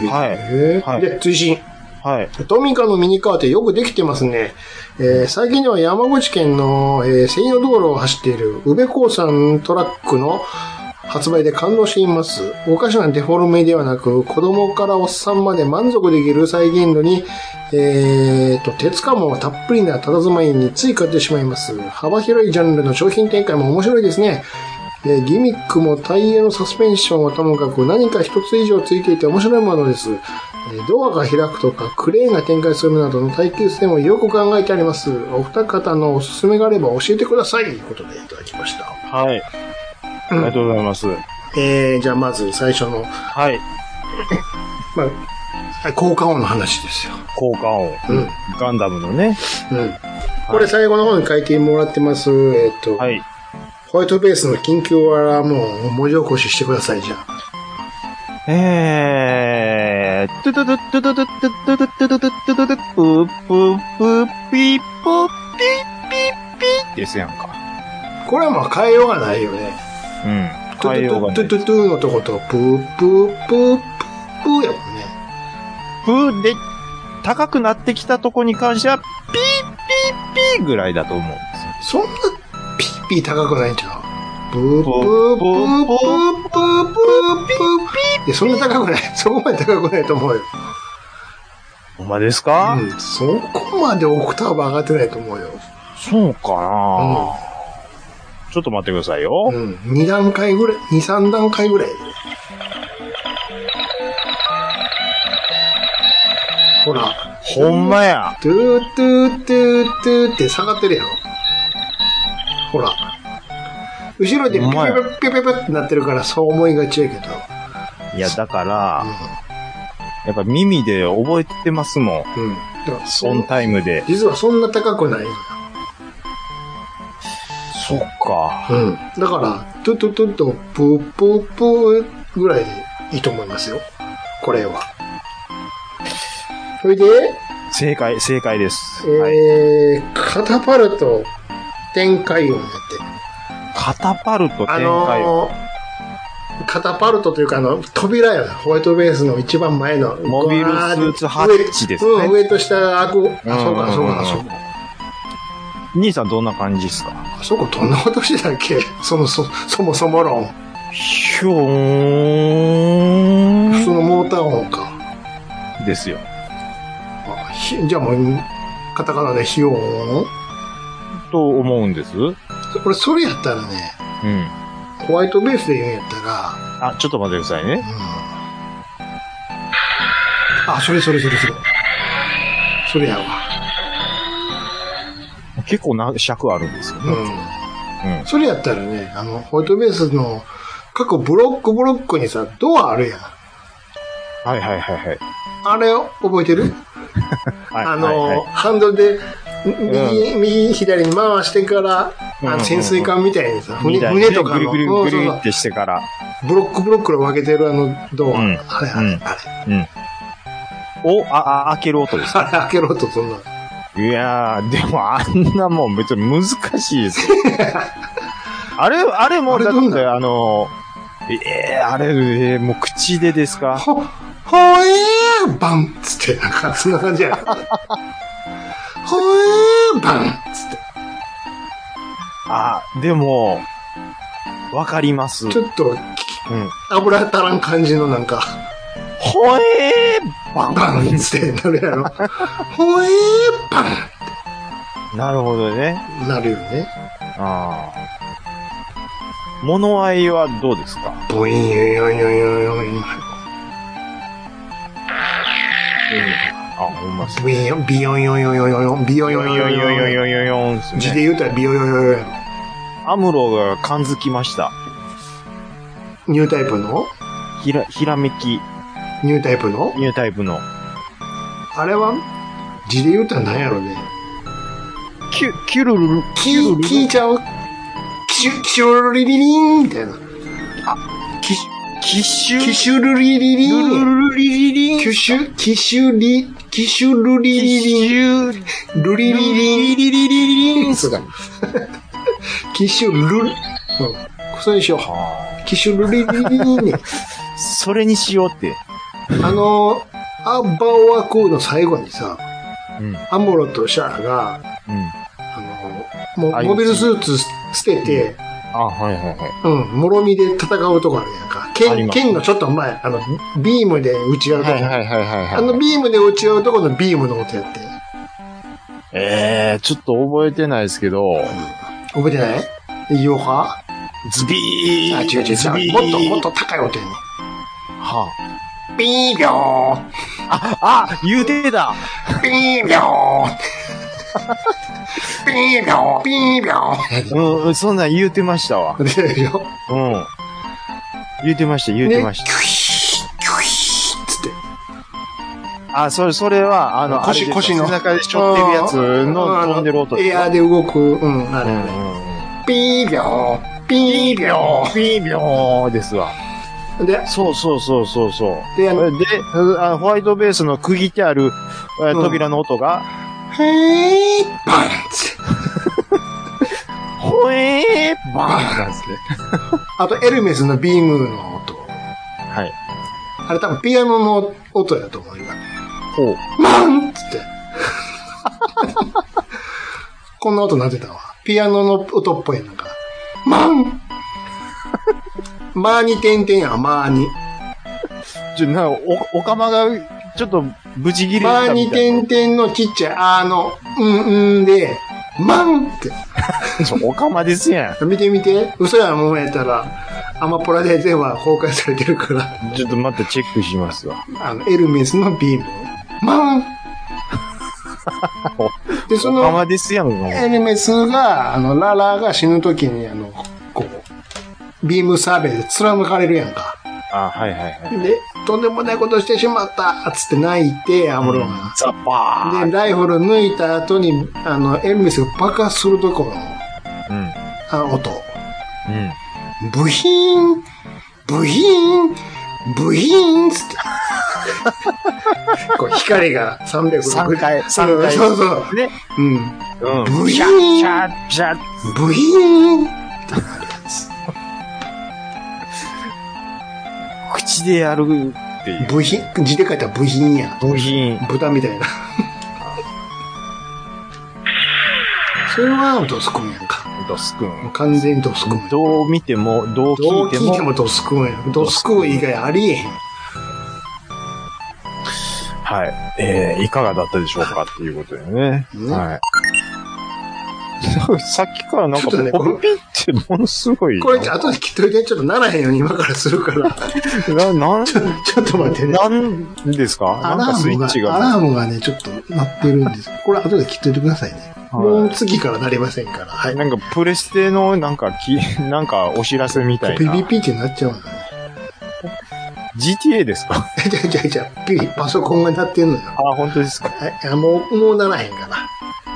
S4: へ
S5: は
S4: ー
S5: い
S4: で、追伸。
S5: い。はい。
S4: トミカのミニカーってよくできてますね。えー最近では山口県の、えー専用道路を走っている宇部興産トラックの発売で感動しています。おかしなデフォルメではなく、子供からおっさんまで満足できる再現度に、えーと、鉄感もたっぷりな佇まいについ買ってしまいます。幅広いジャンルの商品展開も面白いですね。えーギミックもタイヤのサスペンションはともかく何か一つ以上ついていて面白いものです。えードアが開くとかクレーンが展開するなどの耐久性もよく考えてあります。お二方のおすすめがあれば教えてください。ということでいただきました。
S5: はい。ありがとうございます。
S4: えー、じゃあまず最初の、
S5: はい。
S4: まあ、効果音の話ですよ。
S5: 効果音。
S4: うん。
S5: ガンダムのね。
S4: うん。これ最後の方に書いてもらってます。えっ、と、
S5: はい。
S4: ホワイトベースの緊急アラームを文字起こししてください、じゃあ。
S5: えー、トゥトゥトゥトゥトゥトゥトゥトゥトゥトゥトゥトゥトゥプープープーピープーピーピーピーですやんか。
S4: これはまあ変えようがないよね。
S5: うん。変えようが
S4: トゥ
S5: ない。
S4: ト
S5: プ
S4: ゥトゥトゥトゥのとこと、プープープープープーやもんね。
S5: ーで、高くなってきたとこに関しては、ピーピーピーぐらいだと思うんですよ。
S4: そんなピーピー高くないんちゃうブーブーブーブーブーブーブーブーいや、そんな高くない。そこまで高くないと思うよ。
S5: ほんまですか、
S4: うん。そこまでオクターブ上がってないと思うよ。
S5: そうかな、
S4: う
S5: ちょっと待ってくださいよ。
S4: ん。うん。二段階ぐらい、二三段階ぐらい。ほら。
S5: ほんまや。
S4: トゥートゥートゥートゥーって下がってるやろ。ほら。後ろでピュピュピュピュピュってなってるからそう思いがちやけど。
S5: いや、だから、やっぱ耳で覚えてますもん。
S4: うん。うん。だからそ
S5: オン
S4: ん
S5: タイムで。
S4: 実はそんな高くないのよ。
S5: そっか。
S4: うん。だから、トゥトゥトゥとプープープーぐらいでいいと思いますよ。これは。それで、
S5: 正解、正解です。はい。
S4: えー、カタパルト展開音やって。
S5: カタパルト展
S4: あ
S5: 開を。
S4: のー、カタパルトというか、あの、扉やな。ホワイトベースの一番前の。
S5: モビルスーツハッチですね
S4: 上うん、上と下が開く。あ、そうか、そうか、
S5: うん
S4: そうか。
S5: 兄さんどんな感じですか
S4: あそこどんなことしてたっけその、そ、そもそも論。
S5: ひょー
S4: 普通
S5: ん。
S4: のモーター音か。
S5: ですよ。
S4: あひじゃあもう、カタカナで費用音
S5: と思うんです。うん。
S4: 俺、それやったらね、ホワイトベースで言うんやったら、
S5: あ、ちょっと待ってくださいね。
S4: うん。あ、それそれそれそれ。それやわ。
S5: 結構な尺あるんですよね。
S4: うん
S5: うん
S4: それやったらね、あの、ホワイトベースの各ブロックブロックにさ、ドアあるやん。
S5: はいはいはいはい。
S4: あれを覚えてる
S5: はい
S4: あ
S5: はい
S4: の、
S5: はい
S4: ハンドルで、右、右、左に回してから、あ
S5: うんうんう
S4: の
S5: ん
S4: 潜水艦みたいにさ、
S5: み
S4: 船
S5: たいな
S4: 船とか
S5: ぐる
S4: の、
S5: ぐる
S4: う
S5: ぐ
S4: んそう
S5: るぐ
S4: そう
S5: るってしてから。
S4: ブロックブロックの分けてるあのドア。
S5: うん
S4: あれあれ、
S5: うん
S4: あれ、
S5: お、あ、あ、開ける音です。
S4: あれ開けろとそんな。
S5: いやー、でもあんなもん別に難しい ですよ。あれ、あれも
S4: あれ
S5: だ
S4: どん
S5: っ
S4: な
S5: てあの、えー、あれ、えー、もう口でですか
S4: ほ、ほえーバンっつって、なんか、そんな感じ や。ほえーバンっつって。
S5: あ、でも、わかります。う
S4: ち
S5: ん。
S4: ょっと、油足らん感じのなんか、
S5: ほえー、
S4: パンパンっつってなるやろ。ほえーパン
S5: なるほどね。
S4: なるよね。
S5: ああ。物合いはどうですか
S4: ボイン、ヨイヨイヨイヨイヨイ。
S5: あ、ほんまっすね。
S4: ビヨン、ビヨンヨンヨンヨンヨン、ビヨン
S5: よ
S4: ヨンヨ
S5: よ
S4: ンヨ
S5: よ
S4: ンヨン。
S5: よよよんっす
S4: 字
S5: ね。
S4: で言うたらビヨンヨンヨンヨン。
S5: アムロが感づきました。
S4: ニュータイプの
S5: ひら、ひらめき、
S4: ニュータイプの
S5: ニュータイプの、
S4: あれは字で言うたら何やろね。
S5: キュ、キュルルル、
S4: キー、キーちゃうキシュ、キシュルリリリンみたいな。
S5: キシュ、キシュ、
S4: キシュルリリリ
S5: ル
S4: ン。
S5: ルルリリリン、
S4: キシュ、キシュリ、キシュルリリリン。
S5: ュ、
S4: ルリリリン。
S5: リリリリン、
S4: そうだ。キシュルル。うん。そうでしょう。キシュルリリリリンね。
S5: それにしようって。
S4: あの、アッバオワクーの最後にさ、
S5: うん、うん。
S4: アムロとシャアが、あの、も
S5: あ
S4: うモビルスーツ捨てて、
S5: あ、はいはいはい。
S4: うん、もろみで戦うとこあるやんか。
S5: あ
S4: 剣、
S5: ります
S4: 剣のちょっと前、あの、ビームで打ち合うとこ。
S5: はいはいはいはい、はい。
S4: あの、ビームで打ち合うとこのビームの音やって。
S5: ええー、ちょっと覚えてないですけど、
S4: 覚えてないいいよか
S5: ズビー
S4: あ、違う違う違
S5: ズビ
S4: う。
S5: ー
S4: もっともっと高い音やね
S5: は
S4: ビービョー
S5: あ、あ、言うてだ
S4: ビービョービービョービービョー
S5: うん、そんなん言うてましたわ。
S4: 出てるよ。
S5: うん。言うてました、言うてました。
S4: ねキュイー、キュイーっつって。
S5: あ、それ、それは、あの、あれ
S4: 腰
S5: です
S4: 腰の
S5: 背中でしょってるやつの
S4: あー
S5: 飛んでる音。
S4: エアーで動く、うん、あ
S5: う
S4: れ。
S5: んうん
S4: ピービョー、ピービョ
S5: うん。微妙ですわ。
S4: ー。で、
S5: そうそうそうそうそう。
S4: で、あの、
S5: で、あホワイトベースの区切ってあるえー
S4: うん
S5: 扉の音が、
S4: へー、バンつって
S5: ほえーバーンなんですね。
S4: あと、エルメスのビームの音。
S5: はい。
S4: あれ多分ピアノの音やと思うよ。
S5: ほう。
S4: バンつって。こんな音なってたわ。ピアノの音っぽいなんか。マンマーに点々や、マーに。
S5: ちょ、なんか、お、おかまが、ちょっと、ブチギレ
S4: マ
S5: た
S4: ー
S5: み
S4: に
S5: たいな。
S4: 点々のちっちゃい、あの、うんうんで、マンって。
S5: ちょおかまですや
S4: 見てみて。嘘やもんやったら、アマポラで全話公開されてるから、
S5: ん。ちょっと待って、チェックしますわ。
S4: あの、エルメスのビーム。マンで、そ
S5: おか
S4: の、
S5: まですやんか。
S4: エルメスが、あの、ララが死ぬ時に、あの、こう、ビームサーベイで貫かれるやんか。
S5: あ、はいはいはい。
S4: で、とんでもないことしてしまったつって泣いて、アムロが。
S5: ザバーン
S4: で、ライフル抜いた後に、あの、エルメスが爆発するところの、
S5: う
S4: あ音。
S5: ん。うん。
S4: ブヒーン、ブヒーン、ブヒーンっつって。 こう光が360
S5: 三回三回
S4: そうそう。
S5: ね。
S4: うん。
S5: うん。
S4: ブヒ
S5: シャ
S4: ー
S5: ッ、シ
S4: ン、
S5: ャッ、シャッ。
S4: ブヒーン。
S5: 口でやるっていう。
S4: 部品、字で書いたら部品や。
S5: 部品。
S4: 豚みた いな。それはドスコンやんか。
S5: ドスくん。
S4: 完全にドスコン。
S5: どう見ても、ど
S4: ど
S5: う聞
S4: う
S5: いて
S4: 聞いて
S5: も。
S4: もドスコンや。ドスコン以外ありえへん。
S5: はい。えー、いかがだったでしょうかっていうことでね。
S4: うん
S5: はい。 さっきからなんか
S4: ちょっとね、
S5: ポンピってものすごい。
S4: これ、後で聞いといて、ちょっとならへんように今からする から。
S5: な、なん、
S4: ちょちょっと待ってね。
S5: なんですか
S4: ア
S5: なん
S4: ラ
S5: かスイ
S4: ーム
S5: ッチ
S4: が、ア
S5: が。
S4: ラームがね、ちょっと鳴ってるんです。これ後で切っといてくださいね。
S5: はい
S4: もう次からなりませんから。はい。
S5: なんかプレステのなんかき、 なんかお知らせみたいな。
S4: PVP ってなっちゃうんだね。
S5: GTA ですか
S4: じゃあじゃあじゃあピリパソコンが鳴ってんのよ。
S5: あ、本当ですか。
S4: はいあ。もう、もうならへんから。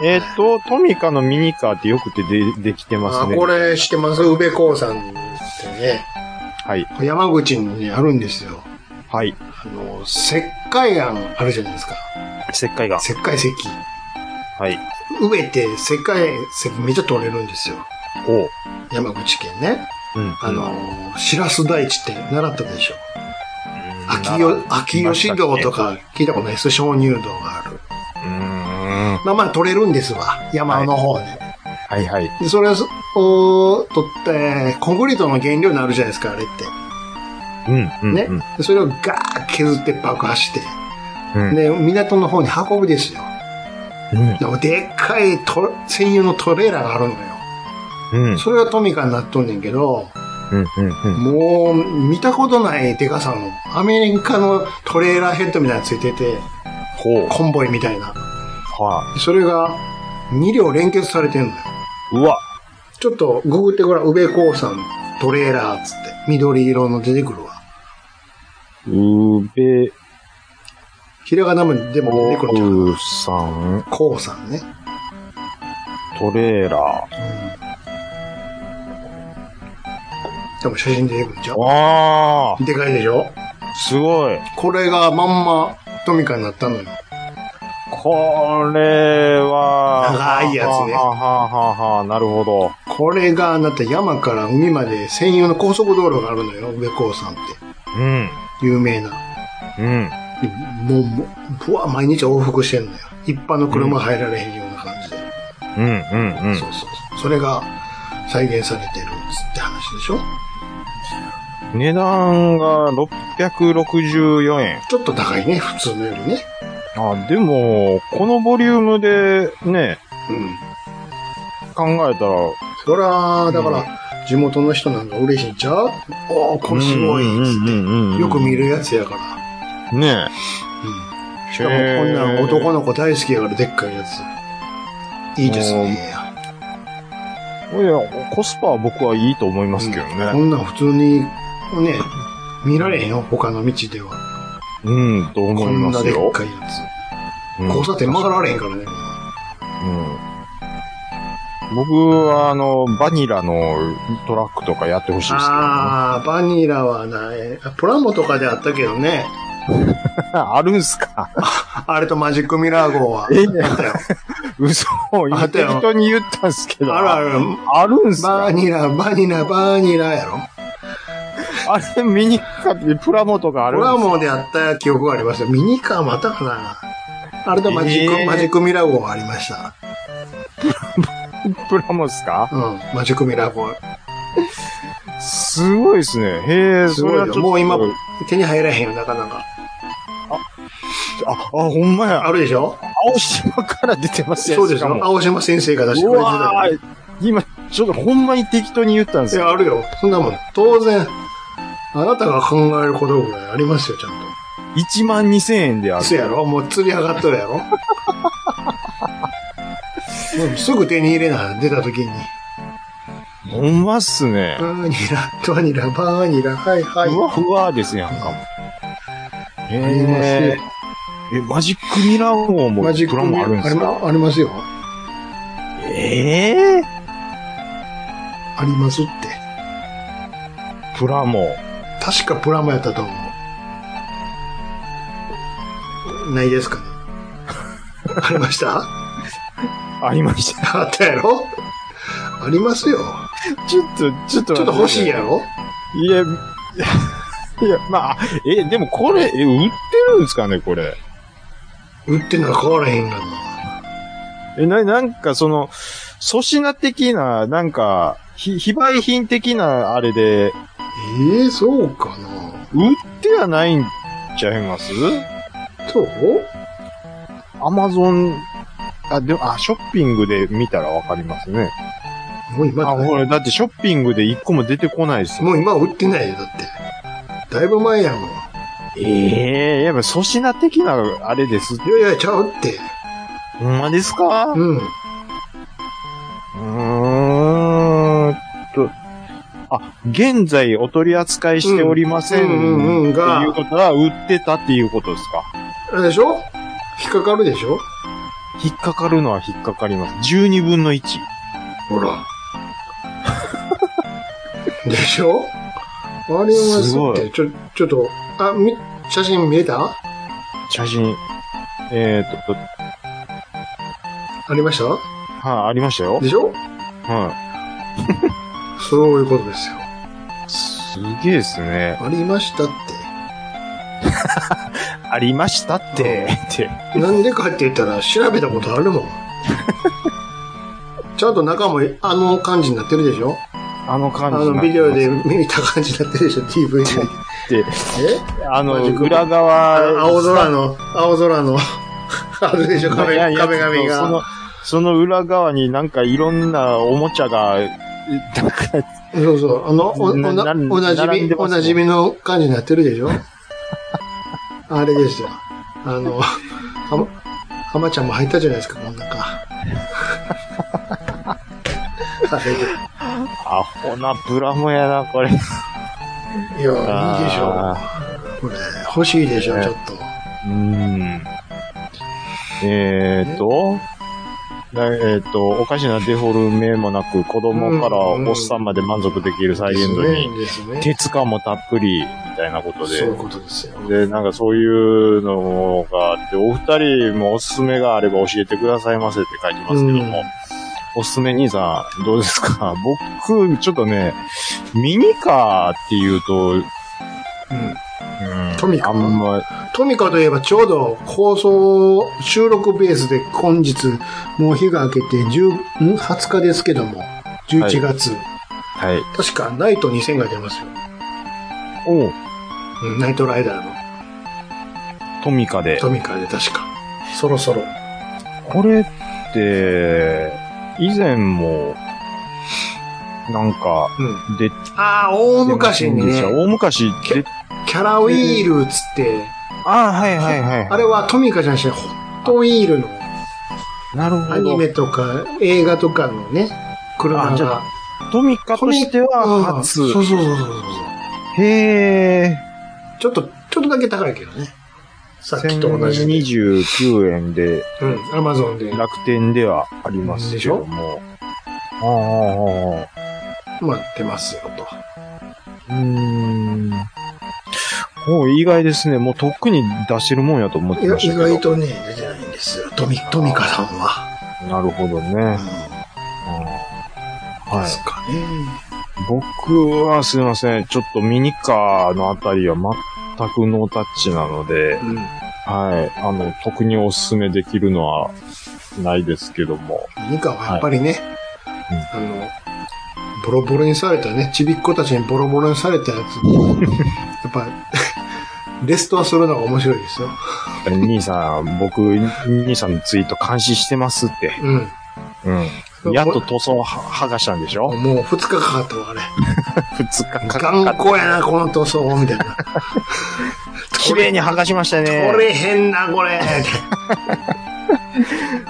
S5: えっ、と、トミカのミニカーってよくてでできてますね。
S4: あこれしてます。宇部興産ってね、
S5: はい。
S4: 山口にあるんですよ。
S5: はい。
S4: あの、石灰庵あるじゃないですか。
S5: 石灰が。
S4: 石灰石。
S5: はい。
S4: 宇部って石灰石めっちゃ取れるんですよ。
S5: おう。
S4: 山口県ね。
S5: うん。
S4: あの、白須台地って習ったでしょ。
S5: うん、
S4: 秋よ秋吉堂とか聞いたことないです。鍾乳洞がある。
S5: うーん。
S4: まあまあ取れるんですわ。山の方で。
S5: はいはい。
S4: で、それを取って、コンクリートの原料になるじゃないですか、あれって。
S5: うん。うん
S4: ね
S5: うん。
S4: でそれをガーッ削って爆破して、
S3: うん
S4: ね、港の方に運ぶですよ。
S3: うん。
S4: でもでっかいト専用のトレーラーがあるのよ。
S3: うん。
S4: それがトミカになっとんねんけど、
S3: うん。うん。
S4: もう見たことないデカさの、アメリカのトレーラーヘッドみたいなのついてて、
S3: ほう。
S4: コンボイみたいな。
S3: は
S4: それが2両連結されてんのよ。
S3: い。うわ。
S4: ちょっとググってごらん、宇部興産トレーラーっつって、緑色の出てくるわ。
S5: うべ、
S4: ひらがなもでも出てくるんちゃう
S3: おうさん、
S4: 興産ね。
S3: トレーラ
S4: でも写真出てくるんちゃ
S3: ー。わ
S4: うでかいでしょ
S3: ー、すごい。
S4: これがまんまトミカになったのよ。
S3: これは、
S4: 長いやつね
S3: はははははなるほど。
S4: これが、だって山から海まで専用の高速道路があるのよ、上高山っ
S3: うん。
S4: て。有名な。
S3: うん。
S4: でもう、もうぶわ、毎日往復してんのよ。一般の車入られへんような感じで。
S3: うん。うん。うん
S4: そうそうそう。それが再現されてるんですって話でしょ
S3: 値段が664円。
S4: ちょっと高いね、普通のよりね。
S3: あ、でも、このボリュームで、ね、
S4: うん。
S3: 考えたら、
S4: そら、だから、地元の人なんか嬉しいんちゃうおー、これすごいっつって。よく見
S3: る。
S4: るやつやから。
S3: ね
S4: うん。しかもこんなん男の子大好きやから、でっかいやつ。いいですね。
S3: え。いや、コスパは僕はいいと思いますけど
S4: こ
S3: ね。
S4: んなん普通に、ね、見られへんよ、他の道では。
S3: うん、と思
S4: こ
S3: い
S4: ん
S3: ま
S4: な
S3: す
S4: でっ
S3: よ。
S4: かいやつ。
S3: うん
S4: 交差点曲がられへんからね。
S3: うん僕は、あの、バニラのトラックとかやってほしいですけど、ね。 あ
S4: あー、バニラはない。プラモとかであったけどね。
S3: るんすか
S4: あれとマジックミラー号は。
S3: え
S4: あったよ。
S3: 嘘を今
S4: あった
S3: 適
S4: よ
S3: 当に言ったんすけど。
S4: あるある。
S3: あるんすか
S4: バニラ、バニラ、バニラやろ。
S3: あれ、ミニカーでプラモとかあ
S4: プ
S3: るんす
S4: ラ
S3: か
S4: モであった記憶がありました。ミニカーもあったかな。あれとマジック、
S3: えー
S4: マジックミラー号はありました。
S3: プラモっすか
S4: うん。マジックミラー号。
S3: すごいですね。へえ、
S4: す
S3: そ
S4: ご
S3: れ
S4: い
S3: はちょっ
S4: よ。
S3: と。
S4: もう今
S3: あ、、
S4: 手に入らへんよ、なかなか。
S3: あ、ほんまや。
S4: あるでしょ
S3: 青島から出てますやん
S4: そうです
S3: しか
S4: よ。
S3: も
S4: 青島先生が出して
S3: う
S4: くれてたよ
S3: わー今、ちょっとほんまに適当に言ったんです
S4: い
S3: よ。
S4: や、あるよ。そんなもん。当然、あなたが考えることぐらいありますよ、ちゃん
S5: 1万2000円であ
S4: と。そ
S5: る。
S4: やろもう釣り上がっとるやろ もうすぐ手に入れな、出た時に。
S5: ほんまっすね。
S4: バーニラ、バニラ、バーニラ、はいはい。
S5: ふわふわですね、なんかも。
S4: あります
S5: へ
S4: よ
S5: え。え、マジックミラー号も
S4: マジッ
S5: プ
S4: ク
S5: ラ
S4: ミ
S5: も
S4: ラ
S5: あるん
S4: ー
S5: で
S4: あり
S5: すか
S4: まありますよ。
S5: ええ
S4: ありますって。
S5: プラモ。
S4: 確かプラモやったと思う。ない ですかね。ありました
S5: ありました。
S4: あったやろありますよ。
S5: ちょっと、ちょっと。
S4: ちょっと欲しいやろ
S5: いや、いやいや、まあ、え、でもこれ、え、売ってるんですかね、これ。
S4: 売ってんのは変わらへんがな。
S5: え、な、なんかその、粗品的な、なんか、ひ、非売品的なあれで、
S4: ええそうかな。
S5: 売ってはないんちゃいます
S4: そう
S5: アマゾン、あ、でも、あ、ショッピングで見たらわかりますね。
S4: もう今、
S5: あ、ほら、だってショッピングで一個も出てこないですもん。
S4: もう今売ってないよ、だって。だいぶ前やもん。
S5: ええやっぱ粗品的なあれです。
S4: いやいや、ちゃうって。
S5: ほんまですか
S4: うん。
S5: うーんと、あ、現在お取り扱いしておりません。
S4: うんうんうんうんが
S5: っていうことは、売ってたっていうことですか。
S4: あれでしょ引っかかるでしょ
S5: 引っかかるのは引っかかります。12分の1。
S4: ほら。 でしょあれは
S5: す
S4: そ
S5: ご
S4: うって、
S5: い
S4: ちょ、ちょっと、あ、み、写真見えた
S5: 写真。えー、っと、
S4: ありました
S5: はい、ありましたよ。
S4: でしょ
S5: は
S4: そういうことですよ。
S5: い。すげえですね。
S4: ありましたっ
S5: ありましたって、って。
S4: て。なんでかって言ったら調べたことあるもん。 ちゃんと中もあの感じになってるでしょ
S5: あの感
S4: あ
S5: じになっ
S4: のビ
S5: てます。
S4: デオで見た感じになってるでしょ、DVD。
S5: って、あ
S4: マ
S5: の、
S4: ジか
S5: 裏
S4: あ
S5: 側、
S4: 青空の、青空の、 あるでしょ、壁、
S5: いやいや
S4: 壁紙
S5: その
S4: が。、
S5: その裏側になんかいろんなおもちゃが、なんか、
S4: そうそう、あの、お、お
S5: な
S4: な、
S5: な
S4: おなじ
S5: 並ん
S4: み、
S5: で
S4: お
S5: ますね
S4: なじみの感じになってるでしょ あれでした。あの、はま、はまちゃんも入ったじゃないですか、こんなか。 あれで
S5: アホなブラムやな、これ。いいで
S4: いや、いいでしょ。これ、欲しいでしょ、
S5: ね
S4: ちょっと。
S5: うーん。えーっと、だえーっと、おかしなデフォルメもなく、子供から
S4: うんうん
S5: おっさんまで満足できる再現度に、
S4: ですね。ですね
S5: 鉄感もたっぷり、みたいなこと
S4: そういう
S5: で。
S4: ことですよ。
S5: で、なんかそういうのがあって、お二人もおすすめがあれば教えてくださいませって書いてますけども、
S4: うん
S5: おすすめ兄さん、どうですか 僕、ちょっとね、ミニカーっていうと、うん、
S4: トミカ
S5: あんま、
S4: トミカといえばちょうど放送収録ベースで本日もう日が明けて10ん20日ですけども11月、
S5: はい。
S4: 確かナイト2000が出ますよ、
S5: おう
S4: うんナイトライダーの
S5: トミカで。
S4: トミカで確かそろそろ
S5: これって、以前も、なんか、
S4: うん
S5: で、
S4: ああ大昔にね
S5: 大昔で、
S4: キャラウィールっつって
S5: ああ、はいはいはい。
S4: あれはトミカじゃなくてホットウィールの
S5: なるほど。
S4: アニメとか映画とかのね車
S5: あじゃ
S4: が
S5: トミカとしては初
S4: うん。そうそうそうそうそう
S5: へえ。
S4: ちょっとちょっとだけ高いけどねさっきと同じで
S5: 1029円で
S4: うんアマゾンで
S5: 楽天ではありますけども。あああああ
S4: 待ってますよと。
S5: あ、うーん。もう意外ですね。もうとっくに出してるもんやと思っ
S4: い
S5: て
S4: や、
S5: まし
S4: 意
S5: たけど。
S4: 外とね、出てないんですよ。トミ、トミカさんは。
S5: なるほど
S4: うん
S5: ね。。うん
S4: で
S5: はい。
S4: すかね。
S5: 僕はすいません。ちょっとミニカーのあたりは全くノータッチなので、
S4: うん。
S5: はい。あの、特にお勧めできるのはないですけども。
S4: ミニカはやっぱりね、あの、ボロボロにされたね、ちびっ子たちにボロボロにされたやつ。 やっぱ、レストアするのが面白いですよ。
S5: 兄さん、僕、兄さんのツイート監視してますって。
S4: うん。
S5: うん。やっと塗装は剥がしたんでしょ
S4: もう二日かかったわ、あれ。
S5: 二日かか
S4: 頑
S5: っ
S4: 固やな、この塗装、みたいな。
S5: た。 綺麗に剥がしました
S4: 取
S5: ね。
S4: れへんな、 これ。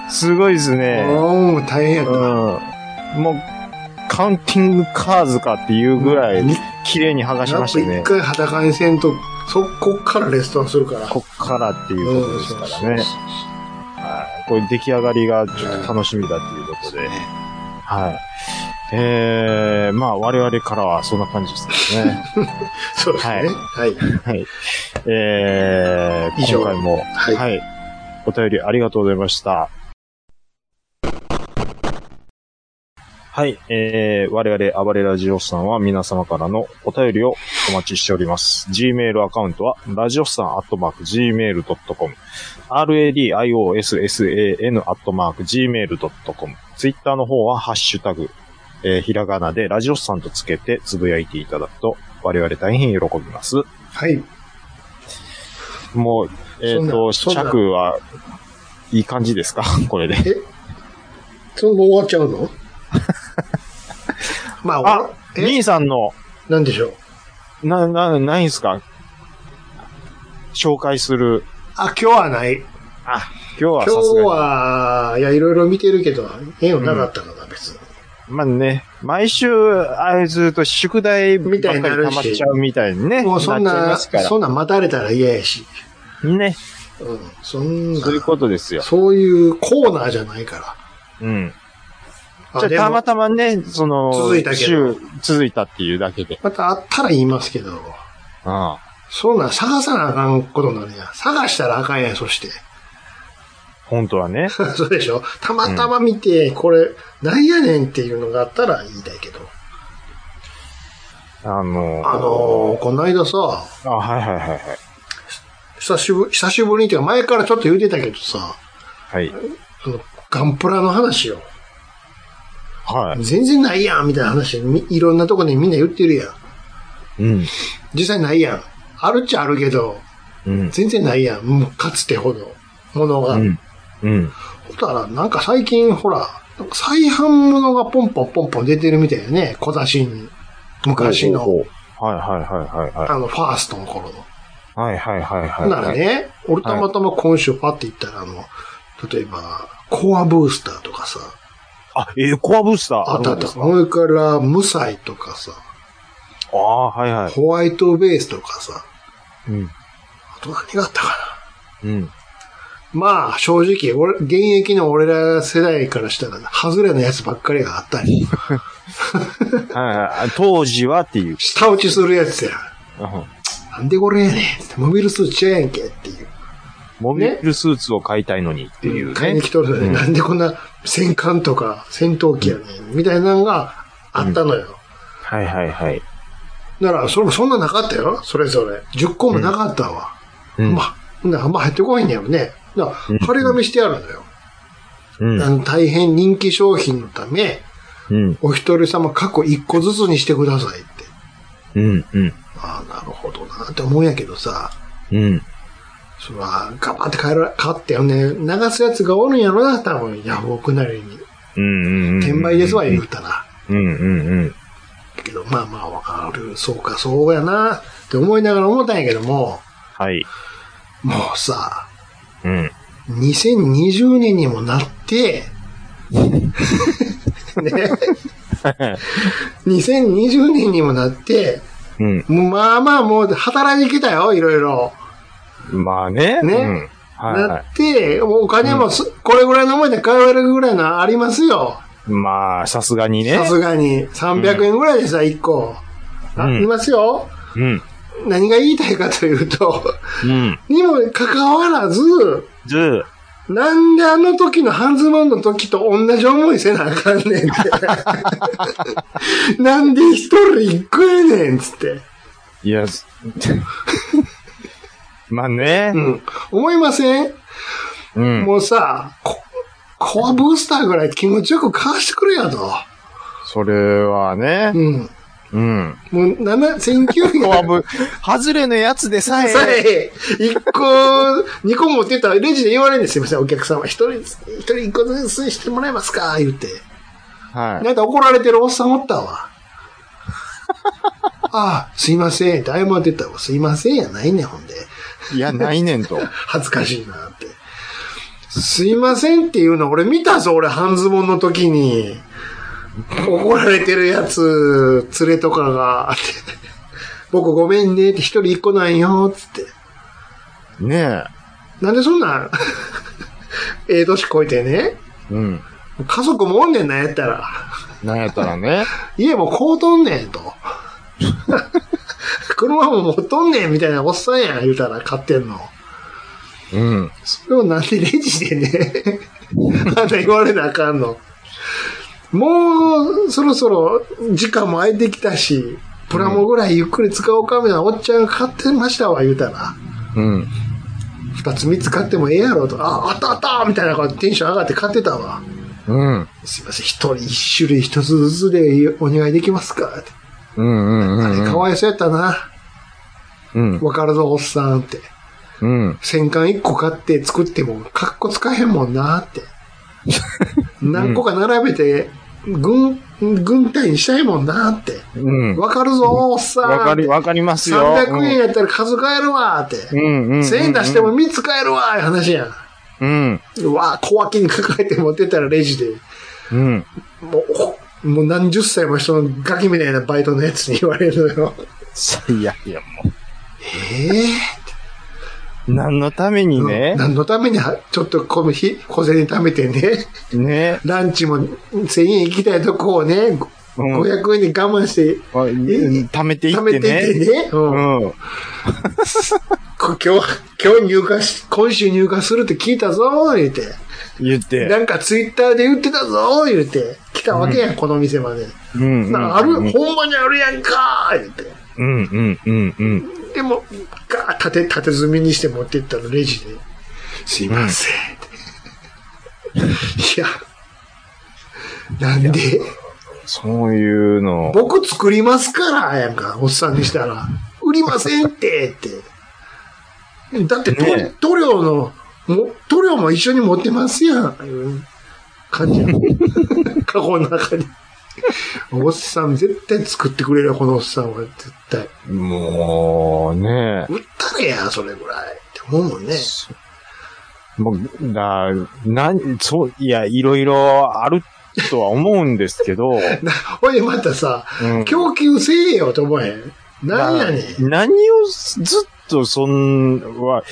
S5: すごいです
S4: お
S5: ね。
S4: ー、大変や
S5: う
S4: っ
S5: ん。もう、カウンティングカーズかっていう
S4: た。
S5: ぐらい、
S4: に
S5: 綺麗に剥がしました
S4: や
S5: ね
S4: っ。ぱ一回裸にせんと、そこからレストアするから。
S5: こっからっていうことですからね
S4: そう。そうそう
S5: はい。これ出来上がりがちょっと楽しみだっていうことで。はい。えー、まあ我々からはそんな感じですね。
S4: そうですね。はい。
S5: はい。え
S4: 以
S5: ー、
S4: 上
S5: 今回も、
S4: はい
S5: はい。お便りありがとうございました。はい。えー、我々、暴れラジオスさんは皆様からのお便りをお待ちしております。Gmail アカウントは、ラジオスさんアットマーク Gmail.com、radiossan アットマーク Gmail.com、Twitter の方は、ハッシュタグ、えー、ひらがなでラジオスさんとつけてつぶやいていただくと、我々大変喜びます。
S4: はい。
S5: もう、えっ、と、
S4: そんなそんな
S5: 着は、いい感じですか これで。
S4: その後終わっちゃうの まあ、終わ
S5: あ、
S4: え、
S5: 兄さんの、
S4: なんでしょう。
S5: な、な、ないんすか紹介する。
S4: あ、今日はない。
S5: あ、今日
S4: 今
S5: は
S4: 日
S5: さすがに。
S4: は、いや、いろいろ見てるけど、縁はなかったのが別に。
S5: まあね、毎週、あれずっと宿題ばっ
S4: みた
S5: かり
S4: いにな
S5: 溜
S4: るし
S5: まっちゃうみたいにね。
S4: もうそん
S5: っちゃい
S4: な、
S5: ますから
S4: そんな待たれたら嫌やし。
S5: ね。
S4: うん。そんな、
S5: そういうことですよ。
S4: そういうコーナーじゃないか
S5: うん。
S4: ら。
S5: じゃあ
S4: でも
S5: たまたまね、その、
S4: 続いたけど
S5: 週、続いたっていうだけで。
S4: またあったら言いますけど、
S5: うん。
S4: そんなん探さなあかんことになるやん。探したらあかんやん、そして。
S5: 本当はね。
S4: そうでしょたまたま見て、これ、なんやねんっていうのがあったら言いたいけど。
S5: あの、
S4: あのー、この間さ、
S5: あ、はいはいはいはい。
S4: 久しぶり、久しぶりにっていうか前からちょっと言うてたけどさ、
S5: はい。
S4: そのガンプラの話よ。
S5: は
S4: 全然ないやんみたいな話、みいろんなとこでみんな言ってるやん。
S5: い。うん。
S4: 実際ないやん。あるっちゃあるけど、
S5: うん。
S4: 全然ないやん。うんかつてほど。ものが。
S5: うん。うん。
S4: ほたら、なんか最近、ほら、なんか再販物がポンポンポンポン出てるみたいなね、小出しに。昔の、
S5: ほうほうほう。はいはいはいはいは
S4: あの、ファーストの頃の。
S5: い。はいはいはいは
S4: ほ
S5: い。
S4: んならね、俺たまたま今週パッて行ったら、あの、例えば、コアブースターとかさ、
S5: あ、えー、コアブースター。
S4: あったあっ
S5: るんで
S4: た。
S5: す
S4: そ
S5: か
S4: れから、ムサイとかさ、
S5: ああ、はいはい。
S4: ホワイトベースとかさ、
S5: うん。
S4: あと何があったかな。
S5: うん。
S4: まあ、正直、俺、現役の俺ら世代からしたら、外れのやつばっかりがあったり、
S5: はいはい。当時はっていう。
S4: 下打ちするやつや。
S5: うん
S4: なんでこれやねんって、モビルスーツちゃうやんけっていう。
S5: モビルスーツを買いたいのにっていう
S4: 買いに
S5: ね
S4: 来。とるのに、
S5: うん
S4: なんでこんな戦艦とか戦闘機やねん、みたいなのがあったのよ。
S5: はいはいはい。
S4: なら、それもそんななかったよ、それぞれ。10個もなかったわ。
S5: うん
S4: ま。あ、ほんならあんま入ってこいんやろね。だから、張り紙してあるのよ。
S5: うん
S4: あ。の大変人気商品のため、
S5: うん。
S4: お一人様過去1個ずつにしてくださいって。
S5: うん。うん。
S4: ああ、なるほどなって思うんやけどさ、
S5: うん。
S4: そら、ガバって買えら、買ってよね、流すやつがおるんやろな、多分、ヤフオクなりに。
S5: うんうん。うん
S4: 転売ですわ、言うたら。
S5: うんうんうん。
S4: けど、まあまあ、わかる。そうか、そうやな、って思いながら思ったんやけども、
S5: はい。
S4: もうさ、
S5: うん。
S4: 2020年にもな って、ね、2020年にもなって、
S5: うん。
S4: もうまあまあもう働いてきたよ、いろいろ。
S5: まあね。
S4: ね
S5: うんはいは
S4: なって、もうお金もす、これぐらいのもんで買えるぐらいのありますよ。
S5: い。まあ、さすがにね。
S4: さすがに。300円ぐらいでさ、1個。あ
S5: うん
S4: りますよ。
S5: うん。
S4: 何が言いたいかというと、
S5: うん。
S4: にもかかわらず、
S5: ずー。
S4: なんであの時の半ズボンの時と同じ思いせなあかんねんって。 なんで一人一個やねんっつって。
S5: いや、 すまあね
S4: う。ん。思いません、
S5: うん。
S4: もうさ、こコアブースターぐらい気持ちよく買わしてくれやと。
S5: それはね。
S4: うん。
S5: うん。
S4: もう、七、千九百
S5: コアブ、外れのやつでさ
S4: さ
S5: え。
S4: え、 一個、二個持ってったらレジで言われるんですよ。すいません、お客様。一人、一人一個ずつにしてもらえますか言って。
S5: はい。
S4: なんか怒られてるおっさんおった わ。ああ、すいません。って謝ってたわ。すいませんやないねん、ほんで。
S5: いや、ないねんと。
S4: 恥ずかしいなって。すいませんっていうの俺見たぞ、俺、半ズボンの時に。怒られてるやつ、連れとかが、って僕ごめんねって一人一個なんよ、つって。
S5: ね
S4: なんでそんなん、ええ年こいてね、
S5: え。うん。
S4: 家族もおんねんな、やったら。
S5: なんやったらね。
S4: 家も買うとんねん、と。車も持っとんねん、みたいなおっさんやん、言うたら買ってんの。
S5: うん。
S4: それをなんでレジでね、 あんた言われなあかんの。もう、そろそろ時間も空いてきたし、プラモぐらいゆっくり使おうかみたいなおっちゃんが買ってましたわ、言うたら。
S5: うん。
S4: 二つ三つ買ってもええやろと、あ、あったあったみたいな感じでテンション上がって買ってたわ。
S5: うん。
S4: すいません、一人一種類一つずつでお願いできますかって。
S5: うんうん
S4: あれ
S5: うん。
S4: かわいそうやったな。
S5: うん。
S4: わかるぞ、おっさんって。
S5: うん。
S4: 戦艦一個買って作っても、かっこ使えへんもんなって。何個か並べて、軍、軍隊にしたいもんなって。
S5: うん。
S4: わかるぞ、おっさん。
S5: わかり、わかりますよ。
S4: 300円やったら数買えるわって。
S5: うん。うん。
S4: 1000円出しても3つ買えるわって話やん。
S5: うん。
S4: うわ小脇に抱えて持ってたらレジで。
S5: うん。
S4: もうお、もう何十歳も人のガキみたいなバイトのやつに言われるの よ。
S5: いやいや、も
S4: ええ
S5: う。何のためにね。
S4: 何のためには、ちょっとこの日、小銭貯めてね、
S5: ね。
S4: ランチも1000円行きたいとこをね、
S5: うん
S4: 500円で我慢して、
S5: わ貯めてい
S4: 貯
S5: っ
S4: め
S5: て
S4: ていって
S5: ね。
S4: ね、う
S5: うんん。
S4: こ今日、今日入荷し、今週入荷するって聞いたぞ、言うて。
S5: 言って。
S4: なんかツイッターで言ってたぞ、言うて。来たわけや、ん、この店まで。
S5: うんうん
S4: なある、ほんまにあるやんか、言うて。
S5: うんうんうんうん。
S4: でも、ガーッ縦、縦積みにして持ってったの、レジで。すいません。いや、なんで、
S5: そういうの。
S4: 僕作りますから、やんか、おっさんにしたら。売りませんって、って。だって塗、
S5: ね
S4: 塗料の、も塗料も一緒に持ってますやん。いう感じや ん。カゴの中に。おっさん絶対作ってくれるよ、このおっさんは。絶対。
S5: もう、ね
S4: 売ったれや、それぐらい。って思うもんね。
S5: もう、だ、なん、そう、いや、いろいろあるとは思うんですけど、
S4: なほいでまたさ、
S5: うん
S4: 供給せえよと思えん。なんやねん。
S5: な何をずっとそんは、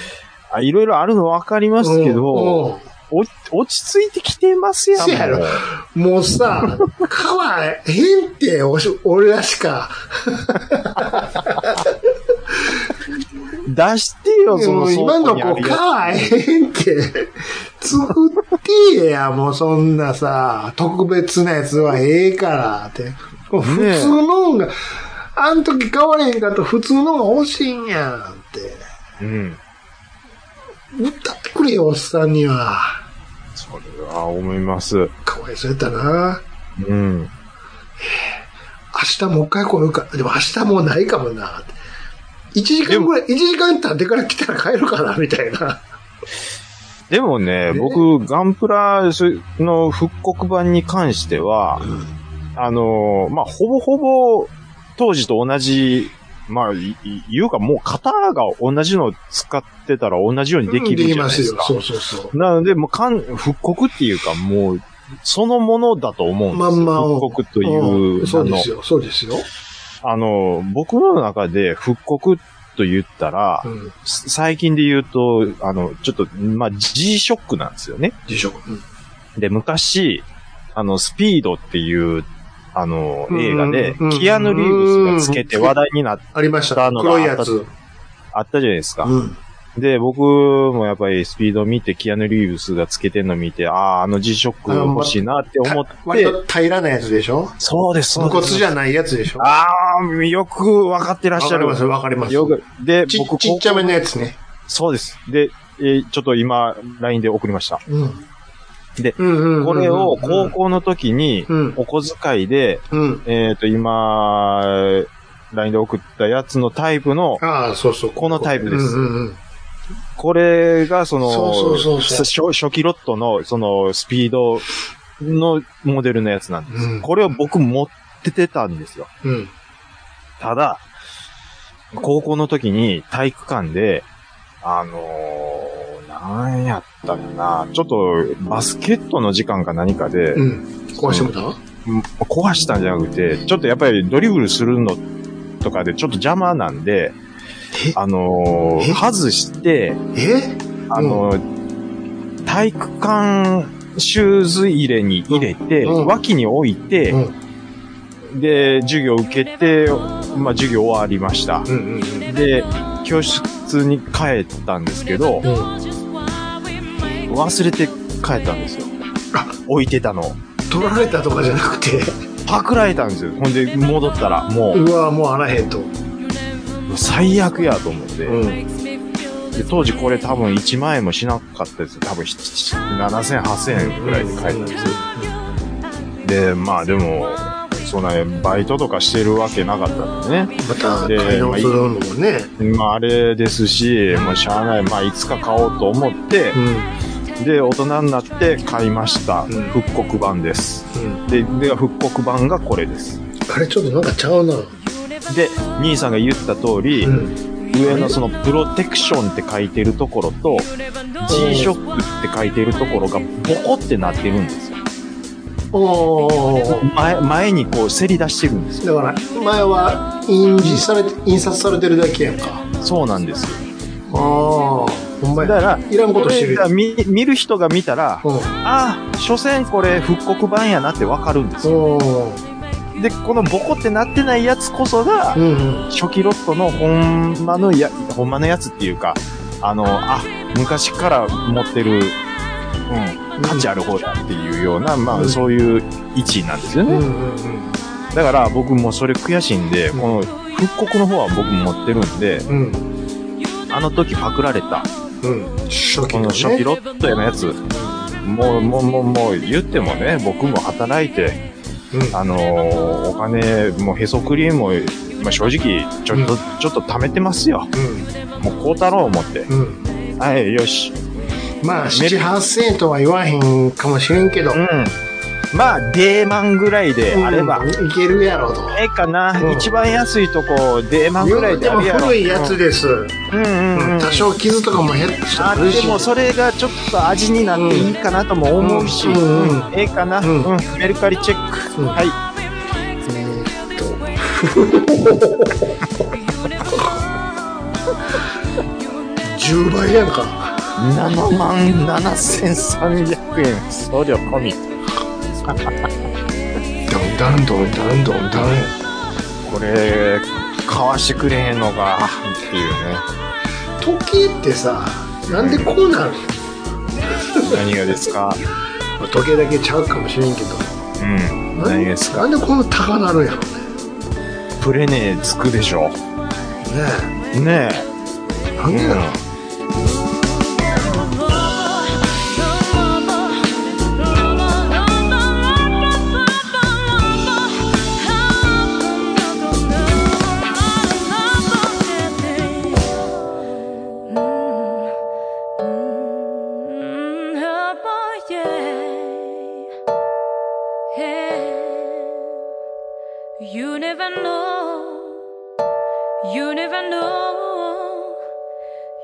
S5: あいろいろあるの分かりますけど、
S4: うんうん
S5: お落ち着いてきてますやん。
S4: せやろ
S5: もう
S4: もうさ、かわへんって、おし俺らしか。
S5: 出してよ、そ
S4: も
S5: の
S4: う今の
S5: 倉
S4: 子、
S5: 庫にあるやつ
S4: かわへんって、作ってや、もうそんなさ、特別なやつはええからって。もう普通のんが、あん時買われへんかった普通のが欲しいんやんって。
S5: うん。
S4: 歌ってくれよ、おっさんには。
S5: それは思います。
S4: かわいそうやったな。
S5: うん。
S4: 明日もう一回来るか。でも明日もうないかもな。1時間ぐらい、1時間経ってから来たら帰るかな、みたいな。
S5: でもね、
S4: ね
S5: 僕、ガンプラの復刻版に関しては、あの、まあ、ほぼほぼ、当時と同じ、まあ、いい言うかもう型が同じのを使ってたら同じようにできるじゃないですか。
S4: そうそうそう。
S5: なので、もう、かん、復刻っていうか、もう、そのものだと思うんです
S4: まんまを。
S5: 復刻という、
S4: んそうで
S5: あの
S4: すよ、そうですよ。
S5: あの、僕の中で復刻と言ったら
S4: う、ん。
S5: す最近で言うと、あの、ちょっと、まあ、G-SHOCK なんですよね。
S4: 辞職。うん
S5: で、昔、あの、スピードっていう、あの、
S4: うん
S5: 映画で
S4: うん、
S5: キアヌ・リーブスがつけて話題になっ
S4: ありました。
S5: たのが
S4: 黒いやつ。
S5: あったじゃないですか。
S4: うん。
S5: で、僕もやっぱりスピード見て、キアヌ・リーブスがつけてんの見て、ああ、あの G-SHOCK 欲しいなって思って、
S4: 割と平らなやつでしょ
S5: そうです、そ
S4: 無
S5: うで
S4: 骨
S5: す。
S4: じゃないやつでしょ
S5: ああ、よくわかってらっ
S4: わ
S5: し
S4: か
S5: ゃ
S4: り
S5: る
S4: ま。す、わかります。
S5: よく、で、
S4: ち
S5: 僕、
S4: ちっちゃめのやつね。
S5: そうです。で、えーちょっと今、LINE で送りました。
S4: うん。
S5: で
S4: うんうんうんうん、
S5: これを高校の時に、
S4: うん、
S5: お小遣いで、
S4: うん。
S5: えっ、と、今、LINE で送ったやつのタイプの、
S4: ああ、そうそう。
S5: このタイプです
S4: うんうんうん。
S5: これが、その、
S4: そうそうそうそう
S5: 初初期ロットの、その、スピードのモデルのやつなんです。
S4: うん
S5: これを僕持っててたんですよ。
S4: うん。
S5: ただ、高校の時に体育館で、あのーなんやったっけな、ちょっとバスケットの時間か何かで、
S4: うん。壊してもた
S5: 壊したんじゃなくて、ちょっとやっぱりドリブルするのとかでちょっと邪魔なんで、
S4: え
S5: あのー
S4: え
S5: 外して、
S4: え
S5: あのー体育館シューズ入れに入れて、
S4: うんうん
S5: 脇に置いて、
S4: う
S5: で、授業受けて、まあ、授業終わりました。
S4: うんうんうん。
S5: で、教室に帰ったんですけど、忘れて帰ったんですよ。
S4: あ
S5: 置いてたのを。
S4: 取られたとかじゃなくて、
S5: パクられたんですよ。ほんで、戻ったら、も
S4: うわ、もうあらへんと。
S5: う、最悪やと思って。
S4: うん。
S5: で当時これ多分1万円もしなかったですよ。多分7000、8000円ぐらいで買えたんですよ。で、まあでも、そんなバイトとかしてるわけなかったんでね。
S4: また、
S5: で
S4: 改良するのもね。
S5: まああれですし、まあしゃあない、まあいつか買おうと思って
S4: う、ん。
S5: で、大人になって買いました。
S4: ん
S5: 復刻版です。
S4: うん。
S5: で、で復刻版がこれです。
S4: あれ、ちょっとなんかちゃうな。
S5: で、兄さんが言った通り、
S4: うん。
S5: 上のそのプロテクションって書いてるところと、G-SHOCK って書いてるところがボコってなってるんですよ。
S4: おー。
S5: 前、前にこうせり出してるんですよ。
S4: だから、前は印字されて、印刷されてるだけやんか。
S5: そうなんですよ。
S4: ああ。ほんま
S5: だ
S4: や。
S5: から、
S4: いらんことしてる
S5: これが見見る人が見たら、
S4: うん。
S5: ああ、所詮これ復刻版やなってわかるんですよ。
S4: お
S5: で、このボコってなってないやつこそが
S4: う、んうん。
S5: 初期ロットのほんまのや、ほんまのやつっていうか、あの、あ、昔から持ってる、うん、価値ある方だっていうような、ま
S4: う
S5: あ、
S4: ん
S5: そういう位置なんですよ
S4: うんうん
S5: ね。
S4: うん。
S5: だから僕もそれ悔しいんで、この復刻の方は僕持ってるんで、
S4: うん。
S5: あの時パクられた、
S4: うん。初期
S5: こ
S4: の
S5: の初期
S4: ね。
S5: ロットへのやつ、もう、もう、もう、もう、言ってもね、僕も働いて、
S4: うん。
S5: あのーお金、もうへそくりもまあ、正直、ちょっと、ちょっと溜めてますよ。もう、こうたろう思って。
S4: うん。うん。
S5: はい、よし。
S4: まあ、7、8000円とは言わへんかもしれんけど。
S5: うん。まあ、デーマンぐらいであれば、
S4: うんいけるやろと。
S5: ええかな、
S4: うん
S5: 一番安いとこ、デーマンぐらい
S4: で
S5: であ
S4: も
S5: るやろ。
S4: 古いやつです。
S5: うんうんうん。
S4: 多少傷とかも減ったし
S5: あでもそれがちょっと味になっていいかなとも思うし、
S4: うんうんうん
S5: うんええかな、う
S4: うん
S5: んメルカリチェック、
S4: うん
S5: はい
S4: 10倍やんか。
S5: 7万7300円送料込み
S4: どんだんどんだんどんだん。
S5: これ買わしてくれへんのかっていうね
S4: 時計ってさ、なんでこうなる
S5: 何がですか
S4: の時計だけちゃうかもしれんけど。
S5: うん
S4: な
S5: 何
S4: ん
S5: がですか
S4: なんでこの高なるんやろね。
S5: プレネつくでしょ
S4: ね
S5: ね
S4: え。なんでなの
S7: You never know, you never know.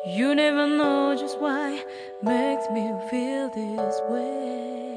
S7: You never know just why makes me feel this way.